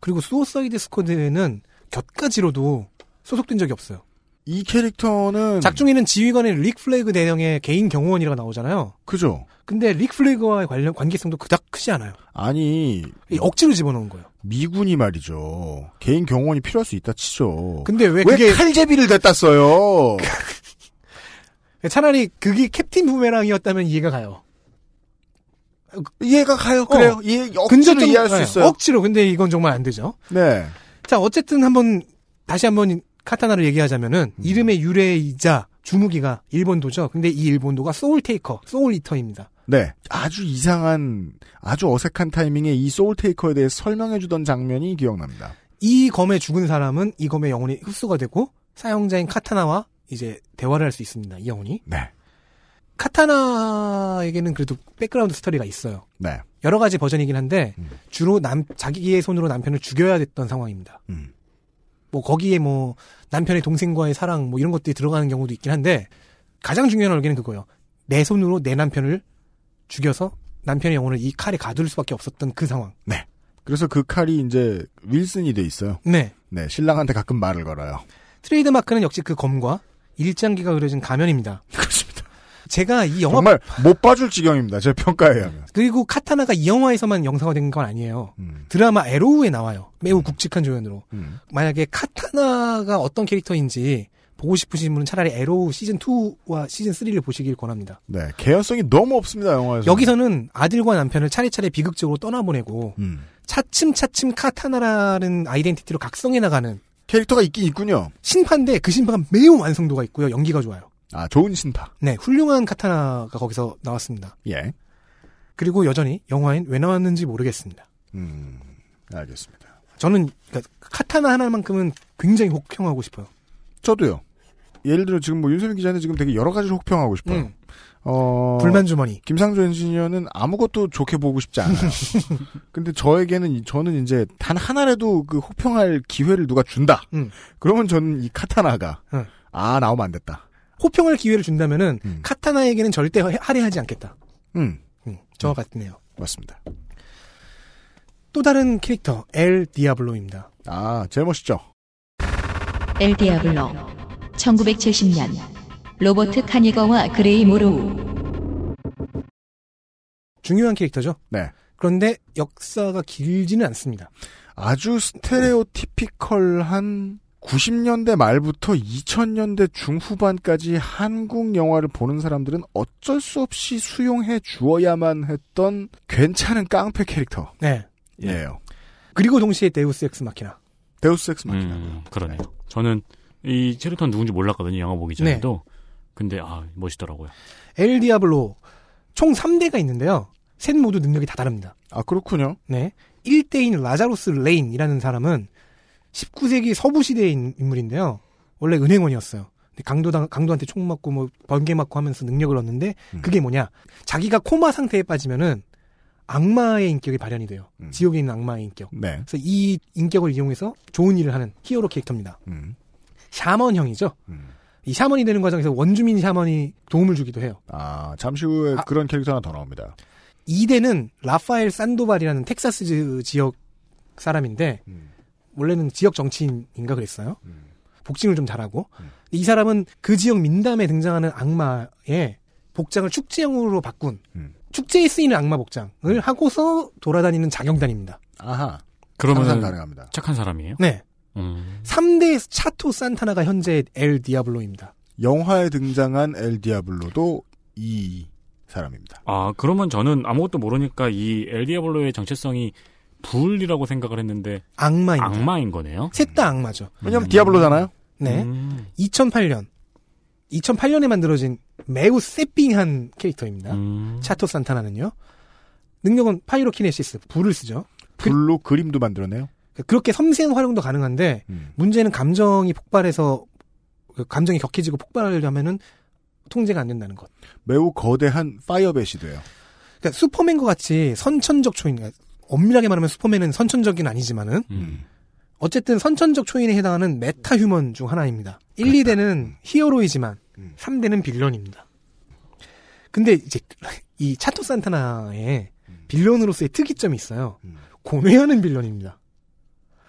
Speaker 10: 그리고 수어사이드 스쿼드에는 곁가지로도 소속된 적이 없어요.
Speaker 2: 이 캐릭터는
Speaker 10: 작중에는 지휘관인 릭 플레이그 대령의 개인 경호원이라고 나오잖아요.
Speaker 2: 그죠?
Speaker 10: 근데 릭 플레이그와의 관련 관계성도 그닥 크지 않아요.
Speaker 2: 아니
Speaker 10: 억지로 집어넣은 거예요.
Speaker 2: 미군이 말이죠. 개인 경호원이 필요할 수 있다 치죠.
Speaker 10: 근데 왜 그게-
Speaker 2: 칼제비를 댔다 써요?
Speaker 10: 차라리 그게 캡틴 부메랑이었다면 이해가 가요.
Speaker 2: 이해가 가요. 그래요. 어, 이해- 억지로 이해할 수 있어요.
Speaker 10: 어. 네. 억지로. 근데 이건 정말 안 되죠.
Speaker 2: 네.
Speaker 10: 자, 어쨌든 한번 다시 한번 카타나를 얘기하자면은 이름의 유래이자 주무기가 일본도죠. 근데 이 일본도가 소울 테이커, 소울 이터입니다.
Speaker 2: 네. 아주 이상한, 아주 어색한 타이밍에 이 소울테이커에 대해 설명해주던 장면이 기억납니다.
Speaker 10: 이 검에 죽은 사람은 이 검의 영혼이 흡수가 되고 사용자인 카타나와 이제 대화를 할 수 있습니다. 이 영혼이.
Speaker 2: 네.
Speaker 10: 카타나에게는 그래도 백그라운드 스토리가 있어요.
Speaker 2: 네.
Speaker 10: 여러 가지 버전이긴 한데 주로 남 자기의 손으로 남편을 죽여야 됐던 상황입니다.
Speaker 2: 음.
Speaker 10: 뭐 거기에 뭐 남편의 동생과의 사랑 뭐 이런 것들이 들어가는 경우도 있긴 한데 가장 중요한 얼개는 그거예요. 내 손으로 내 남편을 죽여서 남편의 영혼을 이 칼에 가둘 수밖에 없었던 그 상황.
Speaker 2: 네. 그래서 그 칼이 이제 윌슨이 돼 있어요.
Speaker 10: 네.
Speaker 2: 네. 신랑한테 가끔 말을 걸어요.
Speaker 10: 트레이드 마크는 역시 그 검과 일장기가 그려진 가면입니다.
Speaker 2: 그렇습니다.
Speaker 10: 제가 이 영화
Speaker 2: 정말 네. 못 봐줄 지경입니다. 제 평가에 하면.
Speaker 10: 그리고 카타나가 이 영화에서만 영상화된 건 아니에요.
Speaker 2: 음,
Speaker 10: 드라마 에로우에 나와요. 매우 굵직한 조연으로. 만약에 카타나가 어떤 캐릭터인지 보고 싶으신 분은 차라리 에로우 시즌 2와 시즌 3를 보시길 권합니다.
Speaker 2: 네. 개연성이 너무 없습니다. 영화에서.
Speaker 10: 여기서는 아들과 남편을 차례차례 비극적으로 떠나보내고
Speaker 2: 음.
Speaker 10: 차츰차츰 카타나라는 아이덴티티로 각성해 나가는
Speaker 2: 캐릭터가 있긴 있군요.
Speaker 10: 신파인데 그 신파가 매우 완성도가 있고요. 연기가 좋아요.
Speaker 2: 아, 좋은 신파.
Speaker 10: 네, 훌륭한 카타나가 거기서 나왔습니다.
Speaker 2: 예.
Speaker 10: 그리고 여전히 영화엔 왜 나왔는지 모르겠습니다.
Speaker 2: 알겠습니다.
Speaker 10: 저는 그러니까 카타나 하나만큼은 굉장히 혹평하고 싶어요.
Speaker 2: 저도요. 예를 들어 지금 뭐 윤세민 기자는 지금 되게 여러 가지를 혹평하고 싶어요.
Speaker 10: 음.
Speaker 2: 어,
Speaker 10: 불만 주머니.
Speaker 2: 김상조 엔지니어는 아무것도 좋게 보고 싶지 않아요. 근데 저에게는 이- 저는 이제 단 하나라도 그 혹평할 기회를 누가 준다. 그러면 저는 이 카타나가
Speaker 10: 응.
Speaker 2: 아 나오면 안 됐다.
Speaker 10: 호평할 기회를 준다면은 카타나에게는 절대 하- 할애하지 않겠다.
Speaker 2: 음.
Speaker 10: 저와 같네요.
Speaker 2: 맞습니다.
Speaker 10: 또 다른 캐릭터 엘 디아블로입니다.
Speaker 2: 아 제일 멋있죠.
Speaker 1: 엘 디아블로 1970년 로버트 카니거와 그레이 모로우
Speaker 10: 중요한 캐릭터죠.
Speaker 2: 네.
Speaker 10: 그런데 역사가 길지는 않습니다.
Speaker 2: 아주 스테레오티피컬한 90년대 말부터 2000년대 중후반까지 한국 영화를 보는 사람들은 어쩔 수 없이 수용해 주어야만 했던 괜찮은 깡패 캐릭터.
Speaker 10: 네.
Speaker 2: 예요.
Speaker 10: 그리고 동시에 데우스 엑스 마키나.
Speaker 2: 데우스 엑스
Speaker 12: 마키나. 음,
Speaker 3: 음.
Speaker 12: 그러네요. 저는 이 체르턴 누군지 몰랐거든요. 영화 보기
Speaker 10: 네.
Speaker 12: 전에도. 근데 아 멋있더라고요.
Speaker 10: 엘 디아블로 총 3대가 있는데요. 셋 모두 능력이 다 다릅니다.
Speaker 2: 아, 그렇군요.
Speaker 10: 네. 1대인 라자로스 레인이라는 사람은 19세기 서부 시대의 인- 인물인데요. 원래 은행원이었어요. 근데 강도당, 강도한테 총 맞고 뭐 번개 맞고 하면서 능력을 얻는데 그게 뭐냐. 자기가 코마 상태에 빠지면은 악마의 인격이 발현이 돼요. 지옥에 있는 악마의 인격.
Speaker 2: 네.
Speaker 10: 그래서 이 인격을 이용해서 좋은 일을 하는 히어로 캐릭터입니다.
Speaker 2: 음.
Speaker 10: 샤먼형이죠. 이 샤먼이 되는 과정에서 원주민 샤먼이 도움을 주기도 해요.
Speaker 2: 아, 잠시 후에 그런 캐릭터 하나 더 나옵니다.
Speaker 10: 2대는 라파엘 산도발이라는 텍사스 지- 지역 사람인데
Speaker 2: 음.
Speaker 10: 원래는 지역 정치인인가 그랬어요. 복싱을 좀 잘하고 이 사람은 그 지역 민담에 등장하는 악마의 복장을 축제형으로 바꾼 축제에 쓰이는 악마 복장을 하고서 돌아다니는 자경단입니다.
Speaker 2: 아하.
Speaker 12: 그러면
Speaker 10: 상상 가능합니다.
Speaker 12: 착한 사람이에요?
Speaker 10: 네.
Speaker 12: 음.
Speaker 10: 3대 차토 산타나가 현재 엘 디아블로입니다.
Speaker 2: 영화에 등장한 엘 디아블로도 이 사람입니다.
Speaker 12: 아 그러면 저는 아무것도 모르니까 이 엘디아블로의 정체성이 불이라고 생각을 했는데
Speaker 10: 악마입니다.
Speaker 12: 악마인 거네요. 음.
Speaker 10: 셋 다 악마죠.
Speaker 2: 왜냐면 디아블로잖아요.
Speaker 3: 음.
Speaker 10: 네. 2008년. 2008년에 만들어진 매우 세핑한 캐릭터입니다.
Speaker 3: 음.
Speaker 12: 음.
Speaker 10: 차토 산타나는요. 능력은 파이로키네시스, 불을 쓰죠.
Speaker 2: 불로 그림도 만들어내요.
Speaker 10: 그렇게 섬세한 활용도 가능한데
Speaker 2: 음.
Speaker 10: 문제는 감정이 폭발해서 그 감정이 격해지고 폭발하려면은 통제가 안 된다는 것.
Speaker 2: 매우 거대한 파이어벳이 돼요.
Speaker 10: 그러니까 슈퍼맨과 같이 선천적 초인, 그러니까 엄밀하게 말하면 슈퍼맨은 선천적인 아니지만은
Speaker 2: 음.
Speaker 10: 어쨌든 선천적 초인에 해당하는 메타 휴먼 중 하나입니다. 1, 2대는 히어로이지만 3대는 빌런입니다. 근데 이제 이 차토 산타나의 빌런으로서의 특이점이 있어요. 고뇌하는 빌런입니다.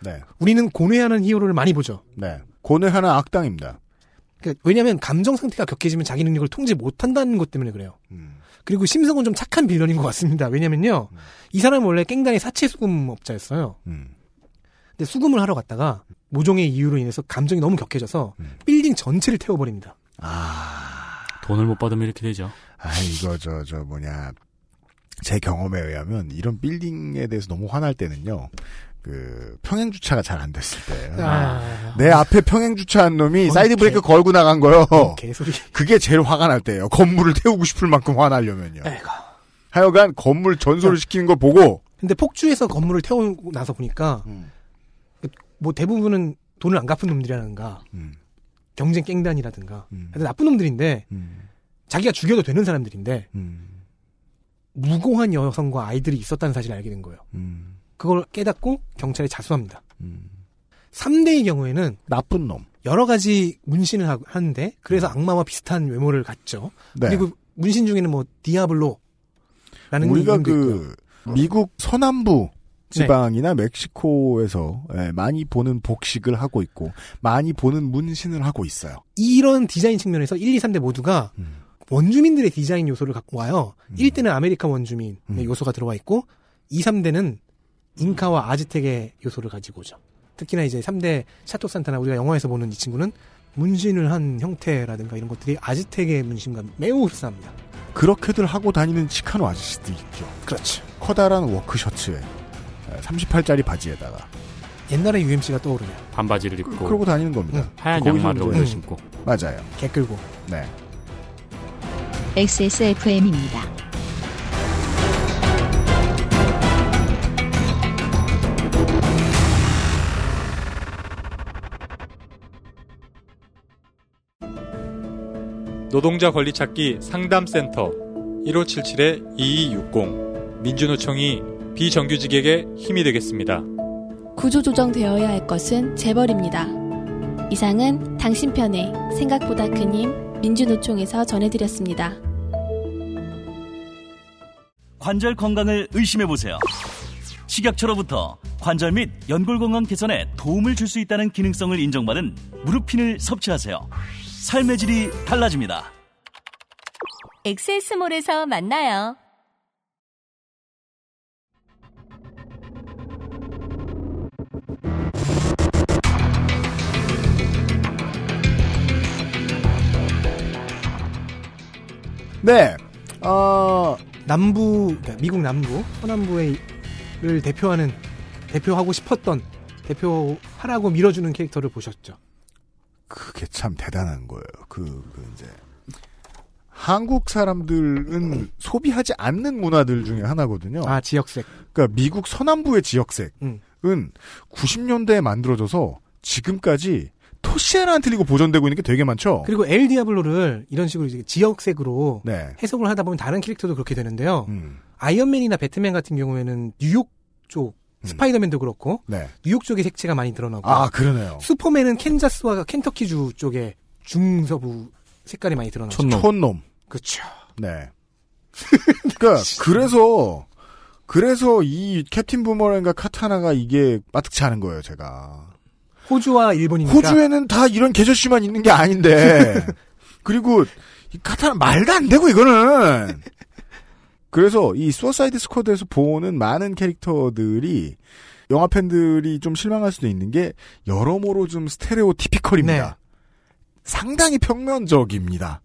Speaker 2: 네.
Speaker 10: 우리는 고뇌하는 히어로를 많이 보죠.
Speaker 2: 네. 고뇌하는 악당입니다.
Speaker 10: 그러니까 왜냐하면 감정 상태가 격해지면 자기 능력을 통제 못한다는 것 때문에 그래요.
Speaker 2: 음.
Speaker 10: 그리고 심성은 좀 착한 빌런인 것 같습니다. 왜냐면요, 이 사람은 원래 깽단의 사채 수금업자였어요.
Speaker 2: 음.
Speaker 10: 근데 수금을 하러 갔다가 모종의 이유로 인해서 감정이 너무 격해져서 빌딩 전체를 태워버립니다.
Speaker 12: 돈을 못 받으면 이렇게 되죠.
Speaker 2: 아 이거 저 저 뭐냐 제 경험에 의하면 이런 빌딩에 대해서 너무 화날 때는요. 그 평행 주차가 잘 안 됐을 때.
Speaker 10: 아.
Speaker 2: 내 앞에 평행 주차한 놈이 사이드 브레이크 걸고 나간 거요.
Speaker 10: 개소리.
Speaker 2: 그게 제일 화가 날 때예요. 건물을 태우고 싶을 만큼 화나려면요.
Speaker 10: 아이고.
Speaker 2: 하여간 건물 전소를 시키는 걸 보고
Speaker 10: 근데 폭주에서 건물을 태우고 나서 보니까
Speaker 2: 음.
Speaker 10: 뭐 대부분은 돈을 안 갚은 놈들이라든가
Speaker 2: 음,
Speaker 10: 경쟁 깽단이라든가 하여튼 나쁜 놈들인데
Speaker 2: 음,
Speaker 10: 자기가 죽여도 되는 사람들인데 무고한 여성과 아이들이 있었다는 사실을 알게 된 거예요.
Speaker 2: 음,
Speaker 10: 그걸 깨닫고 경찰에 자수합니다. 3대의 경우에는
Speaker 2: 나쁜 놈
Speaker 10: 여러 가지 문신을 하- 하는데 그래서 악마와 비슷한 외모를 갖죠.
Speaker 2: 음. 네.
Speaker 10: 그리고 문신 중에는 뭐 디아블로 라는
Speaker 2: 우리가
Speaker 10: 이름도
Speaker 2: 그 미국 서남부 지방이나 멕시코에서 예, 많이 보는 복식을 하고 있고 많이 보는 문신을 하고 있어요.
Speaker 10: 이런 디자인 측면에서 1, 2, 3대 모두가
Speaker 2: 음.
Speaker 10: 원주민들의 디자인 요소를 갖고 와요. 1대는 아메리카 원주민의 요소가 들어와 있고 2, 3대는 잉카와 아즈텍의 요소를 가지고 오죠. 특히나 이제 3대 샤토 산타나 우리가 영화에서 보는 이 친구는 문신을 한 형태라든가 이런 것들이 아즈텍의 문신과 매우 흡사합니다.
Speaker 2: 그렇게들 하고 다니는 치카노 아저씨들 있죠.
Speaker 10: 그렇죠.
Speaker 2: 커다란 워크셔츠에 38짜리 바지에다가
Speaker 10: 옛날에 UMC가 떠오르네요.
Speaker 12: 반바지를
Speaker 10: 음.
Speaker 12: 입고
Speaker 2: 그러고 다니는 겁니다.
Speaker 12: 하얀
Speaker 2: 거기서
Speaker 12: 양말을
Speaker 2: 이제-
Speaker 12: 올려
Speaker 2: 음.
Speaker 12: 신고.
Speaker 2: 맞아요.
Speaker 10: 개 끌고.
Speaker 2: 네.
Speaker 1: XSFM입니다.
Speaker 7: 노동자 권리 찾기 상담센터 1577-2260 민주노총이 비정규직에게 힘이 되겠습니다.
Speaker 6: 구조조정되어야 할 것은 재벌입니다. 이상은 당신 편의 생각보다 큰 힘 민주노총에서 전해드렸습니다.
Speaker 13: 관절 건강을 의심해 보세요. 식약처로부터 관절 및 연골 건강 개선에 도움을 줄 수 있다는 기능성을 인정받은 무릎핀을 섭취하세요. 삶의 질이 달라집니다.
Speaker 18: 엑세스몰에서 만나요.
Speaker 2: 네. 아,
Speaker 10: 남부, 그러니까 미국 남부, 서남부를 대표하는, 대표하고 싶었던, 대표하라고 밀어주는 캐릭터를 보셨죠.
Speaker 2: 그게 참 대단한 거예요. 그, 그 이제 한국 사람들은 소비하지 않는 문화들 중에 하나거든요.
Speaker 10: 음. 아 지역색.
Speaker 2: 그러니까 미국 서남부의 지역색은
Speaker 10: 음.
Speaker 2: 90년대에 만들어져서 지금까지 토시 하나 안 틀리고 보존되고 있는 게 되게 많죠.
Speaker 10: 그리고 엘 디아블로를 이런 식으로 이제 지역색으로
Speaker 2: 네.
Speaker 10: 해석을 하다 보면 다른 캐릭터도 그렇게 되는데요.
Speaker 2: 음.
Speaker 10: 아이언맨이나 배트맨 같은 경우에는 뉴욕 쪽, 스파이더맨도 그렇고,
Speaker 2: 네.
Speaker 10: 뉴욕 쪽의 색채가 많이 드러나고,
Speaker 2: 음. 아 그러네요.
Speaker 10: 슈퍼맨은 캔자스와 켄터키주 쪽에 중서부 색깔이 많이 드러나고.
Speaker 2: 촌놈.
Speaker 10: 그렇죠.
Speaker 2: 네. 그러니까 그래서 그래서 이 캡틴 부머랭과 카타나가 이게 마뜩치 않은 거예요, 제가.
Speaker 10: 호주와 일본이니까.
Speaker 2: 호주에는 다 이런 개저씨만 있는 게 아닌데. 그리고 이 카타나 말도 안 되고 이거는. 그래서 이 수어사이드 스쿼드에서 보는 많은 캐릭터들이 영화 팬들이 좀 실망할 수도 있는 게 여러모로 좀 스테레오 티피컬입니다.
Speaker 10: 네.
Speaker 2: 상당히 평면적입니다.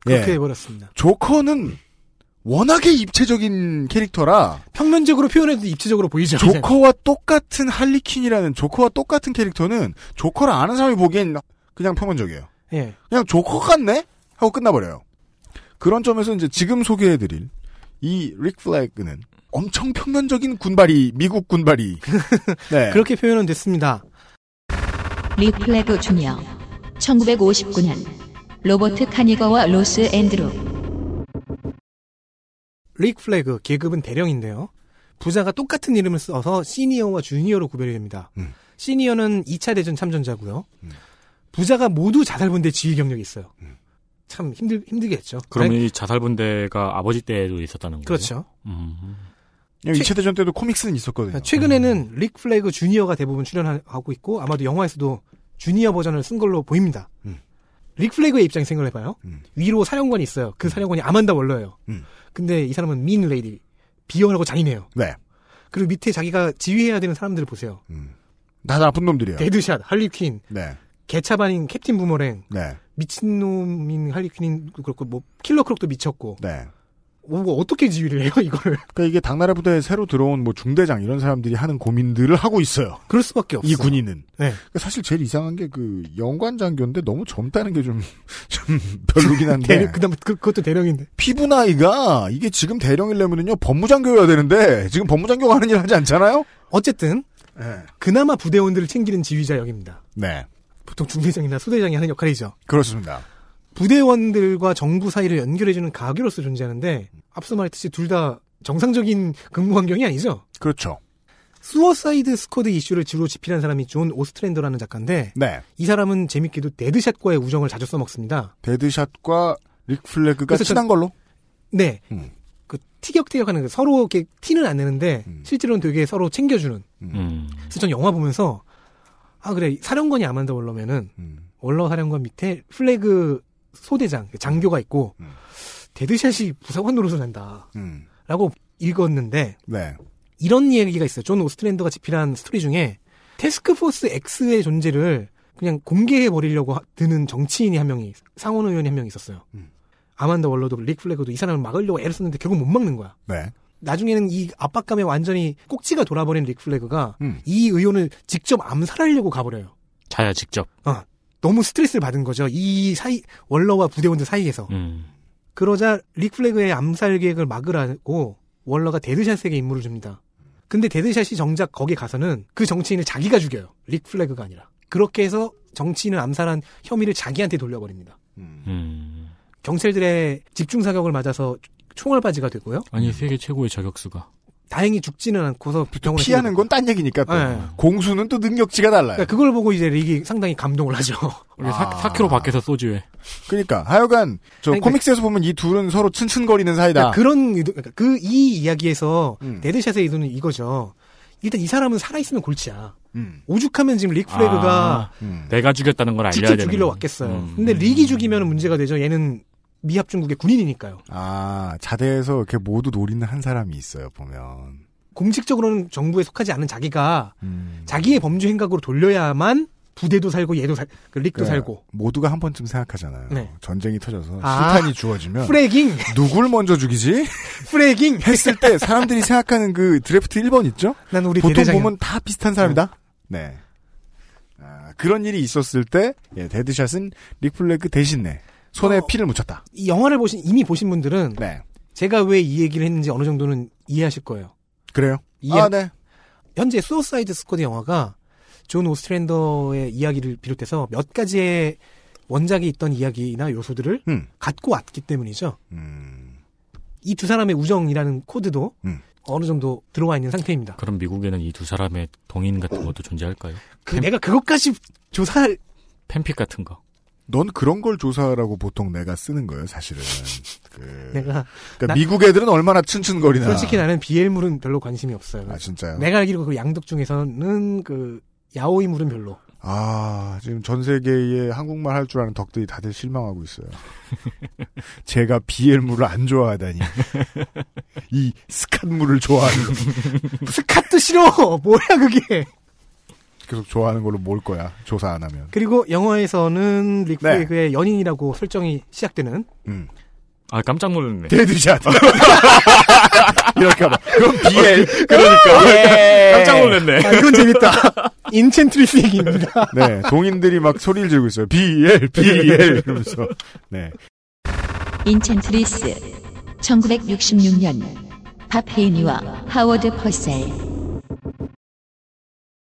Speaker 10: 그렇게
Speaker 2: 예.
Speaker 10: 해버렸습니다.
Speaker 2: 조커는 워낙에 입체적인 캐릭터라
Speaker 10: 평면적으로 표현해도 입체적으로 보이죠.
Speaker 2: 조커와 똑같은 할리퀸이라는 조커와 똑같은 캐릭터는 조커를 아는 사람이 보기엔 그냥 평면적이에요.
Speaker 10: 예.
Speaker 2: 그냥 조커 같네 하고 끝나버려요. 그런 점에서 이제 지금 소개해드릴 이릭 플래그는 엄청 평면적인 군발이 미국 군발이 네.
Speaker 10: 그렇게 표현은 됐습니다.
Speaker 1: 리플레그 주니어 1959년 로버트 카니거와 로스 앤드루
Speaker 10: 릭 플래그 계급은 대령인데요. 부자가 똑같은 이름을 써서 시니어와 주니어로 구별이 됩니다.
Speaker 2: 음.
Speaker 10: 시니어는 2차 대전 참전자고요. 부자가 모두 자살분대 지휘 경력이 있어요.
Speaker 2: 음.
Speaker 10: 참 힘들 힘들겠죠. 네?
Speaker 12: 그러면 이 자살분대가 아버지 때도 있었다는 거예요?
Speaker 10: 그렇죠.
Speaker 12: 음.
Speaker 2: 왜냐면 2차 대전 때도 코믹스는 있었거든요.
Speaker 10: 최근에는 릭 플래그 주니어가 대부분 출연하고 있고 아마도 영화에서도 주니어 버전을 쓴 걸로 보입니다.
Speaker 2: 음.
Speaker 10: 릭 플래그의 입장 생각을 해봐요. 위로 사령관이 있어요. 그 사령관이 아만다 월러예요.
Speaker 2: 음.
Speaker 10: 근데 이 사람은 민 레이디 비열하고 잔인해요.
Speaker 2: 네.
Speaker 10: 그리고 밑에 자기가 지휘해야 되는 사람들을 보세요.
Speaker 2: 다 나쁜 놈들이에요.
Speaker 10: 데드샷, 할리퀸,
Speaker 2: 네.
Speaker 10: 개차반인 캡틴 부머랭,
Speaker 2: 네.
Speaker 10: 미친놈인 할리퀸도 그렇고 뭐 킬러 크록도 미쳤고.
Speaker 2: 네.
Speaker 10: 뭐 어떻게 지휘를 해요 이거를?
Speaker 2: 그러니까 이게 당나라 부대에 새로 들어온 뭐 중대장 이런 사람들이 하는 고민들을 하고 있어요.
Speaker 10: 그럴 수밖에 없어요.
Speaker 2: 이 군인은.
Speaker 10: 네.
Speaker 2: 그러니까 사실 제일 이상한 게 그 영관 장교인데 너무 젊다는 게 좀 좀 별로긴 한데.
Speaker 10: 대령, 그다음 그, 그것도 대령인데.
Speaker 2: 피부 나이가 이게 지금 대령이려면은요 법무장교여야 되는데 지금 법무장교가 하는 일 하지 않잖아요.
Speaker 10: 어쨌든 예. 그나마 부대원들을 챙기는 지휘자 역입니다.
Speaker 2: 네.
Speaker 10: 보통 중대장이나 소대장이 하는 역할이죠.
Speaker 2: 그렇습니다.
Speaker 10: 부대원들과 정부 사이를 연결해주는 가교로서 존재하는데 앞서 말했듯이 둘 다 정상적인 근무 환경이 아니죠.
Speaker 2: 그렇죠.
Speaker 10: 수어사이드 스쿼드 이슈를 주로 집필한 사람이 존 오스트랜더라는 작가인데
Speaker 2: 네.
Speaker 10: 이 사람은 재밌게도 데드샷과의 우정을 자주 써먹습니다.
Speaker 2: 데드샷과 릭플래그가
Speaker 10: 그래서
Speaker 2: 친한
Speaker 10: 전-
Speaker 2: 걸로.
Speaker 10: 네.
Speaker 2: 음.
Speaker 10: 그 티격태격하는 그 서로 이렇게 티는 안 내는데 실제로는 되게 서로 챙겨주는.
Speaker 2: 음.
Speaker 12: 음.
Speaker 3: 음.
Speaker 10: 그래서 전 영화 보면서 아 그래 사령관이 아만다 월러면은
Speaker 2: 음.
Speaker 10: 월러 사령관 밑에 플래그 소대장 장교가 있고 데드샷이 부사관 노릇을 한다라고
Speaker 2: 음.
Speaker 10: 읽었는데
Speaker 2: 네.
Speaker 10: 이런 얘기가 있어요. 존 오스트랜더가 집필한 스토리 중에 테스크포스 X의 존재를 그냥 공개해 버리려고 하- 드는 정치인이 한 명이 상원 의원이 한 명 있었어요. 아만다 월러도 릭 플래그도 이 사람을 막으려고 애를 썼는데 결국 못 막는 거야.
Speaker 2: 네.
Speaker 10: 나중에는 이 압박감에 완전히 꼭지가 돌아버린 릭 플래그가
Speaker 2: 음.
Speaker 10: 이 의원을 직접 암살하려고 가버려요.
Speaker 12: 자야 직접.
Speaker 10: 어, 너무 스트레스를 받은 거죠. 이 사이 월러와 부대원들 사이에서
Speaker 12: 음.
Speaker 10: 그러자 릭 플래그의 암살 계획을 막으라고 월러가 데드샷에게 임무를 줍니다. 근데 데드샷이 정작 거기 가서는 그 정치인을 자기가 죽여요. 릭
Speaker 12: 음.
Speaker 2: 음.
Speaker 10: 플래그가 아니라 그렇게 해서 정치인을 암살한 혐의를 자기한테 돌려버립니다. 경찰들의 집중 사격을 맞아서 총알바지가 되고요.
Speaker 12: 아니 세계 최고의 저격수가
Speaker 10: 다행히 죽지는 않고서 병원에
Speaker 2: 피하는 건 딴 얘기니까 또.
Speaker 10: 네.
Speaker 2: 공수는 또 능력치가 달라요.
Speaker 10: 그걸 보고 이제 릭이 상당히 감동을 하죠.
Speaker 12: 우리 사,
Speaker 10: 아.
Speaker 12: 4km 밖에서 소주에.
Speaker 2: 그러니까 하여간 저
Speaker 10: 아니,
Speaker 2: 코믹스에서 보면 이 둘은 서로 츤츤거리는 사이다.
Speaker 10: 그런 그 이 이야기에서
Speaker 2: 음.
Speaker 10: 데드샷의 의도는 이거죠. 일단 이 사람은 살아있으면 골치야.
Speaker 2: 음.
Speaker 10: 오죽하면 지금 릭 프레그가
Speaker 12: 아, 내가 죽였다는 걸 알려야
Speaker 10: 직접
Speaker 12: 되는
Speaker 10: 죽이러
Speaker 12: 거야.
Speaker 10: 왔겠어요.
Speaker 12: 음.
Speaker 10: 근데 릭이 죽이면 문제가 되죠. 얘는 미합 중국의 군인이니까요.
Speaker 2: 아 자대에서 이렇게 모두 노리는 한 사람이 있어요 보면.
Speaker 10: 공식적으로는 정부에 속하지 않은 자기가 자기의 범죄 행각으로 돌려야만 부대도 살고 얘도 살, 그
Speaker 12: 네.
Speaker 2: 그러니까
Speaker 10: 릭도 살고.
Speaker 2: 모두가 한 번쯤 생각하잖아요.
Speaker 10: 네.
Speaker 2: 전쟁이 터져서
Speaker 10: 아,
Speaker 2: 실탄이
Speaker 12: 네.
Speaker 2: 주어지면
Speaker 10: 프레깅.
Speaker 2: 누굴 먼저 죽이지?
Speaker 10: 프레깅
Speaker 2: 했을 때 사람들이 생각하는 그 드래프트 1번 있죠?
Speaker 10: 난 우리
Speaker 2: 보통
Speaker 10: 대대장이야.
Speaker 2: 보면 다 비슷한 사람이다. 네. 아, 그런 일이 있었을 때 예, 데드샷은 릭플레그 대신에 손에
Speaker 10: 어.
Speaker 2: 피를 묻혔다. 네.
Speaker 10: 이 영화를 보신 이미 보신 분들은
Speaker 12: 네.
Speaker 10: 제가 왜 이 얘기를 했는지 어느 정도는 이해하실 거예요.
Speaker 2: 그래요?
Speaker 10: 이해-
Speaker 2: 아, 네.
Speaker 10: 현재 수어사이드 스쿼드 영화가 존 오스트랜더의 이야기를 비롯해서 몇 가지의 원작에 있던 이야기나 요소들을
Speaker 12: 음.
Speaker 2: 음.
Speaker 10: 갖고 왔기 때문이죠. 이 두 사람의 우정이라는 코드도
Speaker 2: 음.
Speaker 10: 어느 정도 들어와 있는 상태입니다.
Speaker 12: 그럼 미국에는 이 두 사람의 동인 같은 것도 존재할까요?
Speaker 10: 그 내가 그것까지 조사할
Speaker 12: 팬픽 같은 거.
Speaker 2: 넌 그런 걸 조사하라고 보통 내가 쓰는 거예요, 사실은. 그,
Speaker 10: 내가
Speaker 2: 그러니까
Speaker 10: 나-
Speaker 2: 미국 애들은 얼마나 츤츤거리나.
Speaker 10: 솔직히 나는 BL물은 별로 관심이 없어요.
Speaker 2: 아, 진짜요?
Speaker 10: 내가 알기로 그 양덕 중에서는 그 야오이물은 별로.
Speaker 2: 아, 지금 전 세계에 한국말 할 줄 아는 덕들이 다들 실망하고 있어요. 제가 BL물을 안 좋아하다니. 이 스캇물을 좋아하는.
Speaker 10: 스캇도 싫어! 뭐야, 그게!
Speaker 2: 계속 좋아하는 걸로 몰 거야. 조사 안 하면.
Speaker 10: 그리고 영화에서는 릭프레그의 연인이라고 설정이 시작되는
Speaker 2: 음.
Speaker 12: 아 깜짝 놀랐네.
Speaker 2: 데드샷. 이럴까봐. 어, 그럼 BL.
Speaker 12: 그러니까. 깜짝 놀랐네.
Speaker 10: 아, 이건 재밌다. 인첸트리스 얘기입니다.
Speaker 2: 네, 동인들이 막 소리를 지르고 있어요. BL, BL 이러면서. 네.
Speaker 1: 인첸트리스 1966년 밥 헤이니와 하워드 퍼셀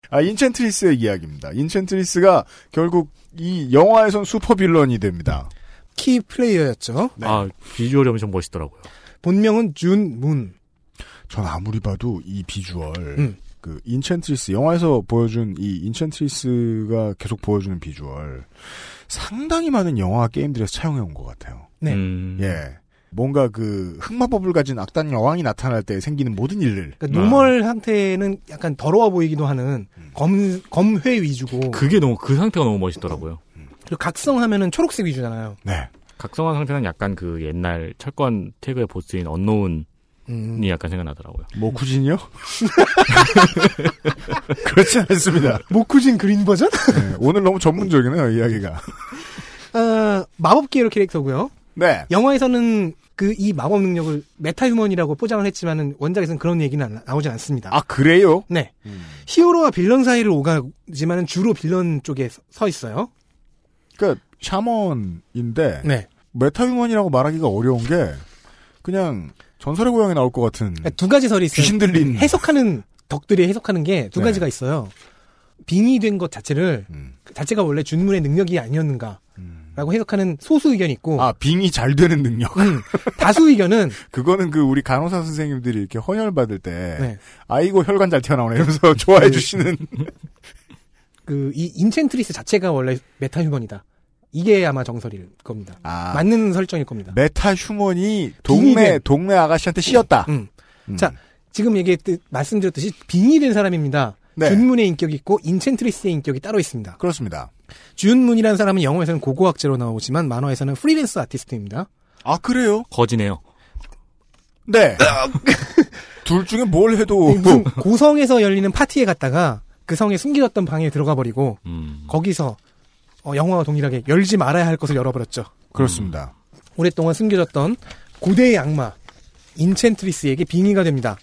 Speaker 2: 아, 인첸트리스의 이야기입니다. 인첸트리스가 결국 이 영화에선 슈퍼빌런이 됩니다.
Speaker 10: 키 플레이어였죠.
Speaker 12: 아 비주얼이 엄청 멋있더라고요.
Speaker 10: 본명은 준문.
Speaker 2: 전 아무리 봐도 이 비주얼,
Speaker 10: 음.
Speaker 2: 그 인첸트리스 영화에서 보여준 이 인첸트리스가 계속 보여주는 비주얼 상당히 많은 영화 게임들에서 차용해 온 것 같아요.
Speaker 10: 네.
Speaker 12: 음.
Speaker 2: 예. 뭔가 그 흑마법을 가진 악당 여왕이 나타날 때 생기는 모든 일들.
Speaker 10: 그러니까 노멀 상태는 약간 더러워 보이기도 하는 검, 검회 위주고.
Speaker 12: 그게 너무 그 상태가 너무 멋있더라고요.
Speaker 10: 그리고 각성하면은 초록색 위주잖아요.
Speaker 2: 네.
Speaker 12: 각성한 상태는 약간 그 옛날 철권 태그의 보스인 언노운이
Speaker 10: 음.
Speaker 2: 예.
Speaker 12: 약간 생각나더라고요.
Speaker 2: 모쿠진이요? 그렇지 않습니다. 네,
Speaker 10: 모쿠진 그린 버전?
Speaker 2: 오늘 너무 전문적이네요, 이야기가.
Speaker 10: 어, 마법 계열 캐릭터고요.
Speaker 2: 네.
Speaker 10: 영화에서는 그 이 마법 능력을 메타휴먼이라고 포장을 했지만은 원작에서는 그런 얘기는 안- 나오진 않습니다.
Speaker 2: 아, 그래요?
Speaker 10: 네. 히어로와 빌런 사이를 오가지만은 주로 빌런 쪽에 서- 서 있어요.
Speaker 2: 그러니까 샤먼인데
Speaker 10: 네.
Speaker 2: 메타휴먼이라고 말하기가 어려운 게 그냥 전설의 고향에 나올 것 같은
Speaker 10: 두 가지 설이 있어요.
Speaker 2: 음. 귀신 들린
Speaker 10: 네. 해석하는 덕들이 해석하는 게 두
Speaker 2: 네.
Speaker 10: 가지가 있어요. 빙의 된것 자체를
Speaker 2: 음.
Speaker 10: 그 자체가 원래 준문의 능력이 아니었는가라고 해석하는 소수 의견이 있고
Speaker 2: 아 빙이 잘 되는 능력.
Speaker 10: 음. 다수 의견은
Speaker 2: 그거는 그 우리 간호사 선생님들이 이렇게 헌혈 받을 때
Speaker 10: 네.
Speaker 2: 아이고 혈관 잘 튀어나오네 이러면서 좋아해
Speaker 10: 네.
Speaker 2: 주시는
Speaker 10: 그 이 인첸트리스 자체가 원래 메타휴먼이다. 이게 아마 정설일 겁니다. 맞는 설정일 겁니다.
Speaker 2: 아, 메타 휴먼이
Speaker 10: 빙이
Speaker 2: 동네
Speaker 10: 된-
Speaker 2: 동네 아가씨한테 씌었다.
Speaker 10: 음. 자, 지금 얘기했듯 그, 말씀드렸듯이 빙의된 사람입니다.
Speaker 2: 네.
Speaker 10: 준문의 인격이 있고 인첸트리스의 인격이 따로 있습니다.
Speaker 2: 그렇습니다.
Speaker 10: 준문이라는 사람은 영어에서는 고고학자로 나오지만 만화에서는 프리랜서 아티스트입니다.
Speaker 2: 아 그래요?
Speaker 12: 거지네요.
Speaker 2: 네.
Speaker 10: 아.
Speaker 2: 둘 중에 뭘 해도
Speaker 10: 네, 무슨 고성에서 열리는 파티에 갔다가 그 성에 숨겨졌던 방에 들어가 버리고
Speaker 12: 음.
Speaker 10: 거기서 어, 영화와 동일하게 열지 말아야 할 것을 열어버렸죠.
Speaker 2: 그렇습니다.
Speaker 10: 오랫동안 숨겨졌던 고대의 악마 인첸트리스에게 빙의가 됩니다.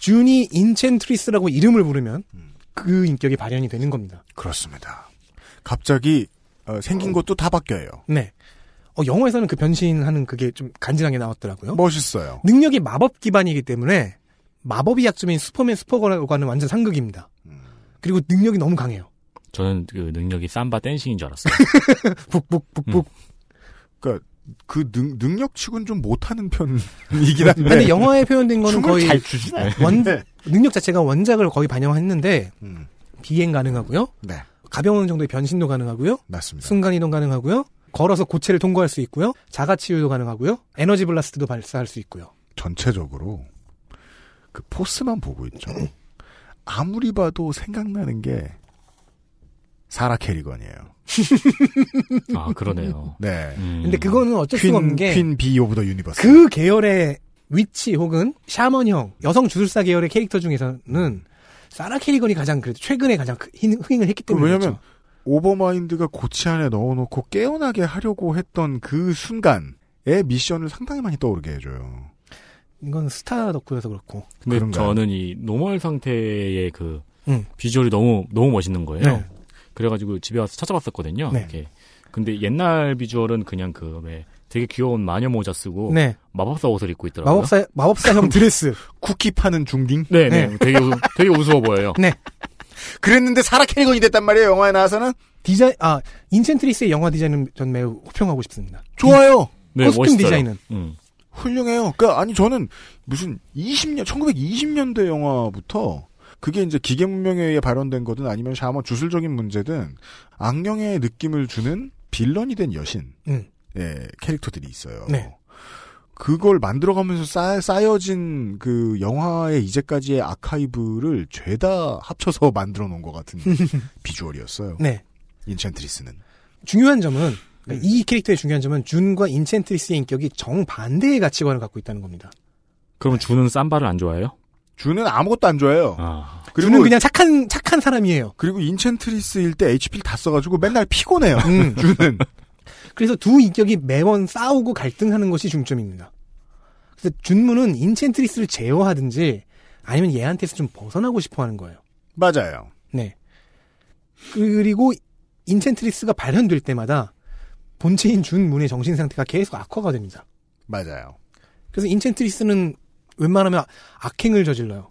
Speaker 10: 준이 인첸트리스라고 이름을 부르면 그 인격이 발현이 되는 겁니다.
Speaker 2: 그렇습니다. 갑자기 어, 생긴 것도 다 바뀌어요.
Speaker 10: 네. 어, 영화에서는 그 변신하는 그게 좀 간지나게 나왔더라고요.
Speaker 2: 뭐- 멋있어요.
Speaker 10: 능력이 마법 기반이기 때문에 마법이 약점인 슈퍼맨 슈퍼걸과는 완전 상극입니다. 그리고 능력이 너무 강해요.
Speaker 12: 저는 그 능력이 삼바 댄싱인 줄 알았어요.
Speaker 10: 북북북북.
Speaker 2: 그러니까 그 능, 능력치곤 좀 못하는 편이긴 한데.
Speaker 10: 근데 영화에 표현된 거는
Speaker 2: 춤을 네.
Speaker 10: 네. 거의 네.
Speaker 2: 잘 네. 추진 않는데.
Speaker 10: 원, 능력 자체가 원작을 거의 반영했는데 비행 가능하고요.
Speaker 2: 음, 네.
Speaker 10: 가벼운 정도의 변신도 가능하고요.
Speaker 2: 맞습니다.
Speaker 10: 순간 이동 가능하고요. 걸어서 고체를 통과할 수 있고요. 자가 치유도 가능하고요. 에너지 블라스트도 발사할 수 있고요.
Speaker 2: 전체적으로 그 포스만 보고 있죠. 아무리 봐도 생각나는 게 사라 캐리건이에요.
Speaker 12: 아, 그러네요.
Speaker 2: 네.
Speaker 12: 음.
Speaker 10: 근데 그거는 어쩔 수가 없는 게
Speaker 2: 퀸 비 오브 더 유니버스.
Speaker 10: 그 계열의 위치 혹은 샤먼형 여성 주술사 계열의 캐릭터 중에서는 사라 캐리건이 가장 그래도 최근에 가장 크- 희- 흥행을 했기 때문에 그렇죠.
Speaker 2: 왜냐면 오버마인드가 고치 안에 넣어놓고 깨어나게 하려고 했던 그 순간의 미션을 상당히 많이 떠오르게 해줘요.
Speaker 10: 이건 스타 덕후여서 그렇고
Speaker 12: 근데
Speaker 2: 그런가요?
Speaker 12: 저는 이 노멀 상태의 그
Speaker 10: 응.
Speaker 12: 비주얼이 너무 너무 멋있는 거예요.
Speaker 10: 음. 네.
Speaker 12: 그래가지고 집에 와서 찾아봤었거든요.
Speaker 10: 네.
Speaker 12: 이렇게. 근데 옛날 비주얼은 그냥 그왜 되게 귀여운 마녀 모자 쓰고
Speaker 2: 뭐
Speaker 10: 네.
Speaker 12: 마법사 옷을 입고 있더라고요.
Speaker 10: 마법사 마법사형 드레스
Speaker 2: 쿠키 파는 중딩
Speaker 12: 네, 네. 되게 우, 되게 우스워 보여요.
Speaker 10: 네.
Speaker 2: 그랬는데 사라 캐리건이 됐단 말이에요. 영화에 나와서는
Speaker 10: 디자인 아 인센트리스의 영화 디자인은 전 매우 호평하고 싶습니다.
Speaker 2: 좋아요.
Speaker 10: 네, 코스튬 멋있어요. 디자인은.
Speaker 12: 음.
Speaker 2: 훌륭해요. 그러니까 아니 저는 무슨 20년 1920년대 영화부터 그게 이제 기계 문명에 의해 발현된 거든 아니면 샤먼 주술적인 문제든 악령의 느낌을 주는 빌런이 된 여신
Speaker 10: 음.
Speaker 2: 의 캐릭터들이 있어요.
Speaker 10: 네.
Speaker 2: 그걸 만들어가면서 쌓, 쌓여진 그 영화의 이제까지의 아카이브를 죄다 합쳐서 만들어 놓은 것 같은 비주얼이었어요.
Speaker 10: 네.
Speaker 2: 인첸트리스는.
Speaker 10: 중요한 점은 그러니까 이 캐릭터의 중요한 점은 준과 인첸트리스의 인격이 정반대의 가치관을 갖고 있다는 겁니다.
Speaker 12: 그럼 주는 쌈바를 안 좋아해요?
Speaker 2: 주는 아무것도 안 좋아해요. 그리고
Speaker 10: 주는 그냥 착한 착한 사람이에요.
Speaker 2: 그리고 인첸트리스일 때 HP를 다 써가지고 맨날 피곤해요. 주는.
Speaker 10: 그래서 두 인격이 매번 싸우고 갈등하는 것이 중점입니다. 그래서 준무는 인첸트리스를 제어하든지 아니면 얘한테서 좀 벗어나고 싶어 하는 거예요.
Speaker 2: 맞아요.
Speaker 10: 네. 그리고 인첸트리스가 발현될 때마다 본체인 준문의 정신 상태가 계속 악화가 됩니다.
Speaker 2: 맞아요.
Speaker 10: 그래서 인첸트리스는 웬만하면 악행을 저질러요.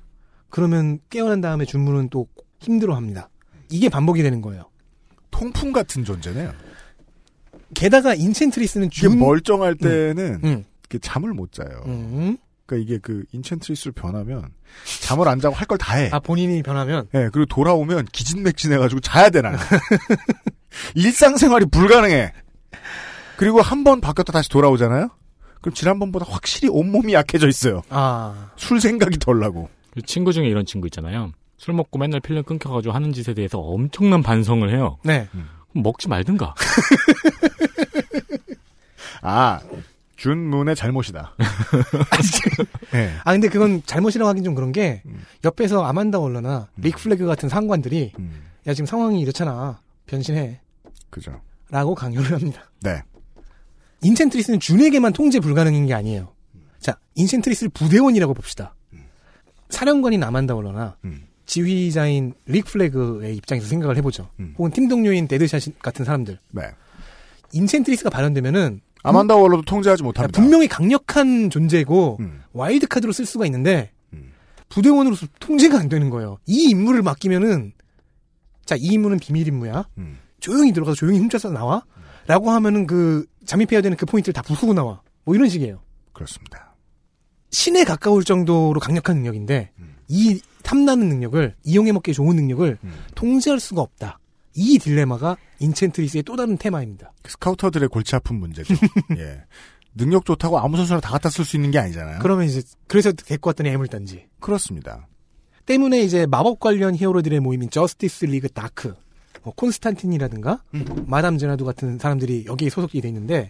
Speaker 10: 그러면 깨어난 다음에 준문은 또 힘들어합니다. 이게 반복이 되는 거예요.
Speaker 2: 통풍 같은 존재네요. 음.
Speaker 10: 게다가 인첸트리스는
Speaker 2: 이게
Speaker 10: 준
Speaker 2: 멀쩡할 때는
Speaker 10: 음, 음.
Speaker 2: 이렇게 잠을 못 자요.
Speaker 10: 음.
Speaker 2: 그러니까 이게 그 인첸트리스로 변하면 잠을 안 자고 할 걸 다 해.
Speaker 10: 아 본인이 변하면
Speaker 2: 예, 그리고 돌아오면 기진맥진해가지고 자야 돼 나는. 일상생활이 불가능해. 그리고 한 번 바뀌었다 다시 돌아오잖아요. 그럼 지난번보다 확실히 온몸이 약해져 있어요.
Speaker 10: 아.
Speaker 2: 술 생각이 덜 나고.
Speaker 12: 그 친구 중에 이런 친구 있잖아요. 술 먹고 맨날 필름 끊겨가지고 하는 짓에 대해서 엄청난 반성을 해요.
Speaker 10: 네.
Speaker 2: 음.
Speaker 12: 그럼 먹지 말든가.
Speaker 2: 아, 준문의 잘못이다. 네.
Speaker 10: 아 근데 그건 잘못이라고 하긴 좀 그런 게
Speaker 2: 음.
Speaker 10: 옆에서 아만다 월러나 릭 플래그 같은 상관들이 야 지금 상황이 이렇잖아 변신해라고
Speaker 2: 음, 그죠.
Speaker 10: 강요를 합니다.
Speaker 2: 네.
Speaker 10: 인첸트리스는 준에게만 통제 불가능인 게 아니에요. 자 인첸트리스를 부대원이라고 봅시다.
Speaker 2: 음.
Speaker 10: 사령관인 아만다 월러나 지휘자인 릭 플래그의 입장에서 생각을 해보죠.
Speaker 2: 음.
Speaker 10: 혹은 팀 동료인 데드샷 같은 사람들.
Speaker 2: 네.
Speaker 10: 인첸트리스가 발현되면은
Speaker 2: 아만다 월러도 통제하지 못합니다. 음.
Speaker 10: 분명히 강력한 존재고 와일드 카드로 쓸 수가 있는데 부대원으로서 통제가 안 되는 거예요. 이 임무를 맡기면은 자 이 임무는 비밀 임무야.
Speaker 2: 음,
Speaker 10: 조용히 들어가서 조용히 훔쳐서 나와라고 하면은 그 잠입해야 되는 그 포인트를 다 부수고 나와. 뭐 이런 식이에요.
Speaker 2: 그렇습니다.
Speaker 10: 신에 가까울 정도로 강력한 능력인데
Speaker 2: 음.
Speaker 10: 이 탐나는 능력을 이용해 먹기 좋은 능력을
Speaker 2: 음,
Speaker 10: 통제할 수가 없다. 이 딜레마가 인첸트리스의 또 다른 테마입니다.
Speaker 2: 그 스카우터들의 골치 아픈 문제죠. 예. 능력 좋다고 아무 선수나 다 갖다 쓸 수 있는 게 아니잖아요.
Speaker 10: 그러면 이제 그래서 데리고 왔더니 애물단지.
Speaker 2: 그렇습니다.
Speaker 10: 때문에 이제 마법 관련 히어로들의 모임인 저스티스 리그 다크, 뭐 콘스탄틴이라든가
Speaker 2: 음.
Speaker 10: 마담 제나두 같은 사람들이 여기에 소속이 돼 있는데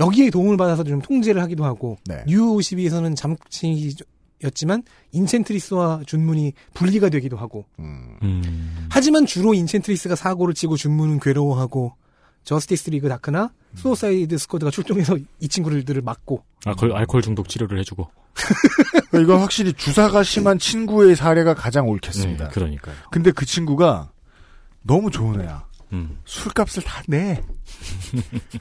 Speaker 10: 여기에 도움을 받아서 좀 통제를 하기도 하고
Speaker 2: 네.
Speaker 10: 뉴 52에서는 잠시였지만 인첸트리스와 준문이 분리가 되기도 하고
Speaker 2: 음.
Speaker 10: 하지만 주로 인첸트리스가 사고를 치고 준문은 괴로워하고 저스티스 리그 다크나
Speaker 2: 음.
Speaker 10: 수어사이드 스쿼드가 출동해서 이 친구들을 막고
Speaker 12: 알코올, 알코올 중독 치료를 해주고.
Speaker 2: 그러니까 이건 확실히 주사가 심한 친구의 사례가 가장
Speaker 10: 네,
Speaker 2: 옳겠습니다.
Speaker 12: 네, 그러니까요.
Speaker 2: 근데 그 친구가 너무 좋은 애야.
Speaker 12: 음.
Speaker 2: 술값을 다 내.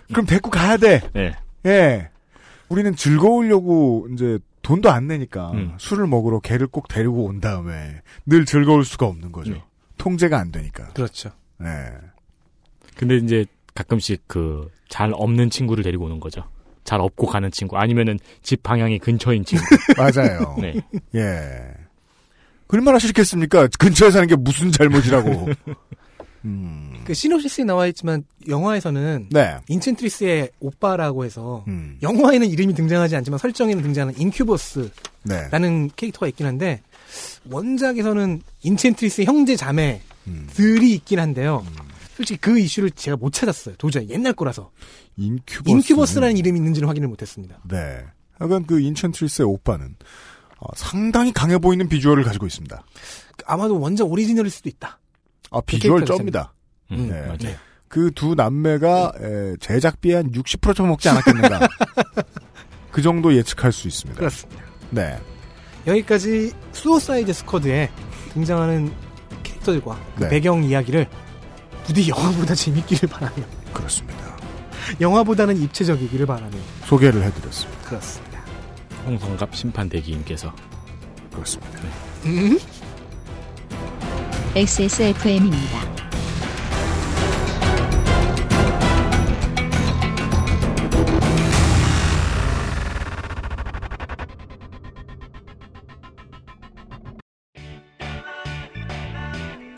Speaker 2: 그럼 데리고 가야 돼.
Speaker 12: 네.
Speaker 2: 예. 우리는 즐거우려고 이제 돈도 안 내니까 술을 먹으러 걔를 꼭 데리고 온 다음에 늘 즐거울 수가 없는 거죠. 통제가 안 되니까.
Speaker 10: 그렇죠.
Speaker 2: 네.
Speaker 12: 근데 이제 가끔씩 그 잘 없는 친구를 데리고 오는 거죠. 잘 없고 가는 친구 아니면은 집 방향이 근처인 친구.
Speaker 2: 맞아요.
Speaker 12: 네.
Speaker 2: 예. 얼마나 싫겠습니까? 근처에 사는 게 무슨 잘못이라고.
Speaker 10: 그 시놉시스에 나와 있지만 영화에서는
Speaker 2: 네. 음.
Speaker 10: 인첸트리스의 오빠라고 해서 영화에는 이름이 등장하지 않지만 설정에는 등장하는 인큐버스라는
Speaker 2: 네.
Speaker 10: 캐릭터가 있긴 한데 원작에서는 인첸트리스 형제 자매들이
Speaker 2: 음.
Speaker 10: 있긴 한데요. 솔직히 그 이슈를 제가 못 찾았어요. 도저히 옛날 거라서
Speaker 2: 인큐버스.
Speaker 10: 인큐버스라는 이름이 있는지는 확인을 못했습니다.
Speaker 2: 네. 약간 그 인첸트리스의 오빠는 어, 상당히 강해 보이는 비주얼을 가지고 있습니다.
Speaker 10: 아마도 원작 오리지널일 수도 있다.
Speaker 2: 아, 비주얼
Speaker 10: 캐릭터가
Speaker 2: 쩝니다.
Speaker 10: 음,
Speaker 2: 네.
Speaker 10: 맞아요.
Speaker 2: 그 두 남매가 에, 제작비의 한 60% 처먹지 않았겠는가. 그 정도 예측할 수 있습니다.
Speaker 10: 그렇습니다.
Speaker 2: 네.
Speaker 10: 여기까지 수어사이드 스쿼드에 등장하는 캐릭터들과 그
Speaker 2: 네.
Speaker 10: 배경 이야기를 부디 영화보다 재밌기를 바라며
Speaker 2: 그렇습니다.
Speaker 10: 영화보다는 입체적이기를 바라며
Speaker 2: 소개를 해드렸습니다.
Speaker 10: 그렇습니다.
Speaker 12: 홍성갑 심판 대기인께서
Speaker 2: 그렇습니다.
Speaker 10: 네.
Speaker 1: XSFM입니다.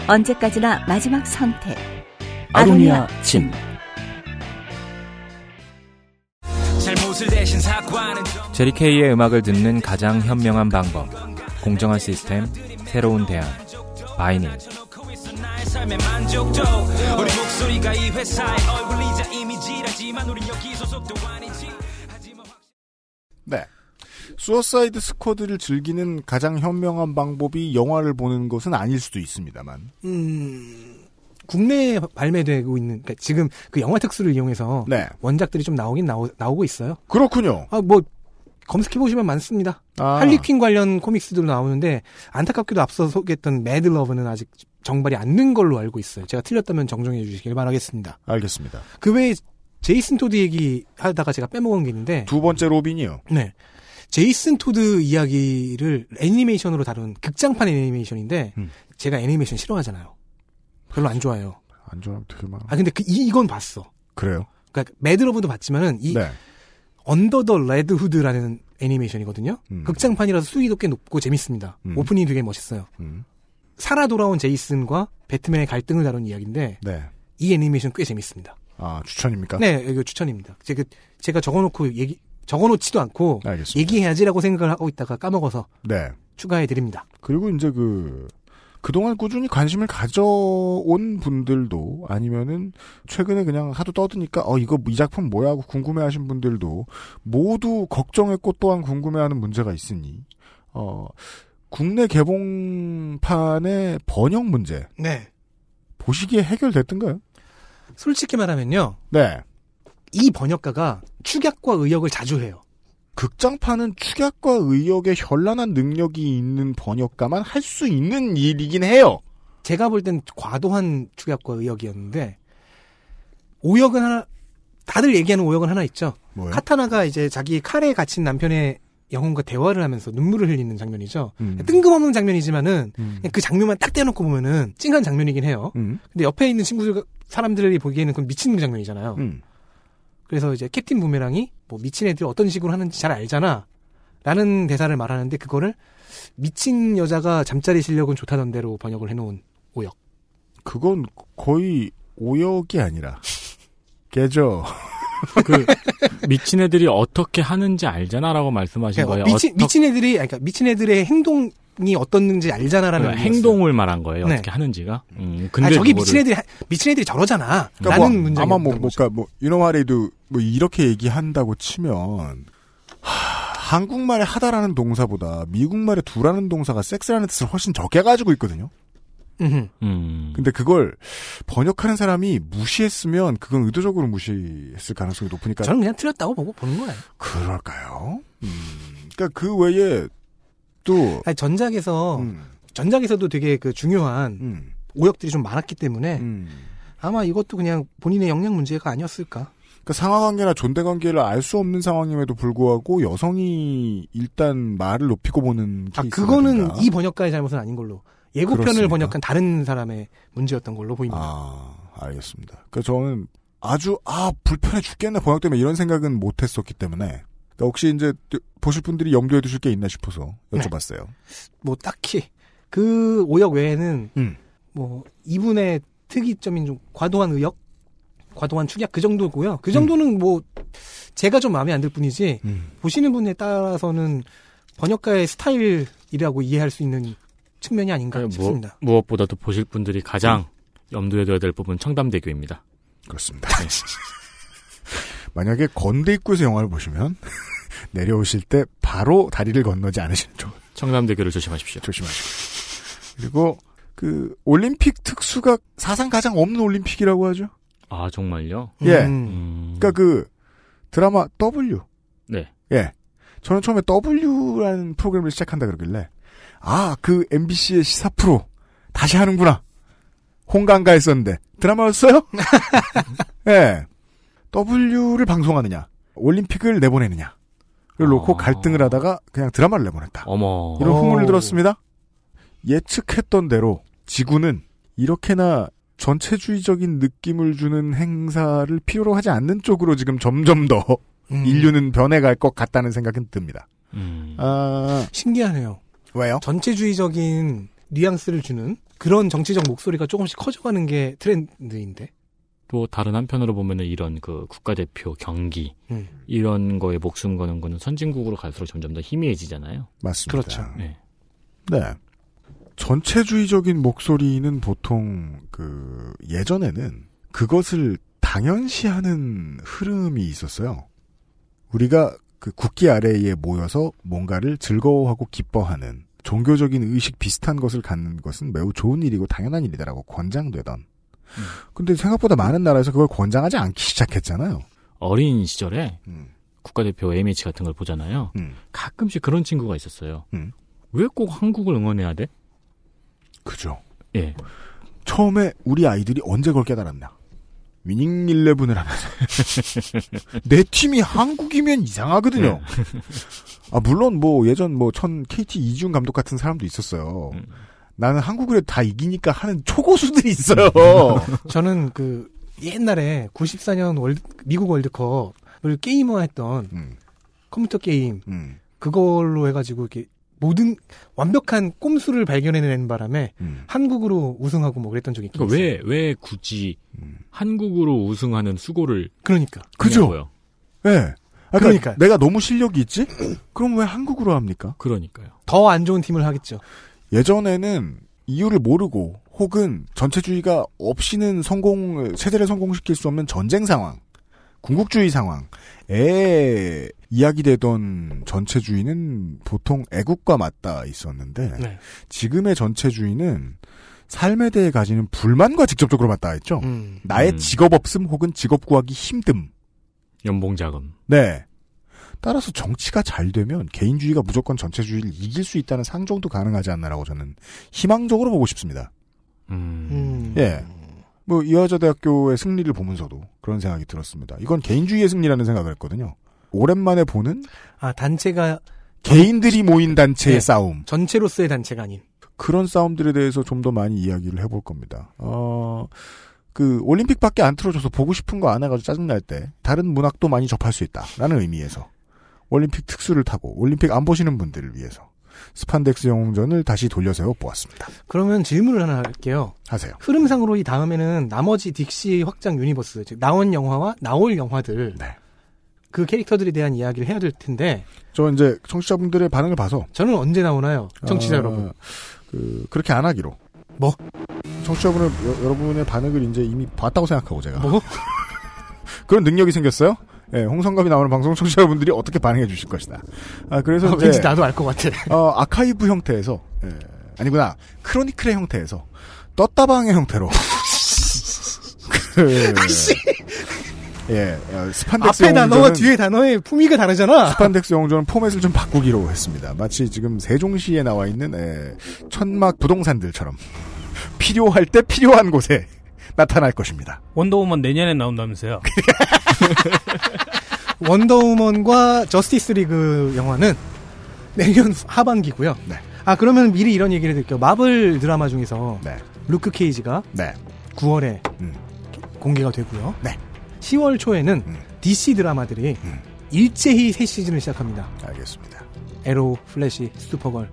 Speaker 11: 언제까지나 마지막 선택.
Speaker 19: 아로니아 침.
Speaker 5: 잘못을 대신 사과는
Speaker 4: 제리케이의 음악을 듣는 가장 현명한 방법. 공정한 시스템, 새로운 대안. 바이닐.
Speaker 5: 나의 삶의 만족도 우리 목소리가 이 회사의 얼굴이자 이미지라지만 우린 여기 소속도 아니지
Speaker 2: 네. 수어사이드 스쿼드를 즐기는 가장 현명한 방법이 영화를 보는 것은 아닐 수도 있습니다만.
Speaker 10: 음, 국내에 발매되고 있는 그러니까 지금 그 영화 특수를 이용해서
Speaker 2: 네.
Speaker 10: 원작들이 좀 나오긴 나오, 나오고 있어요.
Speaker 2: 그렇군요.
Speaker 10: 아 뭐 검색해 보시면 많습니다.
Speaker 2: 아.
Speaker 10: 할리퀸 관련 코믹스도 나오는데 안타깝게도 앞서 소개했던 매드러브는 아직 정발이 않는 걸로 알고 있어요. 제가 틀렸다면 정정해 주시길 바라겠습니다.
Speaker 2: 아, 알겠습니다.
Speaker 10: 그 외에 제이슨 토드 얘기 하다가 제가 빼먹은 게 있는데
Speaker 2: 두 번째 로빈이요.
Speaker 10: 네. 제이슨 토드 이야기를 애니메이션으로 다룬 극장판 애니메이션인데
Speaker 2: 음.
Speaker 10: 제가 애니메이션 싫어하잖아요. 별로 안 좋아해요.
Speaker 2: 안 좋아하면 되게 많아.
Speaker 10: 아 근데 그 이, 이건 봤어.
Speaker 2: 그래요?
Speaker 10: 그러니까 매드러브도 봤지만은 이
Speaker 2: 네.
Speaker 10: 언더 더 레드 후드라는 애니메이션이거든요. 극장판이라서 수위도 꽤 높고 재밌습니다.
Speaker 2: 음.
Speaker 10: 오프닝이 되게 멋있어요.
Speaker 2: 음.
Speaker 10: 살아 돌아온 제이슨과 배트맨의 갈등을 다룬 이야기인데
Speaker 2: 네.
Speaker 10: 이 애니메이션 꽤 재밌습니다.
Speaker 2: 아, 추천입니까?
Speaker 10: 네, 이거 추천입니다. 제가, 제가 적어놓고 얘기 적어놓지도 않고 얘기해야지라고 생각을 하고 있다가 까먹어서
Speaker 2: 네.
Speaker 10: 추가해 드립니다.
Speaker 2: 그리고 이제 그 그동안 꾸준히 관심을 가져온 분들도 아니면은 최근에 그냥 하도 떠드니까 어 이거 이 작품 뭐야 하고 궁금해하신 분들도 모두 걱정했고 또한 궁금해하는 문제가 있으니 어 국내 개봉판의 번역 문제
Speaker 10: 네.
Speaker 2: 보시기에 해결됐던가요?
Speaker 10: 솔직히 말하면요.
Speaker 2: 네.
Speaker 10: 이 번역가가 축약과 의역을 자주 해요.
Speaker 2: 극장판은 축약과 의역의 현란한 능력이 있는 번역가만 할 수 있는 일이긴 해요.
Speaker 10: 제가 볼 땐 과도한 축약과 의역이었는데 오역은 하나 다들 얘기하는 오역은 하나 있죠.
Speaker 2: 뭐요?
Speaker 10: 카타나가 이제 자기 칼에 갇힌 남편의 영혼과 대화를 하면서 눈물을 흘리는 장면이죠.
Speaker 2: 음.
Speaker 10: 뜬금없는 장면이지만은 그냥 그 장면만 딱 떼놓고 보면은 찡한 장면이긴 해요.
Speaker 2: 음.
Speaker 10: 근데 옆에 있는 친구들 사람들이 보기에는 그건 미친 장면이잖아요.
Speaker 2: 음.
Speaker 10: 그래서 이제 캡틴 부메랑이 뭐 미친 애들이 어떤 식으로 하는지 잘 알잖아. 라는 대사를 말하는데 그거를 미친 여자가 잠자리 실력은 좋다던데로 번역을 해놓은 오역.
Speaker 2: 그건 거의 오역이 아니라 개죠.
Speaker 12: 그 미친 애들이 어떻게 하는지 알잖아라고 말씀하신 거예요.
Speaker 10: 네, 뭐 미친,
Speaker 12: 어떻-
Speaker 10: 미친 애들이, 아니, 그러니까 미친 애들의 행동이 어떤지 알잖아라는
Speaker 12: 그러니까
Speaker 10: 의미였어요.
Speaker 12: 행동을 말한 거예요.
Speaker 10: 네.
Speaker 12: 어떻게 하는지가. 음,
Speaker 10: 아,
Speaker 12: 근데
Speaker 10: 저기
Speaker 12: 그거를-
Speaker 10: 미친 애들이 하- 미친 애들이 저러잖아.
Speaker 2: 그러니까
Speaker 10: 라는
Speaker 2: 뭐,
Speaker 10: 문장.
Speaker 2: 아마 뭐 뭐까 뭐 유노마리도 뭐 이렇게 얘기한다고 치면 하, 한국말의 하다라는 동사보다 미국말의 두라는 동사가 섹스라는 뜻을 훨씬 적게 가지고 있거든요. 음. 그러니까
Speaker 12: 음.
Speaker 2: 근데 그걸 번역하는 사람이 무시했으면 그건 의도적으로 무시했을 가능성이 높으니까
Speaker 10: 저는 그냥 틀렸다고 보고 보는 거예요.
Speaker 2: 음. 그럴까요? 음, 그러니까 그 외에 또
Speaker 10: 아니, 전작에서
Speaker 2: 음.
Speaker 10: 전작에서도 되게 그 중요한 오역들이 좀 많았기 때문에
Speaker 2: 음.
Speaker 10: 아마 이것도 그냥 본인의 역량 문제가 아니었을까.
Speaker 2: 그 상하관계나 존대관계를 알 수 없는 상황임에도 불구하고 여성이 일단 말을 높이고 보는
Speaker 10: 아,
Speaker 2: 케이스가
Speaker 10: 그거는
Speaker 2: 된다.
Speaker 10: 이 번역가의 잘못은 아닌 걸로. 예고편을
Speaker 2: 그렇습니까?
Speaker 10: 번역한 다른 사람의 문제였던 걸로 보입니다.
Speaker 2: 아, 알겠습니다. 그 저는 아주 아 불편해 죽겠네 번역 때문에 이런 생각은 못했었기 때문에 그러니까 혹시 이제 보실 분들이 염두에 두실 게 있나 싶어서
Speaker 10: 네.
Speaker 2: 여쭤봤어요.
Speaker 10: 뭐 딱히 그 오역 외에는
Speaker 2: 음.
Speaker 10: 뭐 이분의 특이점인 좀 과도한 의역, 과도한 축약 그 정도고요. 그 정도는 뭐 제가 좀 마음에 안 들 뿐이지 보시는 분에 따라서는 번역가의 스타일이라고 이해할 수 있는 측면이 아닌가
Speaker 12: 그러니까
Speaker 2: 네,
Speaker 12: 뭐
Speaker 2: 뭐,
Speaker 12: 무,
Speaker 10: 싶습니다.
Speaker 12: 무엇보다도 보실 분들이 가장
Speaker 2: 음.
Speaker 12: 염두에 둬야 될 부분은 청담대교입니다.
Speaker 2: 그렇습니다. 만약에 건대 입구에서 영화를 보시면 내려오실 때 바로 다리를 건너지 않으시는 쪽.
Speaker 12: 청담대교를 조심하십시오.
Speaker 2: 조심하십시오. 그리고 그 올림픽 특수가 사상 가장 없는 올림픽이라고 하죠.
Speaker 12: 아 정말요?
Speaker 2: 예.
Speaker 12: 음.
Speaker 2: 그러니까 그 드라마 W.
Speaker 12: 네.
Speaker 2: 예. 저는 처음에 W라는 프로그램을 시작한다 그러길래 아 그 MBC의 시사 프로 다시 하는구나. 홍강가 했었는데 드라마였어요? 예. W를 방송하느냐 올림픽을 내보내느냐를 놓고 갈등을 하다가 그냥 드라마를 내보냈다.
Speaker 12: 어머.
Speaker 2: 이런 후문을 들었습니다. 예측했던 대로 지구는 이렇게나 전체주의적인 느낌을 주는 행사를 필요로 하지 않는 쪽으로 지금 점점 더 음.
Speaker 10: 음.
Speaker 2: 인류는 변해갈 것 같다는 생각은 듭니다.
Speaker 12: 음.
Speaker 2: 아,
Speaker 10: 신기하네요.
Speaker 2: 왜요?
Speaker 10: 전체주의적인 뉘앙스를 주는 그런 정치적 목소리가 조금씩 커져가는 게 트렌드인데.
Speaker 12: 또 다른 한편으로 보면은 이런 그 국가대표 경기
Speaker 10: 음.
Speaker 12: 이런 거에 목숨 거는 거는 선진국으로 갈수록 점점 더 희미해지잖아요.
Speaker 2: 맞습니다. 그렇죠.
Speaker 12: 네.
Speaker 2: 네. 전체주의적인 목소리는 보통 그 예전에는 그것을 당연시하는 흐름이 있었어요. 우리가 그 국기 아래에 모여서 뭔가를 즐거워하고 기뻐하는 종교적인 의식 비슷한 것을 갖는 것은 매우 좋은 일이고 당연한 일이다라고 권장되던. 근데 생각보다 많은 나라에서 그걸 권장하지 않기 시작했잖아요.
Speaker 12: 어린 시절에 국가대표 AMH 같은 걸 보잖아요.
Speaker 2: 음.
Speaker 12: 가끔씩 그런 친구가 있었어요. 왜 꼭 한국을 응원해야 돼?
Speaker 2: 그죠.
Speaker 12: 예.
Speaker 2: 처음에 우리 아이들이 언제 그걸 깨달았나? 위닝 11을 하면서. 내 팀이 한국이면 이상하거든요.
Speaker 10: 네.
Speaker 2: 아, 물론 뭐 예전 뭐 천 KT 이준 감독 같은 사람도 있었어요.
Speaker 10: 음.
Speaker 2: 나는 한국을 해도 다 이기니까 하는 초고수들이 있어요.
Speaker 10: 저는 그 옛날에 94년 월드, 미국 월드컵을 게임화했던
Speaker 2: 음,
Speaker 10: 컴퓨터 게임 그걸로 해가지고 이렇게 모든 완벽한 꼼수를 발견해낸 바람에 한국으로 우승하고 뭐 그랬던 적이 있긴
Speaker 12: 그러니까 왜, 왜 굳이
Speaker 2: 음.
Speaker 12: 한국으로 우승하는 수고를.
Speaker 10: 그러니까.
Speaker 2: 그죠?
Speaker 12: 요
Speaker 2: 예. 아,
Speaker 10: 그러니까요.
Speaker 2: 내가 너무 실력이 있지? 그럼 왜 한국으로 합니까?
Speaker 12: 그러니까요.
Speaker 10: 더 안 좋은 팀을 하겠죠.
Speaker 2: 예전에는 이유를 모르고 혹은 전체주의가 없이는 성공 세대를 성공시킬 수 없는 전쟁 상황, 궁극주의 상황에 이야기되던 전체주의는 보통 애국과 맞닿아 있었는데
Speaker 10: 네.
Speaker 2: 지금의 전체주의는 삶에 대해 가지는 불만과 직접적으로 맞닿아 있죠. 어, 나의
Speaker 12: 음.
Speaker 2: 직업 없음 혹은 직업 구하기 힘듦.
Speaker 12: 연봉 자금.
Speaker 2: 네. 따라서 정치가 잘 되면 개인주의가 무조건 전체주의를 이길 수 있다는 상정도 가능하지 않나라고 저는 희망적으로 보고 싶습니다.
Speaker 12: 음.
Speaker 10: 음.
Speaker 2: 예. 뭐, 이화여자대학교의 승리를 보면서도 그런 생각이 들었습니다. 이건 개인주의의 승리라는 생각을 했거든요. 오랜만에 보는
Speaker 10: 아 단체가
Speaker 2: 개인들이 모인 단체의
Speaker 10: 네.
Speaker 2: 싸움.
Speaker 10: 전체로서의 단체가 아닌.
Speaker 2: 그런 싸움들에 대해서 좀 더 많이 이야기를 해볼 겁니다. 어, 그, 올림픽밖에 안 틀어줘서 보고 싶은 거 안 해가지고 짜증날 때, 다른 문학도 많이 접할 수 있다. 라는 의미에서. 올림픽 특수를 타고, 올림픽 안 보시는 분들을 위해서. 스판덱스 영웅전을 다시 돌려세워 보았습니다.
Speaker 10: 그러면 질문을 하나 할게요.
Speaker 2: 하세요.
Speaker 10: 흐름상으로 이 다음에는 나머지 딕시 확장 유니버스, 즉 나온 영화와 나올 영화들
Speaker 2: 네.
Speaker 10: 그 캐릭터들에 대한 이야기를 해야 될 텐데
Speaker 2: 저 이제 청취자분들의 반응을 봐서
Speaker 10: 저는 언제 나오나요, 청취자
Speaker 2: 아,
Speaker 10: 여러분?
Speaker 2: 그, 그렇게 안 하기로.
Speaker 10: 뭐?
Speaker 2: 청취자분을, 여, 러분의 반응을 이제 이미 봤다고 생각하고 제가.
Speaker 10: 뭐?
Speaker 2: 그런 능력이 생겼어요? 예, 홍성갑이 나오는 방송 청취자분들이 어떻게 반응해 주실 것이다. 아, 그래서.
Speaker 10: 아,
Speaker 2: 이제
Speaker 10: 왠지 나도 알 것 같아.
Speaker 2: 어, 아카이브 형태에서, 예, 아니구나, 크로니클의 형태에서, 떴다방의 형태로. 그, 예, 어, 스판덱스
Speaker 10: 앞에 단어와
Speaker 2: 영웅전은-
Speaker 10: 뒤에 단어의 품위가 다르잖아.
Speaker 2: 스판덱스 영웅전은 포맷을 좀 바꾸기로 했습니다. 마치 지금 세종시에 나와 있는 에, 천막 부동산들처럼 필요할 때 필요한 곳에 나타날 것입니다.
Speaker 9: 원더우먼 내년에 나온다면서요.
Speaker 10: 원더우먼과 저스티스 리그 영화는 내년 하반기고요. 아 그러면 미리 이런 얘기를 드릴게요. 마블 드라마
Speaker 2: 네. 음, 네,
Speaker 10: 중에서 루크 케이지가 9월에 공개가 되고요. 10월 초에는
Speaker 2: 음.
Speaker 10: DC 드라마들이 일제히 새 시즌을 시작합니다.
Speaker 2: 알겠습니다.
Speaker 10: 에로, 플래시, 슈퍼걸,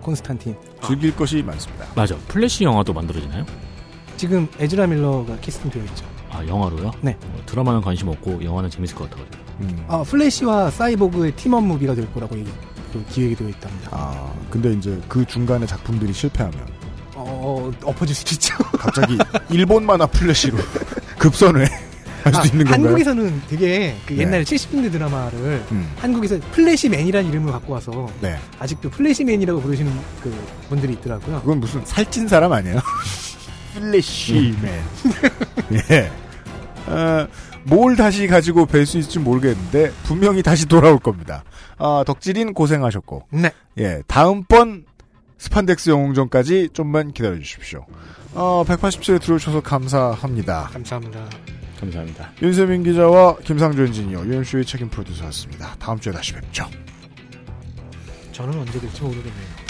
Speaker 10: 콘스탄틴.
Speaker 2: 네. 즐길 것이 많습니다.
Speaker 12: 맞아. 플래시 영화도 만들어지나요?
Speaker 10: 지금 에즈라 밀러가 캐스팅되어 있죠.
Speaker 12: 아 영화로요?
Speaker 10: 네.
Speaker 12: 드라마는 관심 없고 영화는 재밌을 것 같아가지고.
Speaker 10: 아, 플래시와 사이보그의 팀업 무비가 될 거라고 얘기, 그 기획이 되어 있답니다.
Speaker 2: 아, 근데 이제 그 중간에 작품들이 실패하면
Speaker 10: 어, 엎어질 수도 있죠.
Speaker 2: 갑자기 일본 만화 아 플래시로 급선회 할 수도
Speaker 10: 아,
Speaker 2: 있는 건가요?
Speaker 10: 한국에서는 되게 그
Speaker 2: 네.
Speaker 10: 옛날 70년대 드라마를
Speaker 2: 음.
Speaker 10: 한국에서 플래시맨이라는 이름을 갖고 와서
Speaker 2: 네.
Speaker 10: 아직도 플래시맨이라고 부르시는 그 분들이 있더라고요.
Speaker 2: 그건 무슨 살찐 사람 아니에요? 플래시맨. 예. 어, 뭘 다시 가지고 뵐 수 있을지 모르겠는데 분명히 다시 돌아올 겁니다. 아, 덕질인 고생하셨고.
Speaker 10: 네.
Speaker 2: 예, 다음번 스판덱스 영웅전까지 좀만 기다려 주십시오. 어, 187에 들어주셔서 감사합니다.
Speaker 10: 감사합니다.
Speaker 12: 감사합니다.
Speaker 2: 윤세민 기자와 김상조 엔지니어, 유엠쇼의 책임 프로듀서였습니다. 다음 주에 다시 뵙죠.
Speaker 10: 저는 언제 될지 모르겠네요.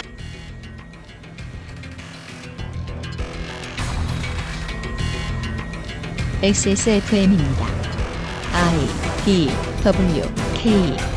Speaker 1: XSFM입니다. I D W K